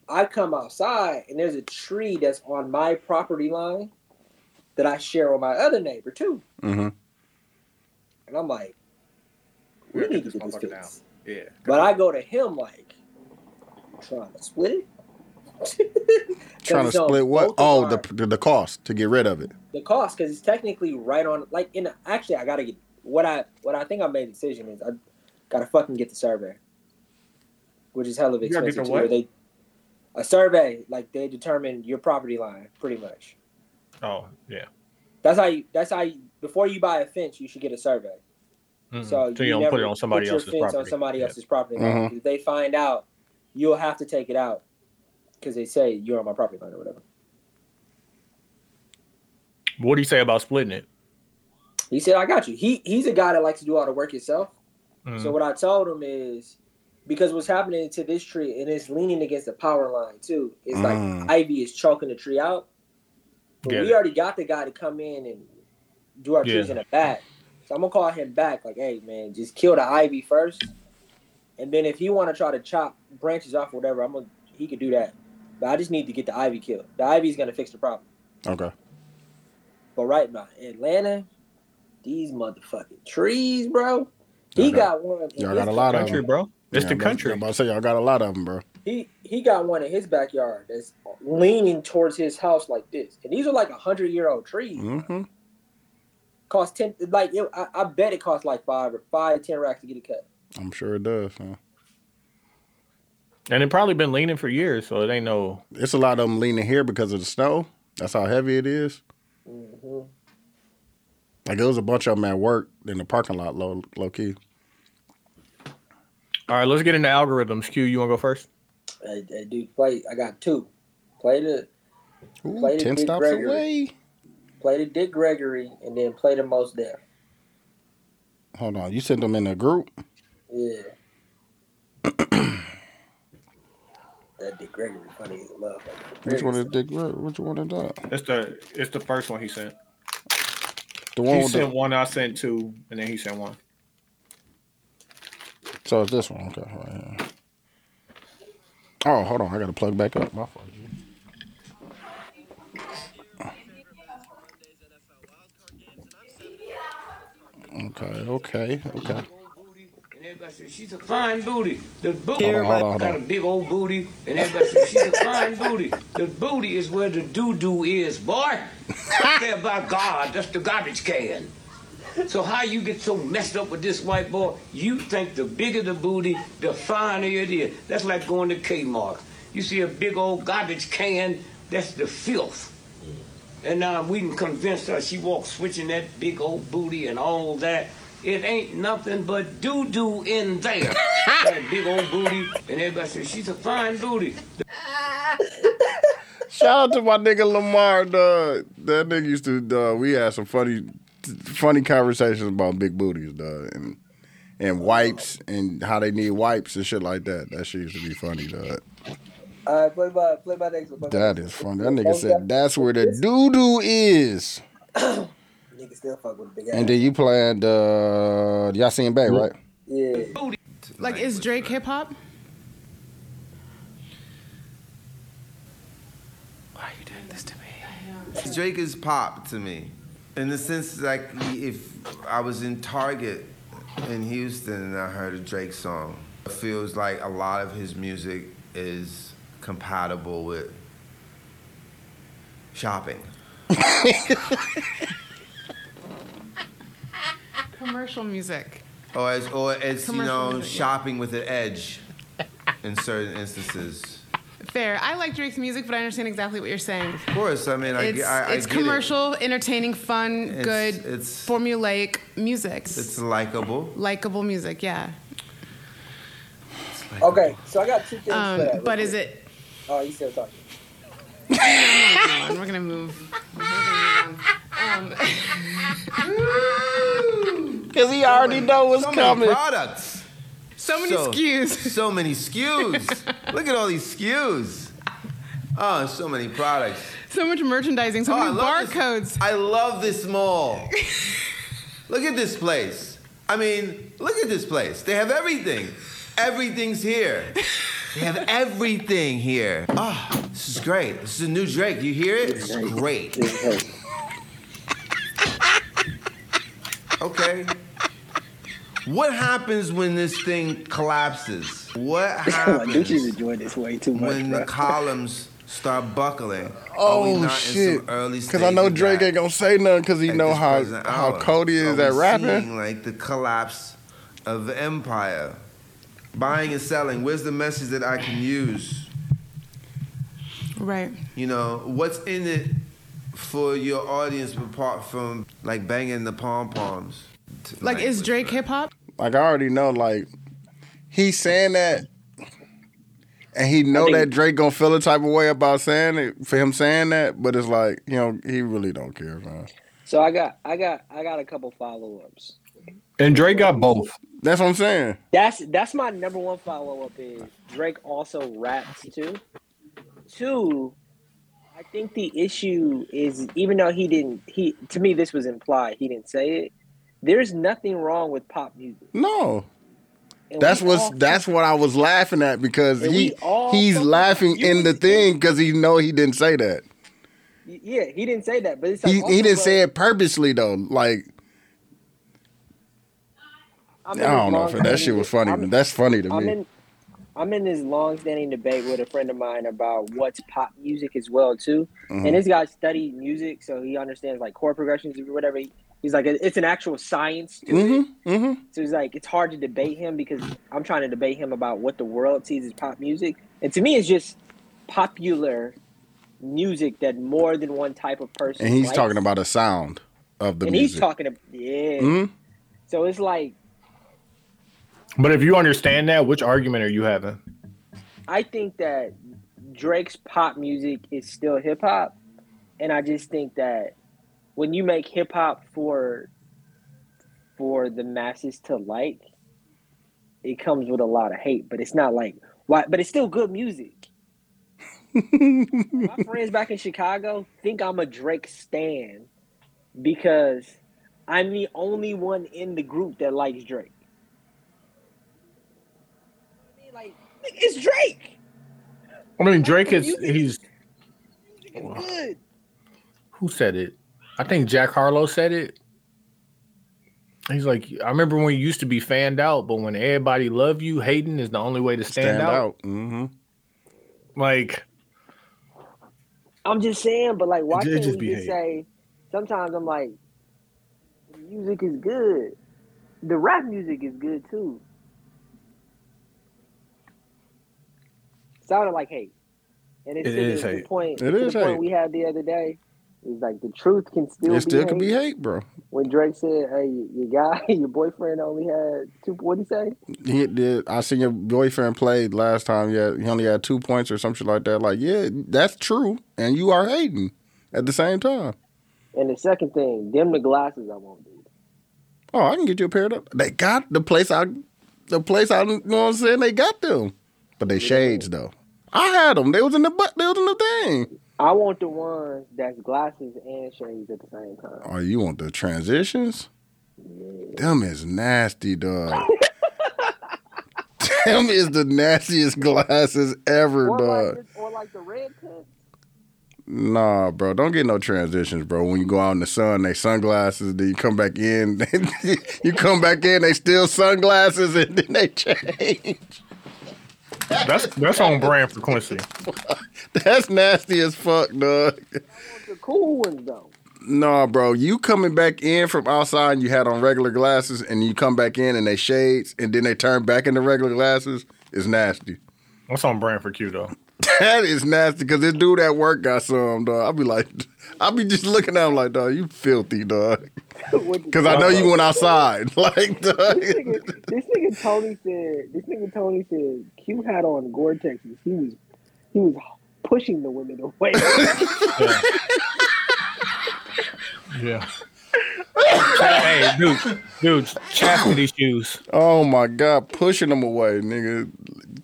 I come outside and there's a tree that's on my property line that I share with my other neighbor too, Mhm. and I'm like, we We'll need get to this get this motherfucker fixed. down. Yeah. But I go to him like, trying to split it. Trying to it's on split what? both Oh, of the, the the cost to get rid of it. the cost because it's technically right on. Like in a, actually, I gotta get what I what I think I made a decision is I gotta fucking get the survey, which is hell of You gotta get expensive. the too, what? where They a survey like they determine your property line pretty much. Oh, yeah. That's how you. That's how you, before you buy a fence, you should get a survey. Mhm. So, you, don't never put it on somebody put your else's fence property. on somebody Yeah. else's property. line. Mhm. If they find out, you'll have to take it out because they say you're on my property line or whatever. What do you say about splitting it? He said, "I got you." He he's a guy that likes to do all the work himself. Mhm. So what I told him is because what's happening to this tree and it's leaning against the power line too. It's Mm. like ivy is choking the tree out. But Get we it. already got the guy to come in and do our trees Yeah. in the back. So I'm gonna call him back. Like, hey man, just kill the ivy first, and then if you want to try to chop branches off, or whatever, I'm gonna he could do that. But I just need to get the ivy killed. The ivy's gonna fix the problem. Okay. But right now, Atlanta, these motherfucking trees, bro. He Y'all got- got one. in y'all his got a lot of country, them. bro. It's Yeah, the I'm about- country. I'm about to say y'all got a lot of them, bro. He he got one in his backyard that's leaning towards his house like this, and these are like a hundred year old trees. Mm-hmm. Cost ten, like it, I, I bet it cost like five or five ten racks to get it cut. I'm sure it does. huh? and it probably been leaning for years, so it ain't no. It's a lot of them leaning here because of the snow. That's how heavy it is. Mm-hmm. Mhm. Like it was a bunch of them at work in the parking lot, low low key. All right, let's get into algorithms. Q, you want to go first? Hey, hey, dude, play. I got two. Play the Ooh, Played it ten with stops Gregory. away. play the Dick Gregory, and then play the most there. Hold on, you sent them in a group. Yeah. that Dick Gregory funny as love. Which one is Dick? Gre- Which one is that? It's the it's the first one he sent. The one with the, one, I sent two, and then he sent one. so it's this one. Okay, right here. Oh, hold on, I gotta plug back up. My fault. Okay, okay, okay. And everybody said, she's a fine booty. The booty. Hold on, hold on, Everybody hold got a on. big old booty. And everybody said, she's a fine booty. The booty is where the doo doo is, boy. Up there by God, that's the garbage can. So how you get so messed up with this white boy? You think the bigger the booty, the finer it is. That's like going to Kmart. You see a big old garbage can, that's the filth. um, And now we can convince her she walks switching that big old booty and all that. It ain't nothing but doo doo in there. Got a big old booty, and everybody says she's a fine booty. Shout out to my nigga Lamar, dog. That nigga used to, dog. We had some funny, funny conversations about big booties, dog, and and wipes and how they need wipes and shit like that. That shit used to be funny, dog. All right, play my play my next one. play my That is funny. That Oh, nigga said that's where the doo doo is. Nigga still fuck with big ass. And then you playing the y'all seen back, right? yeah. Like, is Drake hip hop? Why are you doing this to me? Drake is pop to me, in the sense like if I was in Target in Houston and I heard a Drake song, it feels like a lot of his music is compatible with shopping. Commercial music. Or it's, or it's you Commercial know music, yeah. shopping with an edge in certain instances. Fair. I like Drake's music, but I understand exactly what you're saying. Of course, I mean I, It's, ge- I, I it's get it. commercial, entertaining, fun, It's- good, it's- formulaic music. It's likable. likable music, yeah. Okay, so I got two things Um, for that. real but is quick. it? Oh, you still talking? Hold on, we're gonna move. We're gonna move on. Um, Cause he already know what's so coming. many products. so many So- SKUs. So many SKUs. Look at all these SKUs. Oh, so many products. So much merchandising, so Oh, I many love this- barcodes. I love this mall. look at this place. I mean, look at this place. They have everything. Everything's here. They have everything here. Ah, this is great. This is a new Drake. You hear it? It's great. Okay. What happens when this thing collapses? What My bitches happens enjoy this way too much, when the bro. columns start buckling? Are we Oh not In shit! some early Because I know stages Drake that- ain't gonna say nothing because he at know this how present how hour, Cody is are at we rapping. seeing, like the collapse of the empire, buying and selling. Where's the message that I can use? Right. You know, what's in it for your audience apart from like banging the pom poms? Like, is Drake hip hop? Like I already know, like he's saying that, and he know think- that Drake gonna feel a type of way about saying it for him saying that, but it's like you know he really don't care, man. So I got, I got, I got a couple follow ups. And Drake got both. That's what I'm saying. That's that's my number one follow up is Drake also raps too. Two, I think the issue is even though he didn't he to me this was implied, he didn't say it. There's nothing wrong with pop music. No, And that's we what's all- that's what I was laughing at because And he we all he's fucking- laughing in the thing because he know he didn't say that. yeah, he didn't say that, but it's like He also, he didn't bro, say it purposely though. Like I'm I in this don't know if that long-standing shit was de- funny. I'm, that's funny to I'm me. in I'm in this long standing debate with a friend of mine about what's pop music as well too. Mm-hmm. And this guy studied music, so he understands like chord progressions or whatever. He's like it- it's an actual science to it. mm-hmm, mm-hmm. So it's like it's hard to debate him because I'm trying to debate him about what the world sees as pop music, and to me, it's just popular music that more than one type of person. And he's likes. talking about a sound of the and music. he's talking about yeah. Mhm. So it's like But if you understand that, which argument are you having? I think that Drake's pop music is still hip hop, and I just think that when you make hip hop for for the masses to like, it comes with a lot of hate. But it's not like why, but it's still good music. My friends back in Chicago think I'm a Drake stan because I'm the only one in the group that likes Drake. I mean, like it's Drake. I mean, Drake is he's good. who said it? I think Jack Harlow said it. He's like, I remember when you used to be fanned out, but when everybody love you, hating is the only way to stand, out. Mm-hmm. Mm-hmm. Like, I'm just saying, but like, why It- it can't just we be just hate. say? Sometimes I'm like, the music is good. The rap music is good too. Sounded like hate, and it's It to the- is the hate. point. It to is the point hate. we had the other day It's like the truth can still It be still hate. could be hate, bro. When Drake said, "Hey, y- your guy, your boyfriend only had two. What he say? He did. I seen your boyfriend play last time. Yeah, he only had two points or something like that. Like, yeah, that's true, and you are hating at the same time. And the second thing, them the glasses I want. Oh, I can get you a pair of. them. They got the place I, the place I. You know what I'm saying? They got them, but they shades though. I had them. They was in the butt. They was in the thing. I want the ones that's glasses and shades at the same time. Oh, you want the transitions? Them is nasty, dog. Them is the nastiest glasses ever, Or dog. like, this- or like the red tint. Nah, bro, don't get no transitions, bro. When you go out in the sun, they sunglasses. Then you come back in, you come back in, they still sunglasses, and then they change. That's that's on brand for Quincy. That's nasty as fuck, dog. The cool ones though. Nah, bro, you coming back in from outside, and you had on regular glasses, and you come back in and they shades, and then they turn back into regular glasses. It's nasty. That's on brand for Q though. That is nasty because this dude at work got some, dog. I'll be like, I'll be just looking at him like, dog, you filthy, dog. Because I know you went outside. Like, dog. This nigga, this nigga Tony said. This nigga Tony said Q had on Gore Texas. He was he was pushing the women away. Yeah. hey, dude, dude, chastity shoes. Oh my God, pushing them away, nigga.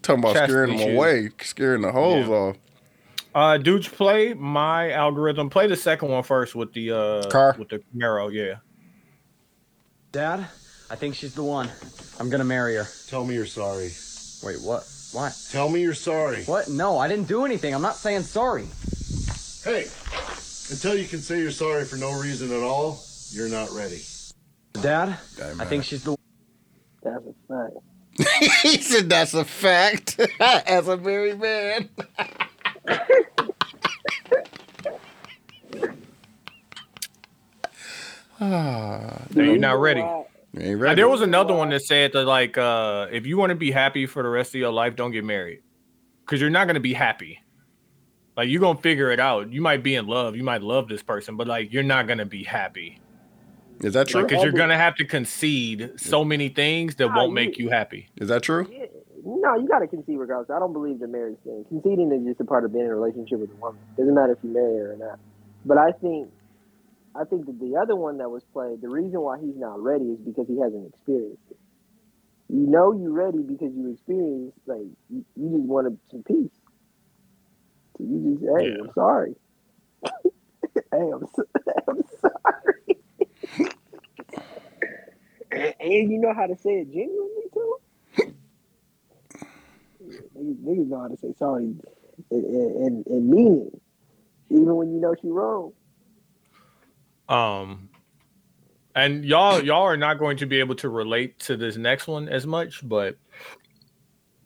Talking about Chastity scaring them shoes. away, scaring the holes off. Uh, dudes, play my algorithm. Play the second one first with the uh Car. with the Camaro. Yeah. Dad, I think she's the one. I'm gonna marry her. Tell me you're sorry. Wait, what? What? Tell me you're sorry. What? No, I didn't do anything. I'm not saying sorry. Hey, until you can say you're sorry for no reason at all, you're not ready. Dad, I man. think she's the. That's a fact. he said that's a fact. As a married man. Ah, No, you're not ready. You ain't Now, ready. there was another one that said that like uh if you want to be happy for the rest of your life, don't get married. Cause you're not gonna be happy. Like you're gonna figure it out. You might be in love, you might love this person, but like you're not gonna be happy. Is that true? Because you're gonna have to concede so many things that Nah, won't you- make you happy. Is that true? No, you gotta concede regardless. I don't believe the marriage thing. Conceding is just a part of being in a relationship with a woman. Doesn't matter if you marry her or not. But I think, I think that the other one that was played, the reason why he's not ready is because he hasn't experienced it. You know you're ready because you experienced like you, you just wanted some peace. So you just hey, I'm sorry. hey, I'm, so, I'm sorry. and you know how to say it genuinely too. Niggas, niggas know how to say sorry and, and, and- and mean it, even when you know she wrong. Um and y'all y'all are not going to be able to relate to this next one as much, but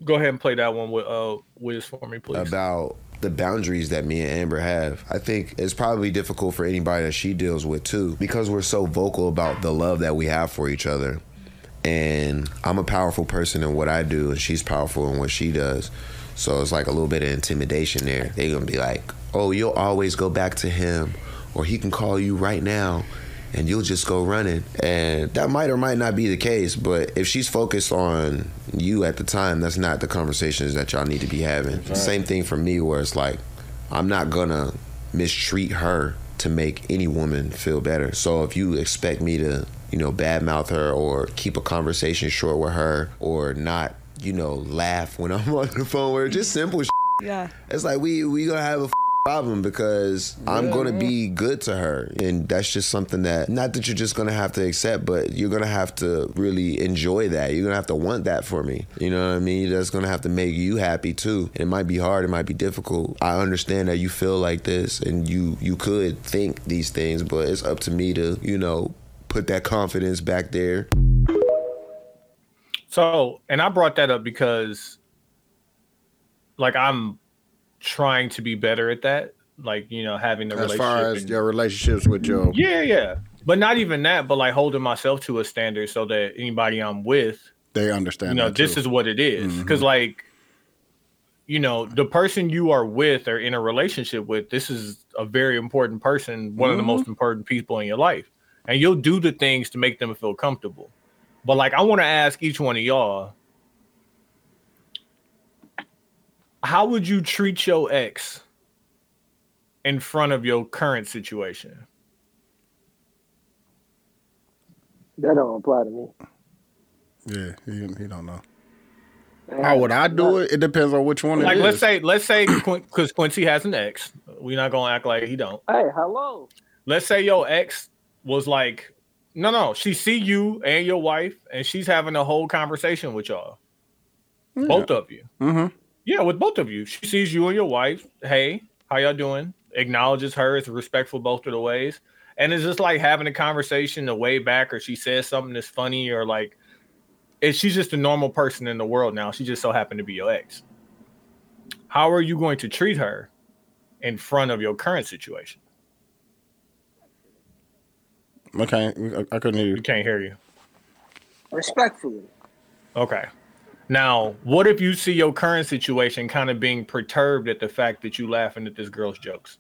go ahead and play that one with uh Wiz for me, please. about the boundaries that me and Amber have. I think it's probably difficult for anybody that she deals with too because we're so vocal about the love that we have for each other. And I'm a powerful person in what I do, and she's powerful in what she does. So it's like a little bit of intimidation there. They're gonna be like, oh, you'll always go back to him, or he can call you right now and you'll just go running. And that might or might not be the case, but if she's focused on you at the time, that's not the conversations that y'all need to be having. Same thing for me, where it's like, I'm not gonna mistreat her to make any woman feel better. So if you expect me to, you know, badmouth her or keep a conversation short with her or not, you know, laugh when I'm on the phone with her, just simple shit. Yeah. It's like we we gonna have a f- problem because I'm gonna be good to her, and that's just something that not that you're just gonna have to accept, but you're gonna have to really enjoy that. You're gonna have to want that for me. You know what I mean? That's gonna have to make you happy too. And it might be hard. It might be difficult. I understand that you feel like this, and you you could think these things, but it's up to me to you know put that confidence back there. So, and I brought that up because, like, I'm trying to be better at that. Like, you know, having the As relationship. far as and- your relationships with your yeah, yeah. But not even that, but like holding myself to a standard so that anybody I'm with, they understand. you know, that, this too. Mm-hmm. is what it Because, like, you know, the person you are with or in a relationship with, this is a very important person, one of the Mm-hmm. Mhm. most important people in your life, and you'll do the things to make them feel comfortable. But like, I want to ask each one of y'all, how would you treat your ex in front of your current situation? That don't apply to me. Yeah, he, he don't know. Uh, How would I do it? It depends on which one. Like, it let's is. say, let's say, because Quincy has an ex, we're not gonna act like he don't. Hey, hello. let's say your ex was like, no, no, she see you and your wife, and she's having a whole conversation with y'all, both of you. Mm-hmm. Yeah, with both of you, she sees you and your wife. Hey, how y'all doing? Acknowledges her, is respectful both of the ways, and it's just like having a conversation the way back, or she says something that's funny, or like, and she's just a normal person in the world now. She just so happened to be your ex. How are you going to treat her in front of your current situation? Okay, I, I couldn't hear you. Can't hear you. Respectfully. Okay. Now, what if you see your current situation kind of being perturbed at the fact that you laughing at this girl's jokes?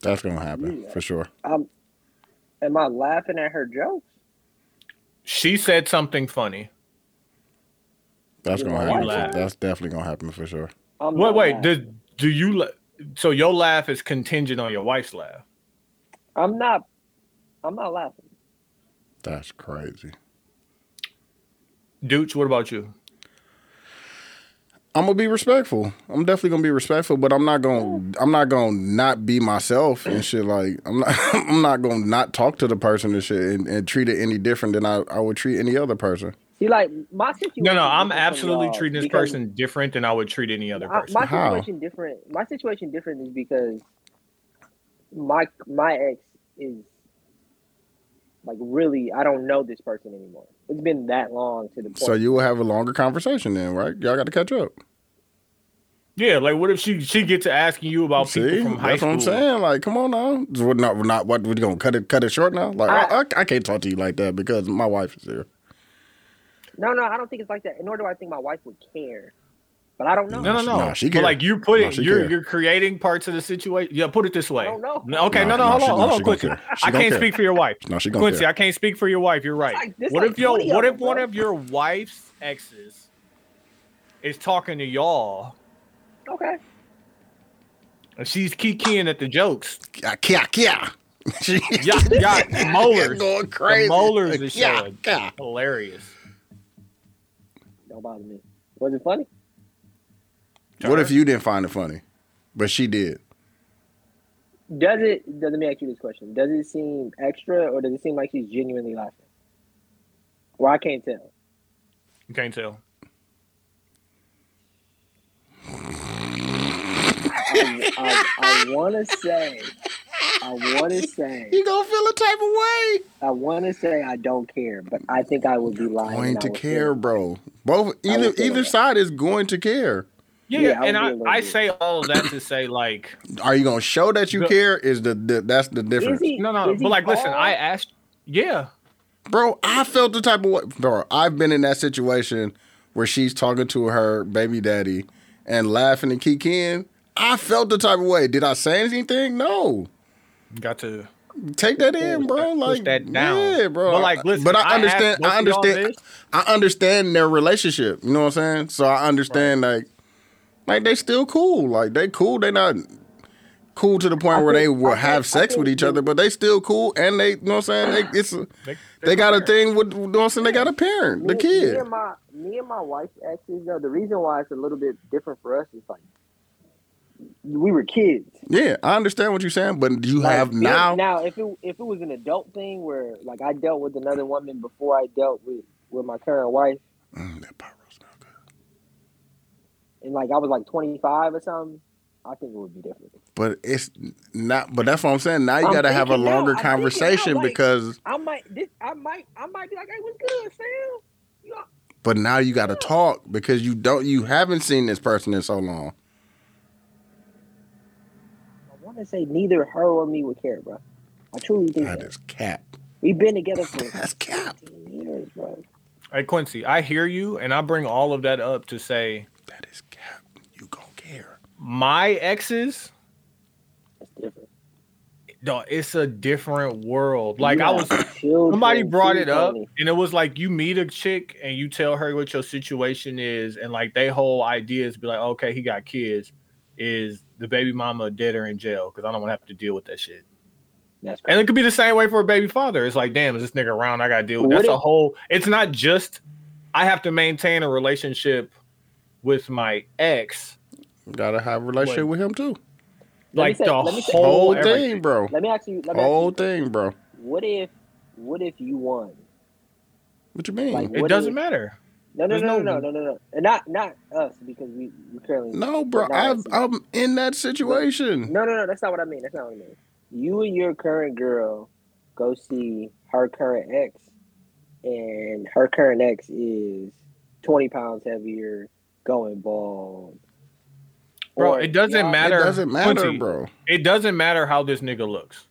That's gonna happen for sure. Um, am I laughing at her joke? She said something funny. That's You gonna know, happen. why For, not? that's definitely gonna happen for sure. wait, wait. Do, do you? la- So your laugh is contingent on your wife's laugh. I'm not. I'm not laughing. That's crazy. Dooch, what about you? I'm gonna be respectful. I'm definitely gonna be respectful, but I'm not gonna I'm not gonna not be myself and shit. Like I'm not I'm not gonna not talk to the person and shit and, and treat it any different than I, I would treat any other person. See, like my situation. No, no. I'm different from absolutely y'all treating this because person different than I would treat any other I- person. my situation different. My situation different is because my my ex is like really. I don't know this person anymore. It's been that long to the point. So you will have a longer conversation then, right? Y'all got to catch up. Yeah, like what if she she gets to asking you about See, people from that's high what school? I'm saying. Like, come on now. It's What not? Not what we're gonna cut it cut it short now. Like, I, I, I can't talk to you like that because my wife is here. No, no, I don't think it's like that. Nor do I think my wife would care. But I don't know. No, no, no. Nah, Oh, she but care. like you put Nah, it, she you're care. you're creating parts of the situation. Yeah, put it this way. no. No, okay, Nah, no, no, nah, hold she gonna- on, hold she on, gonna Quincy. care. She I gonna can't care. speak for your wife. No, she gonna Quincy, care. I can't speak for your wife. You're right. like- this what like if your 20 of what them, if one bro. of your wife's exes is talking to y'all Okay. and she's kikiing at the jokes? Yeah, yeah, yeah. Yeah, yeah, molars. Going The crazy. molars is Yeah, showing. Hilarious. Don't bother me. Was it funny? What if you didn't find it funny, but she did? Does it? Does let me ask you this question. Does it seem extra, or does it seem like she's genuinely laughing? Well, I can't tell. You can't tell. I, I, I want to say. I want to say. You gonna feel a type of way? I want to say I don't care, but I think I would be lying. Going and I to would care, feel- bro. Both either feel either that. side is going to care. Yeah, Yeah, I would and I, be a little I bit. say all of that to say like Are you gonna show that you The- care? Is the, the that's the difference, no no but like listen, I asked yeah. bro? I felt the type of way, bro. I've been in that situation where she's talking to her baby daddy and laughing and kicking. I felt the type of way. Did I say anything? No. Got to Take that in, bro. Like that down. yeah, bro. But, like, listen, but I I asked understand. both I of y'all understand. I understand their relationship. You know what I'm saying? So I understand. Like, like they still cool. Like they cool. They not cool to the point where they will have sex with each other, but they still cool. And they, you know what I'm saying? They, it's a, they, got a thing with. You know what I'm saying? They got a parent, the Me kid. and my me and my wife's exes though. The reason why it's a little bit different for us is like we were kids. Yeah, I understand what you're saying, but you have Yeah, now. Now, if it if it was an adult thing where like I dealt with another woman before I dealt with with my current wife, Mm, that part- and like I was like twenty five or something, I think it would be different. But it's not. But that's what I'm saying. Now you I'm got to have a thinking now, longer I'm thinking now, conversation like- because. I might this I might I might be like, hey, what's good, Sam? But now you got to talk because you don't you haven't seen this person in so long. I want to say neither her or me would care, bro. I truly think that. That is cap. We've been together for that's cap. years, bro. Hey Quincy, I hear you, and I bring all of that up to say that is cap. You gonna care. My exes, That's different. dog, it's a different world. Like I Yeah. was, Children, somebody brought please it up, tell me. and it was like you meet a chick and you tell her what your situation is, and like they whole idea is be like, okay, he got kids, is the baby mama dead or in jail because I don't want to have to deal with that shit. That's and it could be the same way for a baby father. It's like, damn, is this nigga around? I gotta deal with What that's if- a whole. It's not just I have to maintain a relationship with my ex. Gotta have a relationship with him too. Let me Like say- the let me say- whole Whole thing, bro. Let me ask you. Let me ask Whole you thing, bro. what if, what if you won? What you mean? Like, It what doesn't is- Hmm. matter. No, no, There's no, no- no, no, no, no, And not not us because we we currently No, we're bro. not I've, us. I'm in that situation. No, no, no. That's not what I mean. That's not what I mean. You and your current girl go see her current ex, and her current ex is twenty pounds heavier, going bald. Bro, Or it doesn't y'all- matter. Quincy, bro. It doesn't matter how this nigga looks.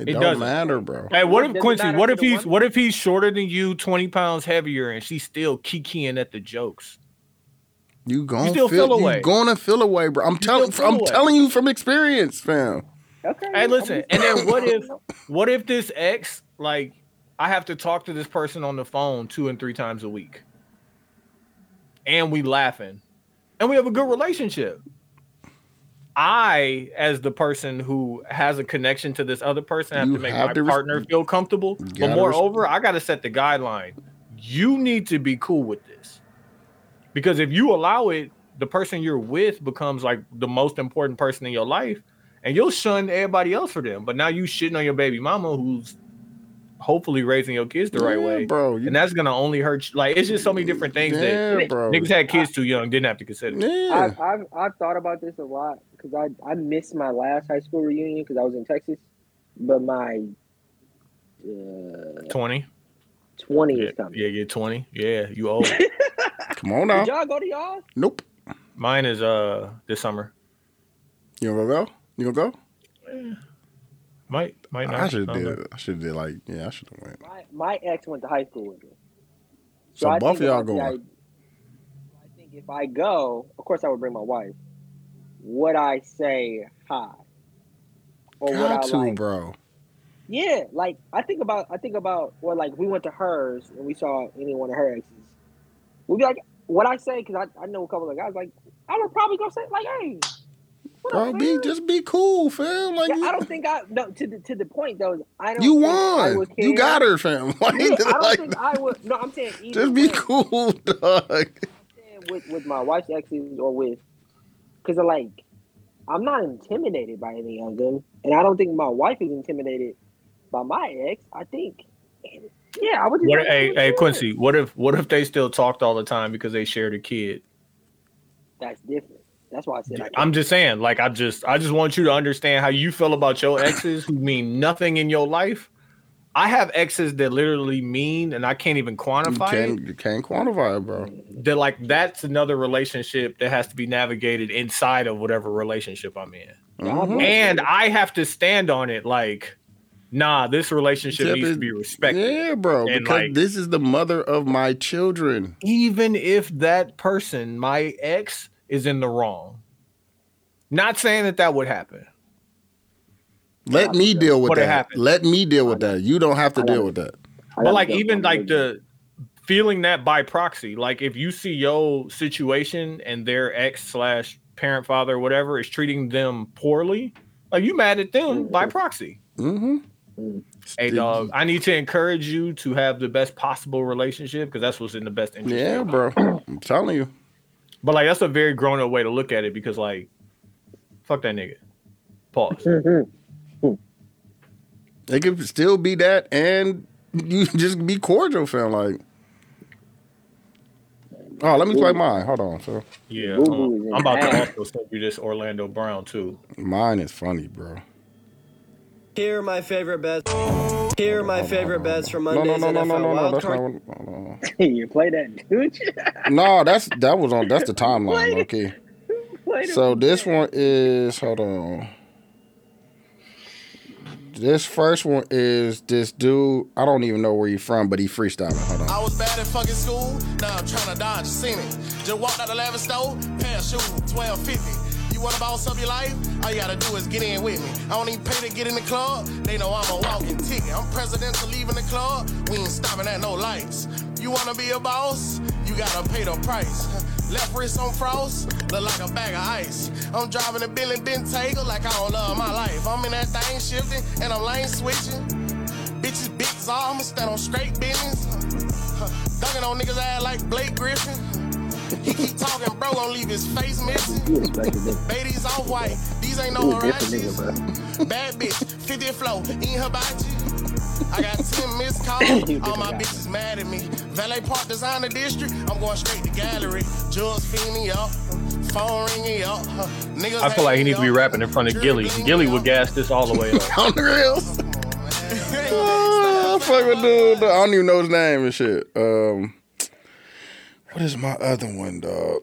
It, It don't doesn't. matter, bro. Hey, what Does if it Quincy? matter What to if the he's woman? what if he's shorter than you, twenty pounds heavier, and she's still kikiing at the jokes? You gonna You still feel, feel away. You gonna feel away, bro. I'm telling. feel I'm away. telling you from experience, fam. Okay. Hey, listen, and then what if what if this ex like I have to talk to this person on the phone two and three times a week, and we laughing, and we have a good relationship. I, as the person who has a connection to this other person, have You to make have my to res- partner feel comfortable. But gotta moreover, I got to set the guideline. You need to be cool with this. Because if you allow it, the person you're with becomes like the most important person in your life, and you'll shun everybody else for them. But now you shitting on your baby mama, who's hopefully raising your kids the right Yeah, way, bro. You- and that's gonna only hurt. You. Like it's just so many different things Yeah, that bro. niggas had kids too young, didn't have to consider. Yeah. I've, I've I've thought about this a lot because I I missed my last high school reunion because I was in Texas, but my uh, Twenty. twenty Yeah, is coming. yeah, you're twenty. Yeah, you old. Come Did on now. y'all go to y'all? Nope. Mine is uh this summer. You gonna go? You gonna go? Might might not. I should I have don't know. did. I should have did like. Yeah, I should have went. My my ex went to high school with me. So I both think of y'all if I- going. I think if I go, of course I would bring my wife. Would I say hi? Or would I Got to, like? bro. Yeah, like I think about I think about or like we went to hers and we saw any one of her exes. We'd be like, what I say because I, I know a couple of guys like I would probably go say like, hey, what Bro, up, be man? just be cool, fam. Like Yeah, you, I don't think I no to the to the point though. is I don't. you think I won. would You care. got her, fam. Like, Yeah, I don't like, think I would. No, I'm saying either just be way, cool, dog. with with my wife's exes or with because like I'm not intimidated by any of them, and I don't think my wife is intimidated by my ex. I think, yeah, I would. Just What, like, hey, "What's hey, good?" Quincy. What if what if they still talked all the time because they shared a kid? That's different. That's why I said I I'm just saying. Like I just I just want you to understand how you feel about your exes who mean nothing in your life. I have exes that literally mean, and I can't even You quantify it. can't, you can't quantify it, bro. that like that's another relationship that has to be navigated inside of whatever relationship I'm in. Mhm. And I have to stand on it like, nah, this relationship Except needs to it- be respected. Yeah, bro. And, Because like- this is the mother of my children. Even if that person, my ex, is in the wrong. Not saying that that would happen. Let me deal with What that. happened. Let me deal with that. You don't have to I got deal it. with that. but like even like the feeling that by proxy like if you see your situation and their ex slash parent father or whatever is treating them poorly like you mad at them by proxy Mm-hmm. hey dog i need to encourage you to have the best possible relationship because that's what's in the best interest Yeah, bro. I'm telling you. but like that's a very grown-up way to look at it because like fuck that nigga pause It could still be that and you just be cordial, fam. Like Oh, let me play mine. Hold on, so yeah Boo-boo hold on. is in i'm about the to also send you this orlando brown too mine is funny, bro. Here are my favorite bets. Here are my favorite bets for No, no, Monday's no, no, NFL no, no, no. That's not wildcard. what hold on. you play that, dude. No, that's that was on that's the timeline, okay. Play So this one is hold on. This first one is this dude. I don't even know where he's from, but he freestyling. Hold on. I was bad at fucking school. Now I'm trying to dodge a sentence. Just walked out the lavish store, pair of shoes, 1250. You wanna boss up your life? All you gotta do is get in with me. I don't even pay to get in the club. They know I'm a walking ticket. I'm presidential leaving the club. We ain't stopping at no lights. You wanna be a boss? You gotta pay the price. Left wrist on frost, look like a bag of ice. I'm driving a Bentley Bentayga like I don't love my life. I'm in that thing shifting and I'm lane switching. Bitches, big czar, I'ma stand on straight business. Dunking on niggas' ass like Blake Griffin. He keep talking, bro, gon' leave his face missing. You expect a nigga. Babies all white, these ain't no You a different Hirachis. nigga, bro. Bad bitch, 50 flow, eating hibachi. I got 10 missed calls, all my bitches mad at me. Valet Park Designer District, I'm going straight to gallery. Jules feeding up, phone ringing up. Niggas I feel like he needs to be rapping in front of Gilly. Gilly would gas this all the way up. on the rails. Oh, fuck with dude. I don't even know his name and shit. Um, what is my other one, dog?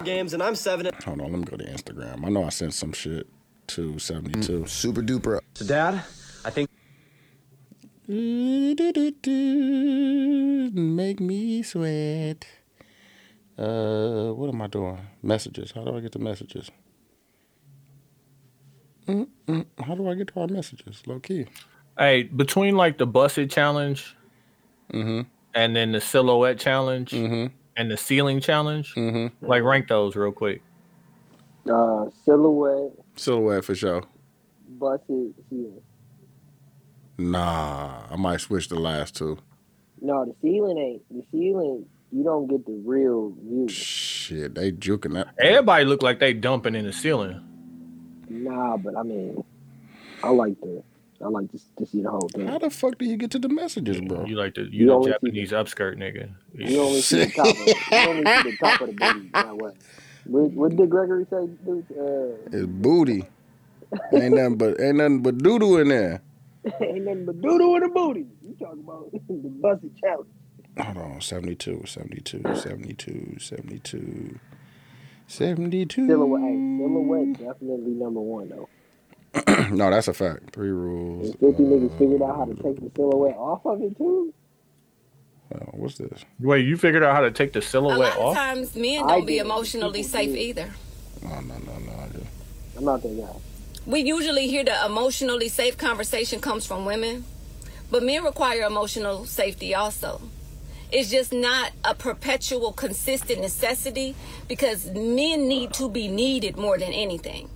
Games and I'm seven. and- Hold on, let me go to Instagram. I know I sent some shit to seventy two. Super duper. So, Dad, I think. Make me sweat. Uh, what am I doing? Messages. How do I get to messages? Mm-mm. How do I get to our messages? Low key. Hey, between like the busted challenge Mm-hmm. and then the silhouette challenge and the ceiling challenge, Mm-hmm. like rank those real quick. Uh, silhouette, Silhouette for sure. busted ceiling. Nah, I might switch the last two. No, the ceiling ain't the ceiling. You don't get the real view. Shit, they juking that. Everybody look like they dumping in the ceiling. Nah, but I mean, I like the I like to, to see the whole thing. How the fuck do you get to the messages, bro? You like the You you the only see- Japanese upskirt nigga. You only see the top. Of, you only see the top of the booty. Now what? What, what did Gregory say? Dude, uh, It's booty. ain't nothing but ain't nothing but doodoo in there. ain't nothing but doodle in the booty. You talking about the busted challenge? Hold on, 72, 72, 72, 72, 72. Silhouette, hey, silhouette, definitely number one though. no, that's a fact. Three rules. If fifty niggas figured out how to take the silhouette off of it too, Uh, what's this? Wait, you figured out how to take the A silhouette lot of off? times men I don't be did. emotionally People safe did. either. No, no, no, no. I just- I'm not that guy. We usually hear the emotionally safe conversation comes from women, but men require emotional safety also. It's just not a perpetual, consistent necessity because men need to be needed more than anything.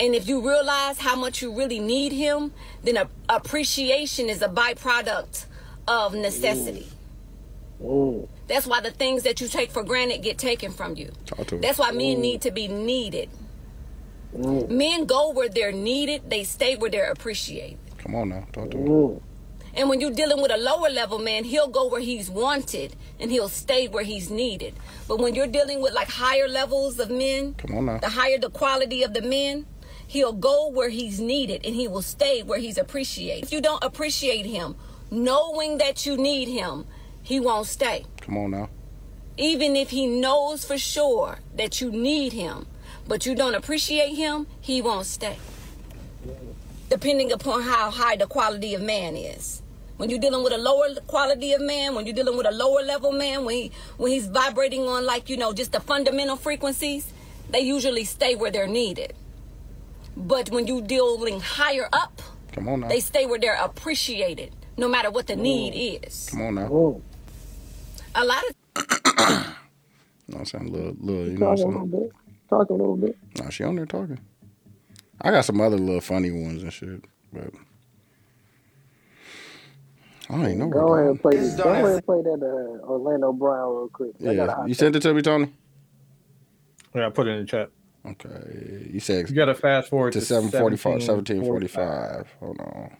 And if you realize how much you really need him, then a- appreciation is a byproduct of necessity. That's why the things that you take for granted get taken from you. Talk to That's why men need to be needed. Men go where they're needed, they stay where they're appreciated. Come on now. Talk to me. And when you're dealing with a lower level man, he'll go where he's wanted and he'll stay where he's needed. But when you're dealing with like higher levels of men, Come on now. the higher the quality of the men, he'll go where he's needed and he will stay where he's appreciated. If you don't appreciate him, knowing that you need him, he won't stay. Come on now. Even if he knows for sure that you need him, but you don't appreciate him, he won't stay. Depending upon how high the quality of man is. When you're dealing with a lower quality of man, when you're dealing with a lower level man, when he, when he's vibrating on like, you know, just the fundamental frequencies, they usually stay where they're needed. But when you dealing higher up, Come on now. they stay where they're appreciated, no matter what the need is. Come on now. You A lot of know what I'm saying? Little, little, you know Talk what a I'm little saying? Talk a little bit. Nah, she on there talking. I got some other little funny ones and shit, but I don't even know. Go where ahead it and play. is. Go ahead and play that uh, Orlando Brown real quick. I gotta Yeah, hop you sent it to me, Tony. Yeah, I put it in the chat. Okay, you said You gotta fast forward to to 745, 1745. 1745. Hold on.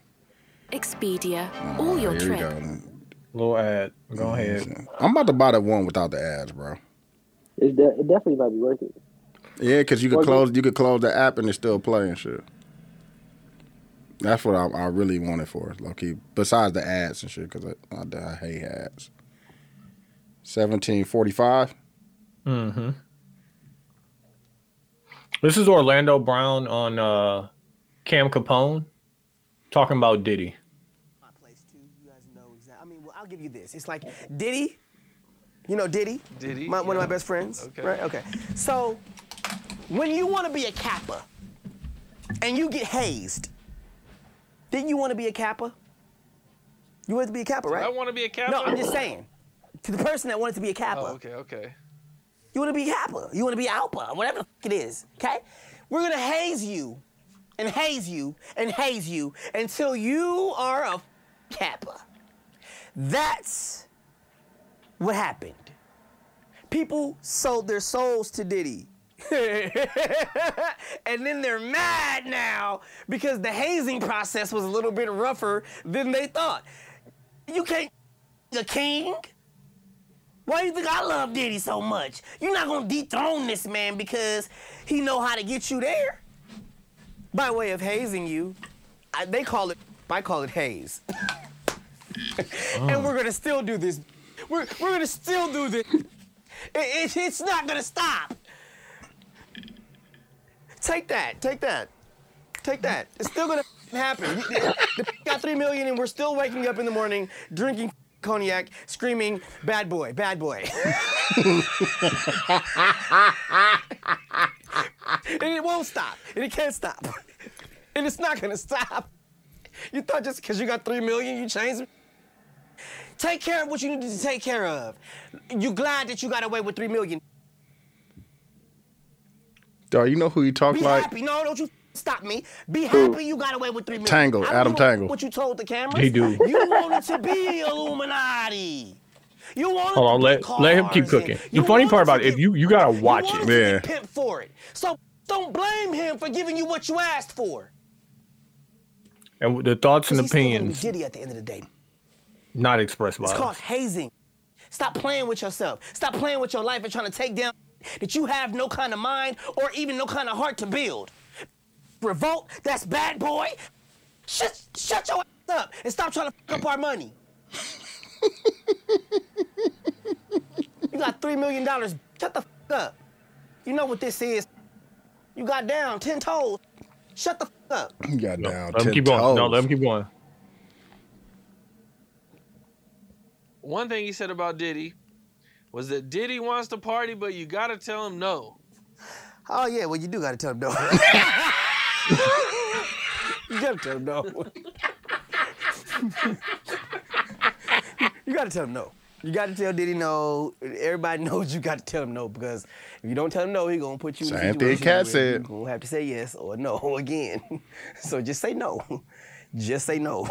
Expedia. All your Here we trip. go. Little ad. Go ahead. I'm about to buy the one without the ads, bro. It, de- it definitely might be worth it. Yeah, because you could Well, close you could close the app and it's still playing shit. That's what I, I really wanted for low key. Besides the ads and shit, because I, I, I hate ads. Seventeen forty five. Mm-hmm. This is Orlando Brown on uh, Cam Capone talking about Diddy. I mean, well, I'll give you this. It's like Diddy, you know Diddy, Diddy, my, one of my best friends, right? Okay. So When you want to be a Kappa and you get hazed, didn't you want to be a Kappa? You wanted to be a Kappa, Did right? I wanna be a Kappa? No, I'm just saying. To the person that wanted to be a Kappa. Oh, okay, okay. You want to be Kappa. You want to be Alpha, whatever the f- it is. Okay? We're going to haze you and haze you and haze you until you are a f- Kappa. That's what happened. People sold their souls to Diddy. and then they're mad now because the hazing process was a little bit rougher than they thought. You can't a king. Why you think I love Diddy so much? You're not gonna dethrone this man because he know how to get you there. By way of hazing you, I, they call it. I call it haze. And we're gonna still do this. We're we're gonna still do this. It- it- it's not gonna stop. Take that. Take that. Take that. It's still gonna happen. You- the the got three million, and we're still waking up in the morning drinking cognac, screaming, "Bad boy, bad boy." and it won't stop. And it can't stop. And it's not gonna stop. You thought just because you got three million, you changed. Take care of what you need to take care of. You glad that you got away with three million. Dog, you know who you talk Be like? happy. No, don't you stop me. Be happy you got away with three million. Tangle, I Adam knew Tangle. What you told the camera? He do. You wanted to be Illuminati. You wanted Hold on, to let let him keep cooking. The funny part about it, if you you gotta watch wanted it. to be pimp for it. So don't blame him for giving you what you asked for. And the thoughts and He's still gonna be opinions Diddy at the end of the day. not expressed by It's us. called hazing. Stop playing with yourself. Stop playing with your life and trying to take down that you have no kind of mind or even no kind of heart to build. Revolt, that's bad boy. Shut, shut your ass up and stop trying to fuck up our money. you got $3 million. Shut the fuck up. You know what this is. You got down 10 toes. Shut the fuck up. You got down. Let him 10 keep going. No, toes. let him keep going. One thing he said about Diddy was that Diddy wants to party, but you gotta tell him no. Oh, yeah, well, you do got to tell him no. you got to tell him no. you gotta tell him no. You gotta tell Diddy no. Everybody knows you gotta tell him no because if you don't tell him no, he gonna put you in a Same thing situation where Cat said. You gonna have to say yes or no again. So just say no. Just say no.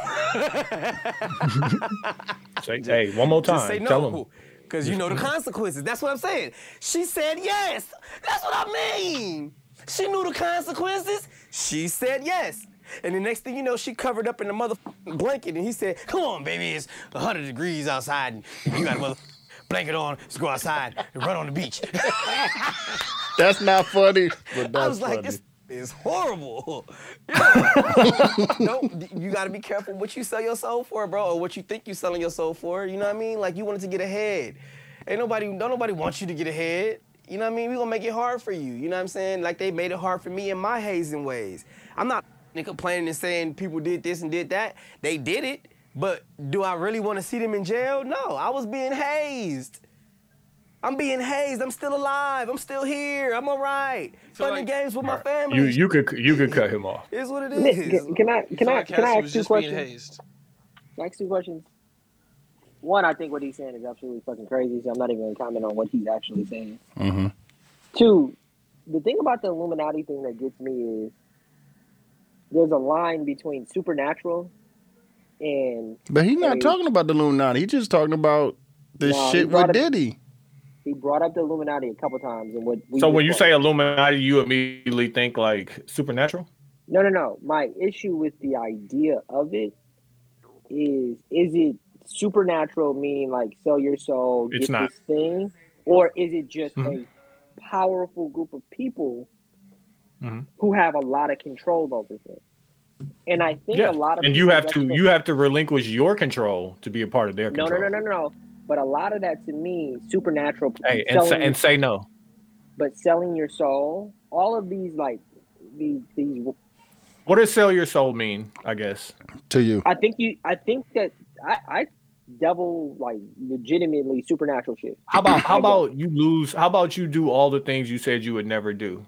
Say, hey, one more time. Just say no. Tell him. Cause you know the consequences. That's what I'm saying. She said yes. That's what I mean. She knew the consequences. She said yes. And the next thing you know, she covered up in a mother blanket, and he said, "Come on, baby, it's 100 degrees outside, and you got a mother blanket on. Let's go outside and run on the beach." That's not funny. But that's I was like, funny. "This is horrible." no, you got to be careful what you sell your soul for, bro, or what you think you selling your soul for. You know what I mean? Like you wanted to get ahead. Ain't nobody, don't nobody want you to get ahead. You know what I mean? We gonna make it hard for you. You know what I'm saying? Like they made it hard for me in my hazing ways. I'm not f***ing complaining and saying people did this and did that. They did it, but do I really want to see them in jail? No, I was being hazed. I'm being hazed. I'm still alive. I'm still here. I'm all right. Fun and games with my family. You you could you could cut him off. Is what it Nick, is. can- can I- can I- Podcast can I ask was you a just being question? hazed. Can I ask two questions. One, I think what he's saying is absolutely fucking crazy, so I'm not even gonna comment on what he's actually saying. Mm-hmm. Two, the thing about the Illuminati thing that gets me is there's a line between supernatural and But he's not Hey. talking about the Illuminati. He just talking about the Nah, he shit brought with it- Diddy. he brought up the Illuminati a couple times and what we So just when you brought say Illuminati, you immediately think like supernatural. No, no, no. My issue with the idea of it is is it supernatural, meaning like sell your soul, It's get not. this thing? Or is it just Mhm. a powerful group of people Mhm. who have a lot of control over things? And I think Yeah, a lot of and you people have to recognize- you have to relinquish your control to be a part of their no, control. no, no, no, no, no. But a lot of that to me, supernatural Hey, and say, selling- and say no. but selling your soul, all of these like these these What does sell your soul mean? I guess to you. I think you. I think that I, I double like legitimately supernatural shit. How about how about you lose? How about you do all the things you said you would never do?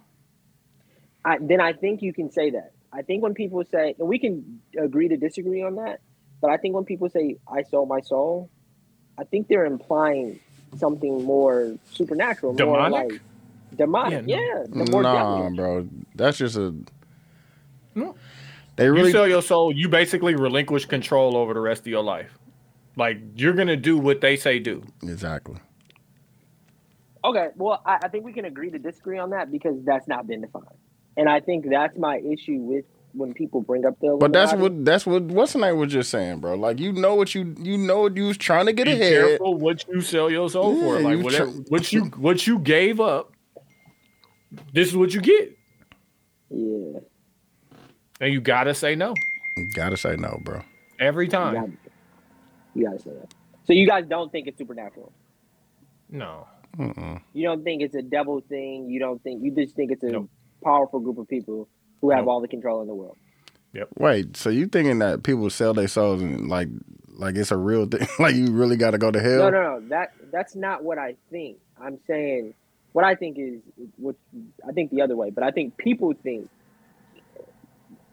I, then I think you can say that. I think when people say, and we can agree to disagree on that, but I think when people say, I sold my soul, I think they're implying something more supernatural, more Demonic? like demonic. Yeah, the more Nah, devilish. bro. That's just a. No. They really you sell your soul, you basically relinquish control over the rest of your life. Like you're gonna do what they say do. Exactly. Okay, well, I, I think we can agree to disagree on that because that's not been defined, and I think that's my issue with when people bring up the. But that's Illuminati. what that's what what's the name was just saying, bro. Like you know what you you know what you was trying to get Be ahead. careful what you sell your soul for. Yeah, Like you whatever, tr- what you what you gave up, this is what you get. Yeah. And you gotta say no Gotta say no, bro. every time. You gotta say that. So you guys don't think it's supernatural. No. Mm-mm. You don't think it's a devil thing. You don't think you just think it's a powerful group of people who have all the control in the world. Wait, so you thinking that people sell their souls and like like it's a real thing? like you really got to go to hell? No, no, no. That that's not what I think. I'm saying what I think is what I think the other way, but I think people think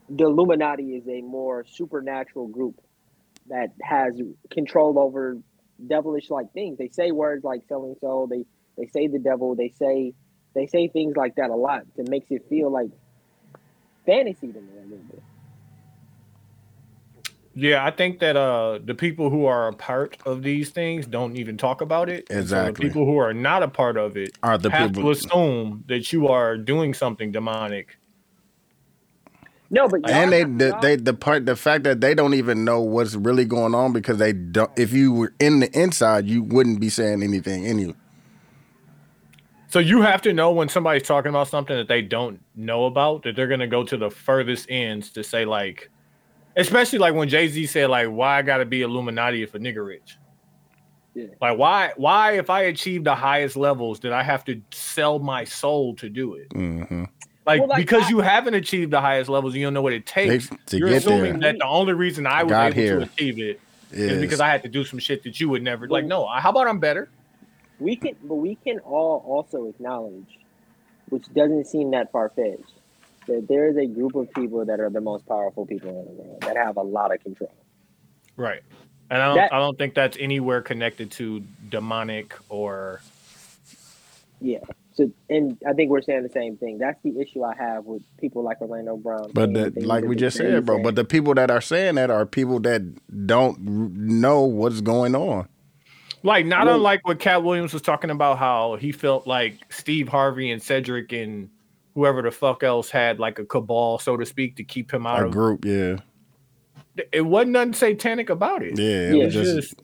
the Illuminati is a more supernatural group that has control over devilish like things. They say words like selling soul. They they say the devil. They say they say things like that a lot that makes it feel like fantasy to me a little bit. Yeah, I think that uh the people who are a part of these things don't even talk about it. And so Exactly. the people who are not a part of it Are the have people- to assume that you are doing something demonic. No, but and they the, they the part the fact that they don't even know what's really going on because they don't. If you were in the inside, you wouldn't be saying anything anyway. So you have to know when somebody's talking about something that they don't know about that they're gonna go to the furthest ends to say like, especially like when Jay Z said like, "Why I gotta be Illuminati if a nigga rich." Yeah. Like why why if I achieve the highest levels did I have to sell my soul to do it? Mm-hmm. Like, Well, like, because I- you haven't achieved the highest levels, you don't know what it takes. to You're get assuming there. that the only reason I was Got able here to achieve it is, is- because I had to do some shit that you would never. Like, no, I- how about I'm better? We can, but we can all also acknowledge, which doesn't seem that far fetched, that there is a group of people that are the most powerful people in the world that have a lot of control. Right. And I don't, That- I don't think that's anywhere connected to demonic or Yeah. So, and I think we're saying the same thing. That's the issue I have with people like Orlando Brown. But saying the, things like that we they- just they said, bro. say. But the people that are saying that are people that don't r- know what's going on. like not Well- unlike what Cat Williams was talking about how he felt like Steve Harvey and Cedric and whoever the fuck else had like a cabal, so to speak, to keep him out Our of. group, yeah, It wasn't nothing satanic about it. yeah. It was It's just,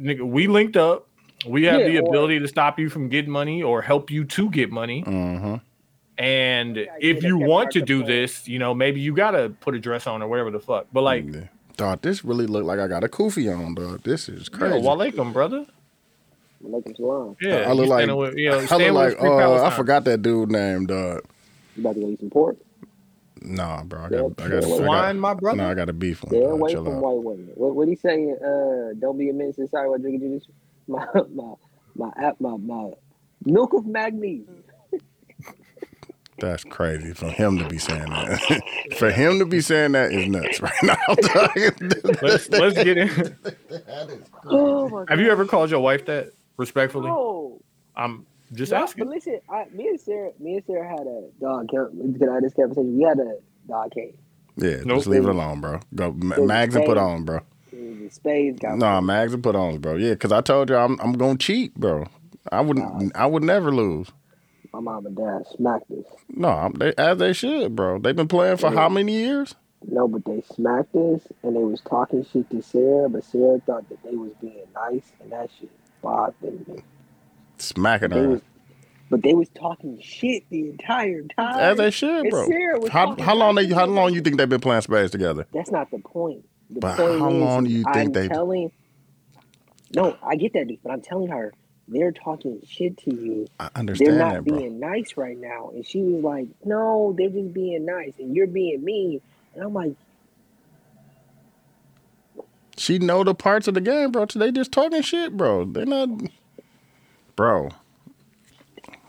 nigga, we linked up. We have Yeah, the or- ability to stop you from getting money or help you to get money. Mhm. And if you want to do this, you know, maybe you gotta put a dress on or whatever the fuck. But like, Mm, yeah. Dog, this really looked like I got a kufi on, dog. This is yeah, crazy. Walaikum, brother. Walaikum salam. Yeah, I look you like standing with- you know, I look standing with like Free uh, I Palestine. forgot that dude name, dog. You about to go eat some pork? Nah, bro, I Yeah, got I got sure. Swine, my brother. No, I got a beef one. Stay dog. away uh, Chill from out. white women. What what he say? Uh, don't be a menace to society while drinking this. My my my app my my milk of magnesium. That's crazy for him to be saying that. for him to be saying that is nuts right now. dog. Let's, let's get in. Oh my Have you ever called your wife that respectfully? No. I'm just No, asking. But listen, I, me and Sarah, me and Sarah had a dog. Can, can I have this conversation? We had a dog. Can't. Yeah, Nope. just leave it alone, bro. Go ma- mags and put on, bro. It was a spades No, got nah, mags and put on, bro. Yeah, because I told you I'm I'm gonna cheat, bro. I wouldn't. I would never lose. my mom and dad smacked us. No, I'm, they, as they should, bro. They've been playing for how many years? No, but they smacked us and they was talking shit to Sarah, but Sarah thought that they was being nice and that shit bothered me. Smacking They her. was- But they was talking shit the entire time. As they should, And bro. Sarah was How, talking how long shit they? How to me. long you think they've been playing spades together? That's not the point. The But point how is, long do you think I'm they- telling? No, I get that, dude, but I'm telling her they're talking shit to you. I understand They're not that, bro. being nice right now, and she was like, "No, they're just being nice, and you're being mean." And I'm like, She know the parts of the game, bro. They just talking shit, bro. They're not, bro.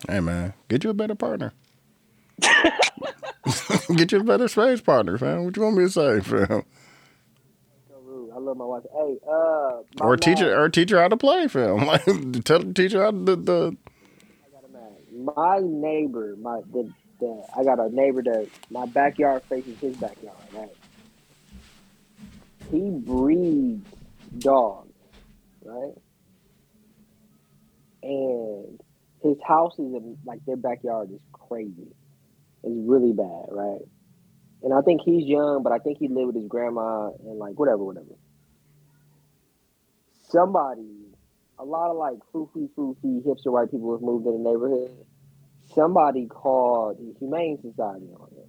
Hey man, get you a better partner. Get your better space partner, fam. What you want me to say, fam? Rude. I love my wife. Hey, uh, my Or mom- teach her, or teach her how to play, fam. Like tell teach her how to, the my neighbor, my the, the I got a neighbor that my backyard faces his backyard, right? He breeds dogs, right? And his house is in- like their backyard is crazy. It's really bad, right? And I think he's young, but I think he lived with his grandma and like whatever, whatever. Somebody a lot of like foofy, foofy hipster white people have moved in the neighborhood. Somebody called the Humane Society on it,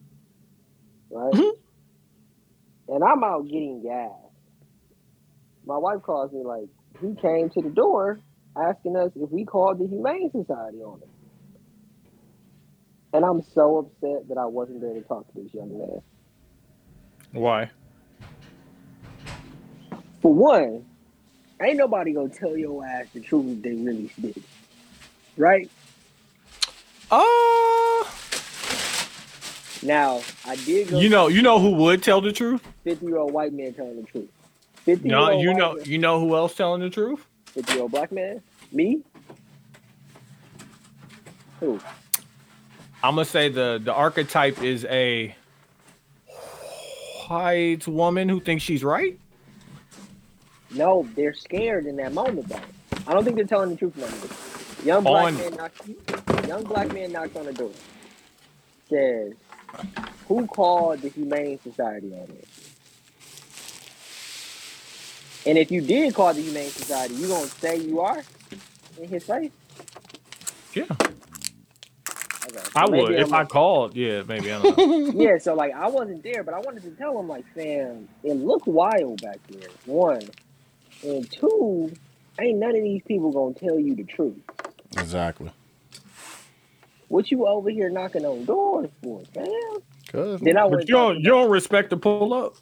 right? And I'm out getting gas. My wife calls me like he came to the door asking us if we called the Humane Society on it. And I'm so upset that I wasn't there to talk to this young man. Why? For one, ain't nobody gonna tell your ass the truth if they really did, right? Oh. Now I did go. You know, you know who would tell the truth? fifty-year-old white man telling the truth. Fifty-year-old No, you white know, man, you know who else telling the truth? fifty-year-old black man, me. Who? I'm gonna say the the archetype is a white woman who thinks she's right. No, they're scared in that moment though. I don't think they're telling the truth no more. Young black On- man knocks. Young black man knocks on the door. Says, "Who called the Humane Society on it?" And if you did call the Humane Society, you gonna say you are in his face? Yeah, Okay, so I would maybe if I'm I called. Yeah, maybe I don't know. yeah, so like I wasn't there, but I wanted to tell him like, fam, it looked wild back there. One, and two, ain't none of these people gonna tell you the truth. exactly. What you over here knocking on doors for, fam? Cause Then I But would've you don't, you don't respect the pull up.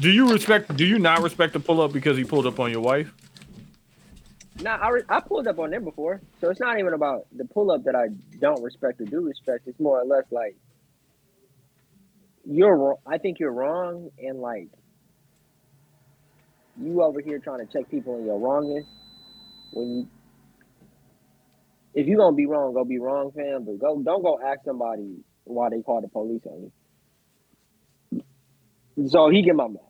do you respect? Do you not respect the pull up because he pulled up on your wife? Nah, I, re- I pulled up on them before, so it's not even about the pull up that I don't respect or do respect. It's more or less like you're wrong. I think you're wrong, and like you over here trying to check people in your wrongness. When you, if you gonna be wrong, go be wrong, fam. But go, don't go ask somebody why they called the police on you. So he get my mad.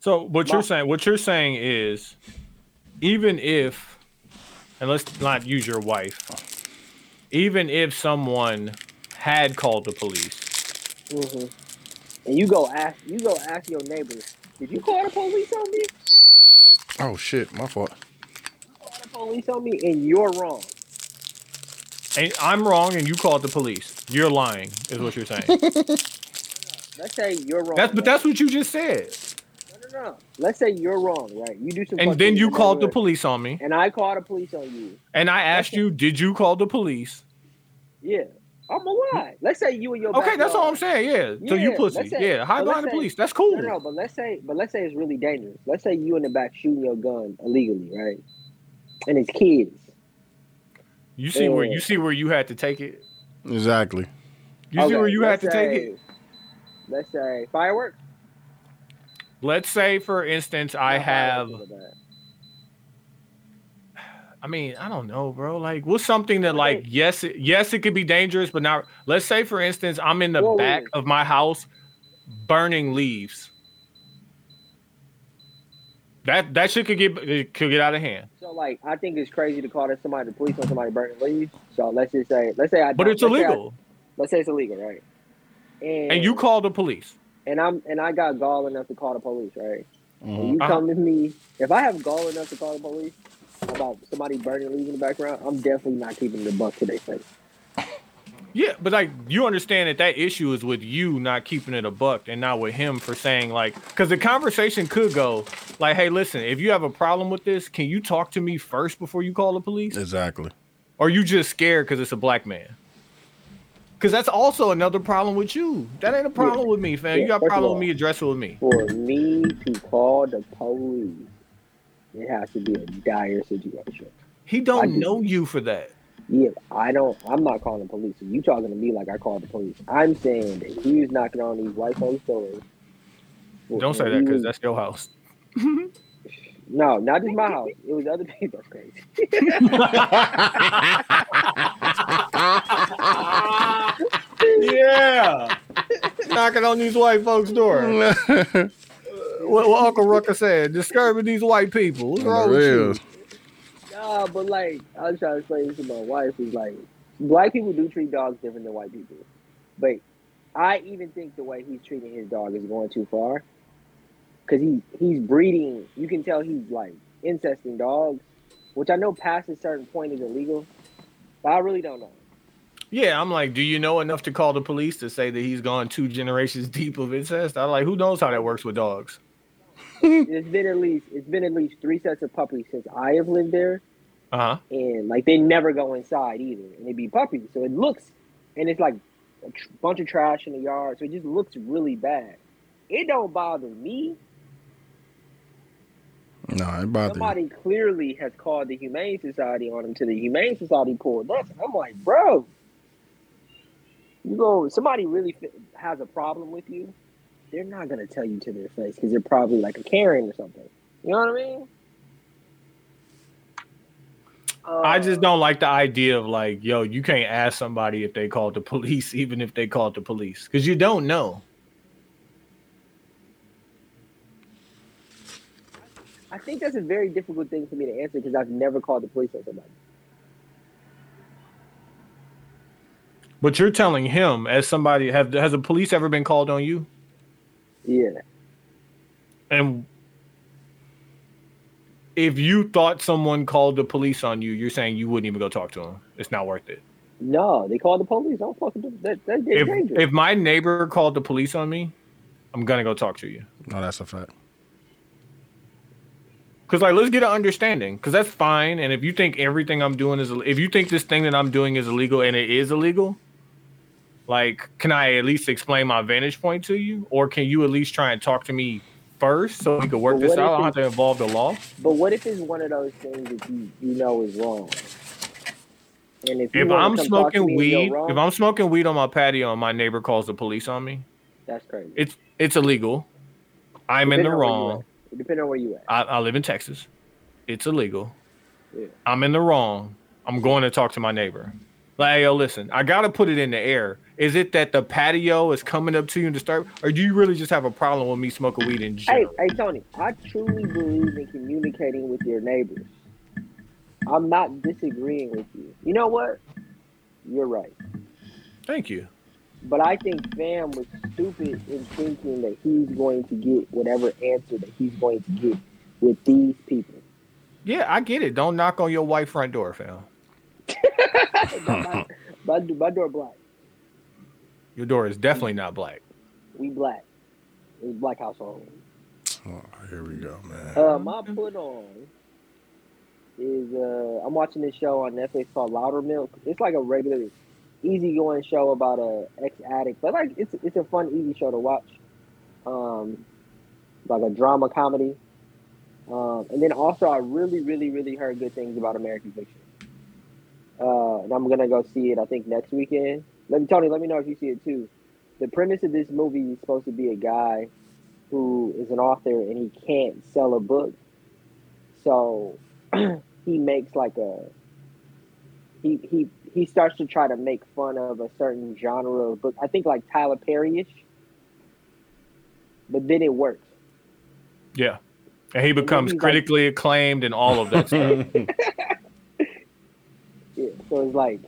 So what you're saying, what you're saying is, even if, and let's not use your wife, even if someone had called the police, hmm And you go ask, you go ask your neighbor, did you call the police on me? Oh shit, my fault. the police on me and you're wrong. and I'm wrong and you called the police, you're lying, is what you're saying. Let's say you're wrong. That's but that's what you just said. right? No, no, no. Let's say you're wrong, right? You do some. And fucked then shit you in called the neighborhood, police on me, And I call the police on you. and I asked you, did you call the police? Yeah, I'm a lie. Let's say you and your. Okay, that's all I'm backyard- saying. Yeah, so you let's pussy. say- yeah, hide but let's behind the say- police. That's cool. No, no, no, but let's say, but let's say it's really dangerous. Let's say you in the back shooting your gun illegally, right? And it's kids. You see where Yeah. you see where you had to take it. Exactly. You see Okay, where you let's had to take it. say- Let's say fireworks. Let's say, for instance, I have. I mean, I don't know, bro. Like, what's something that, like, yes, it, yes, it could be dangerous, but not. Let's say, for instance, I'm in the Whoa, wait, back wait. of my house, burning leaves. That that shit could get it could get out of hand. So like, I think it's crazy to call that somebody the police on somebody burning leaves. So let's just say, let's say I. But don't- it's let's say I- illegal. let's say it's illegal, right? And, And you call the police. and I'm and I got gall enough to call the police, right? And Mhm. you Uh-huh. come to me if I have gall enough to call the police about somebody burning leaves in the background, I'm definitely not keeping the buck to their face. Yeah, but like you understand that that issue is with you not keeping it a buck and not with him for saying like because the conversation could go like, hey, listen, if you have a problem with this, can you talk to me first before you call the police? Exactly. Or you just scared because it's a black man? Because that's also another problem with you. That ain't a problem with me, fam. Yeah, you got a first of problem all- with me, address it with me. For me to call the police, it has to be a dire situation. He I don't do. know you for that. Yeah, I don't. I'm not calling the police. You talking to me like I called the police? I'm saying that he was knocking on these white folks' doors. Don't say that Mm-hmm. because that's your house. No, not just my house. It was other people's crazy. yeah. Knocking on these white folks' doors. what, what Uncle Rucker said, disturbing these white people. What's wrong with you? Nah, but like I was trying to explain this to my wife is like black people do treat dogs different than white people. But I even think the way he's treating his dog is going too far. Cause he he's breeding you can tell he's like incesting dogs, which I know past a certain point is illegal. But I really don't know. Yeah, I'm like, do you know enough to call the police to say that he's gone two generations deep of incest? I'm like, who knows how that works with dogs? it's been at least it's been at least three sets of puppies since I have lived there. Uh huh. and like they never go inside either, and it be puppy, so it looks, and it's like a tr- bunch of trash in the yard, so it just looks really bad. It don't bother me. No, it bothers Somebody clearly has called the Humane Society on him to the Humane Society pulled up. I'm like, bro, you go. Somebody really fi- has a problem with you. They're not gonna tell you to their face because they're probably like a Karen or something. You know what I mean? I just don't like the idea of like, yo, you can't ask somebody if they called the police, even if they called the police, because you don't know. I think that's a very difficult thing for me to answer because I've never called the police on somebody. But you're telling him as somebody have has the police ever been called on you? Yeah. And if you thought someone called the police on you, you're saying you wouldn't even go talk to them. It's not worth it. No, they called the police. Don't fucking do that. That's If dangerous. if my neighbor called the police on me, I'm gonna go talk to you. No, that's a fact. Cause like, let's get an understanding. Cause that's fine. And if you think everything I'm doing is, if you think this thing that I'm doing is illegal and it is illegal, like, can I at least explain my vantage point to you, or can you at least try and talk to me first so we can work But this what out? if I don't have it's- to involve the law. but what if it's one of those things that you, you know is wrong? And if, you If wanna I'm come talk to smoking me and you're weed, wrong, if I'm smoking weed on my patio and my neighbor calls the police on me, that's crazy. it's it's illegal. I'm in the Depending on where you wrong. at. Depending on where you at. I, I live in Texas. It's illegal. Yeah. I'm in the wrong. I'm going to talk to my neighbor. Like, "Hey, yo, listen, I gotta put it in the air. Is it that the patio is coming up to you and disturb, or do you really just have a problem with me smoking weed in Hey, general? hey, Tony, I truly believe in communicating with your neighbors. I'm not disagreeing with you. You know what? You're right. Thank you. But I think Fam was stupid in thinking that he's going to get whatever answer that he's going to get with these people. Yeah, I get it. Don't knock on your white front door, fam. My, do- my door black. Your door is definitely not black. We black. It's black household. Oh, here we go, man. Uh, my put on is uh, I'm watching this show on Netflix called Louder Milk. It's like a regular, easygoing show about a ex addict, but like it's it's a fun, easy show to watch. Um, like a drama comedy. Um, and then also, I really, really, really heard good things about American Fiction. Uh, and I'm gonna go see it. I think next weekend. Let me, Tony. Let me know if you see it too. The premise of this movie is supposed to be a guy who is an author and he can't sell a book. So he makes like a he he he starts to try to make fun of a certain genre of book. I think like Tyler Perry ish. But then it works. Yeah, and he then becomes he's like- critically acclaimed and all of that stuff. Yeah. So it's like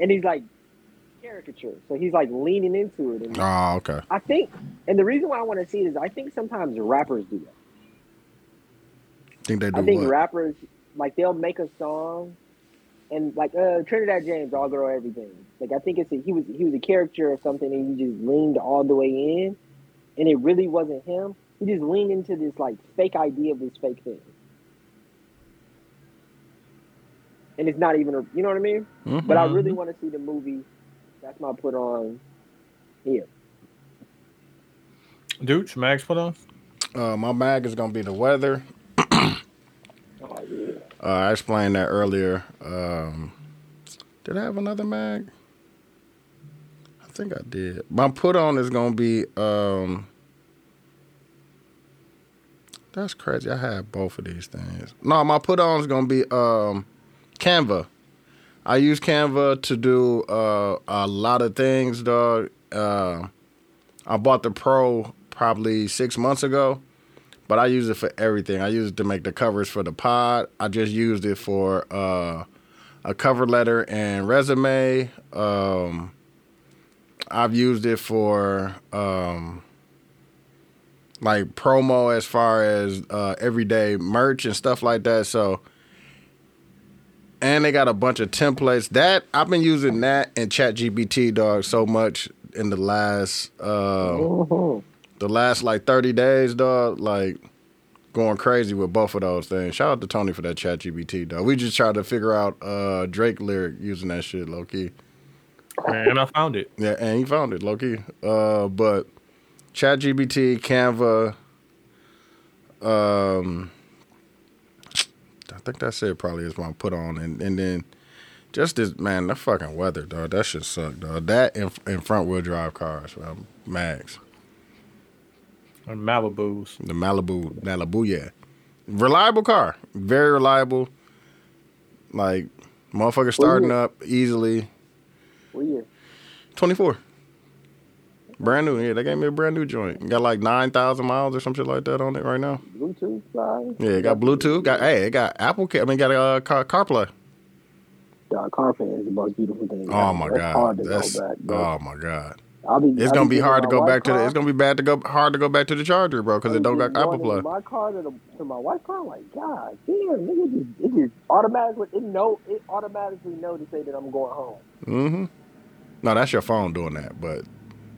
and he's like caricature. So he's like leaning into it and Oh, okay. I think and the reason why I want to see it is I think sometimes rappers do that. Think they do I think what? rappers like they'll make a song and like uh Trinidad James, all girl everything. Like I think it's a, he was he was a character or something and he just leaned all the way in and it really wasn't him. He just leaned into this like fake idea of this fake thing. And it's not even a you know what I mean? Mm-hmm. But I really want to see the movie. That's my put on here. Dudes, Max put on. Uh, my mag is gonna be the weather. Oh, yeah. Uh, I explained that earlier. Um, Did I have another mag? I think I did. My put on is gonna be um That's crazy. I had both of these things. No, my put on is gonna be um Canva. I use Canva to do uh a lot of things, dog. Uh I bought the Pro probably six months ago, but I use it for everything. I use it to make the covers for the pod. I just used it for uh, a cover letter and resume. Um, I've used it for um, like promo as far as uh, everyday merch and stuff like that. So, and they got a bunch of templates that I've been using that and ChatGPT dog so much in the last uh, the last like thirty days, dog. Like going crazy with both of those things. Shout out to Tony for that ChatGPT dog. We just tried to figure out uh, Drake lyric using that shit, low key. And I found it. Yeah, and he found it, Loki. Uh, but ChatGPT, Canva, um, I think that's it. Probably is what I put on, and and then just this man, that fucking weather, dog. That shit suck, dog. That in, in front wheel drive cars, man, max. And Malibu's. The Malibu, Malibu, yeah. Reliable car, very reliable. Like motherfucker starting up easily. What year? 24. Brand new, yeah. They gave me a brand new joint. Got like 9,000 miles or some shit like that on it right now. Bluetooth live? Yeah, it got Bluetooth. Got Hey, it got Apple, Ca- I mean, got uh, Car, CarPlay. Dog, CarPlay is the most beautiful thing. Oh ever. my That's Hard God. to That's, go back, bro. oh my God. I'll be, It's I'll gonna be be hard to giving go my back to the. wife It's gonna be bad to go hard to go back to the charger, bro, because it don't got Going Apple Play. in My car to, the, to my wife's car, like, God damn, nigga, just, it just automatically, it know, it automatically know to say that I'm going home. Mm-hmm. No, that's your phone doing that, but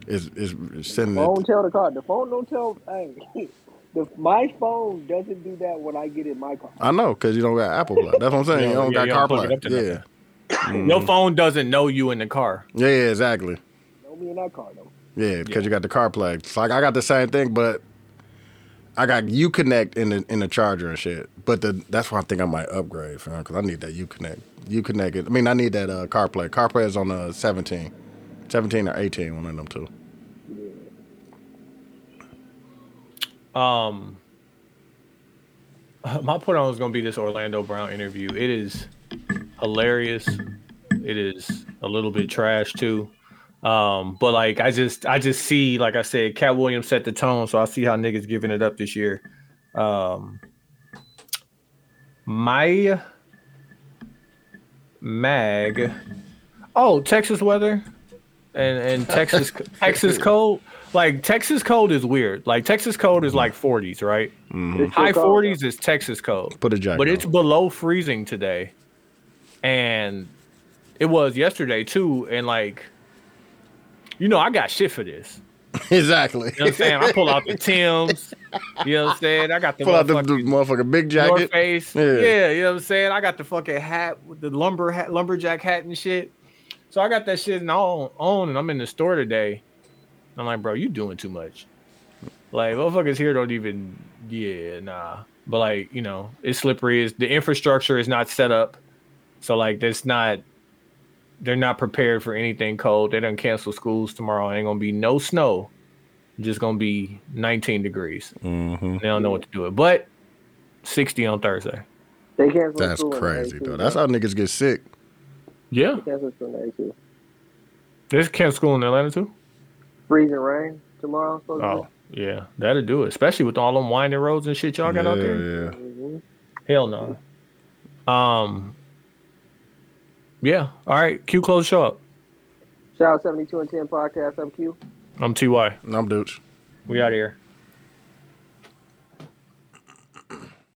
it's it's sending Phone it. tell the car. The phone don't tell. Hey, the, my phone doesn't do that when I get in my car. I know, cause you don't got Apple Play. That's what I'm saying. Yeah, you don't got yeah, you don't plug it CarPlay. up to Yeah. Mhm. Your phone doesn't know you in the car. Yeah, yeah, exactly. Know me in that car though. Yeah, because you got the CarPlay. It's like I got the same thing, but I got Uconnect in the in the charger and shit. But the, that's why I think I might upgrade, fam, because I need that Uconnect. Uconnect. It, I mean, I need that uh, CarPlay. CarPlay is on the 17, 17 or 18, one of them two. Um, my put on is going to be this Orlando Brown interview. It is hilarious. It is a little bit trash too. Um, but like I just I just see like I said, Cat Williams set the tone, so I see how niggas giving it up this year. Um, my mag. Oh, Texas weather and and Texas Texas cold. Like Texas cold is weird. Like Texas cold is like 40s, right? Mhm. High 40s is Texas cold. Put a jacket But it's below freezing today. And it was yesterday too and like you know, I got shit for this. exactly. You know what I'm saying? I pull out the Tim's. You know what I'm saying? I got the Pull out the, motherfucking- the motherfucking big North jacket. Face. Yeah. Yeah. you know what I'm saying? I got the fucking hat with the lumber hat, lumberjack hat and shit. So I got that shit and all on and I'm in the store today. I'm like, bro, you doing too much. Like motherfuckers here don't even yeah, nah. But like, you know, it's slippery. It's, the infrastructure is not set up. So like that's not they're not prepared for anything cold. They done cancel schools tomorrow. Ain't gonna be no snow. Just gonna be 19 degrees. Mm-hmm. They don't know what to do it. But 60 on Thursday. They canceled That's school in crazy, 18, though. That's how niggas get sick. Yeah. They canceled school in 18. There's camp school in Atlanta too. Freezing rain tomorrow. Supposed Oh, yeah. That'll do it. Especially with all them winding roads and shit y'all got out there. Yeah, yeah. Hell no. Um Yeah. All right. Q close show up. Shout out 72 and 10 podcast. I'm Q. I'm TY. I'm Dooch. We out here.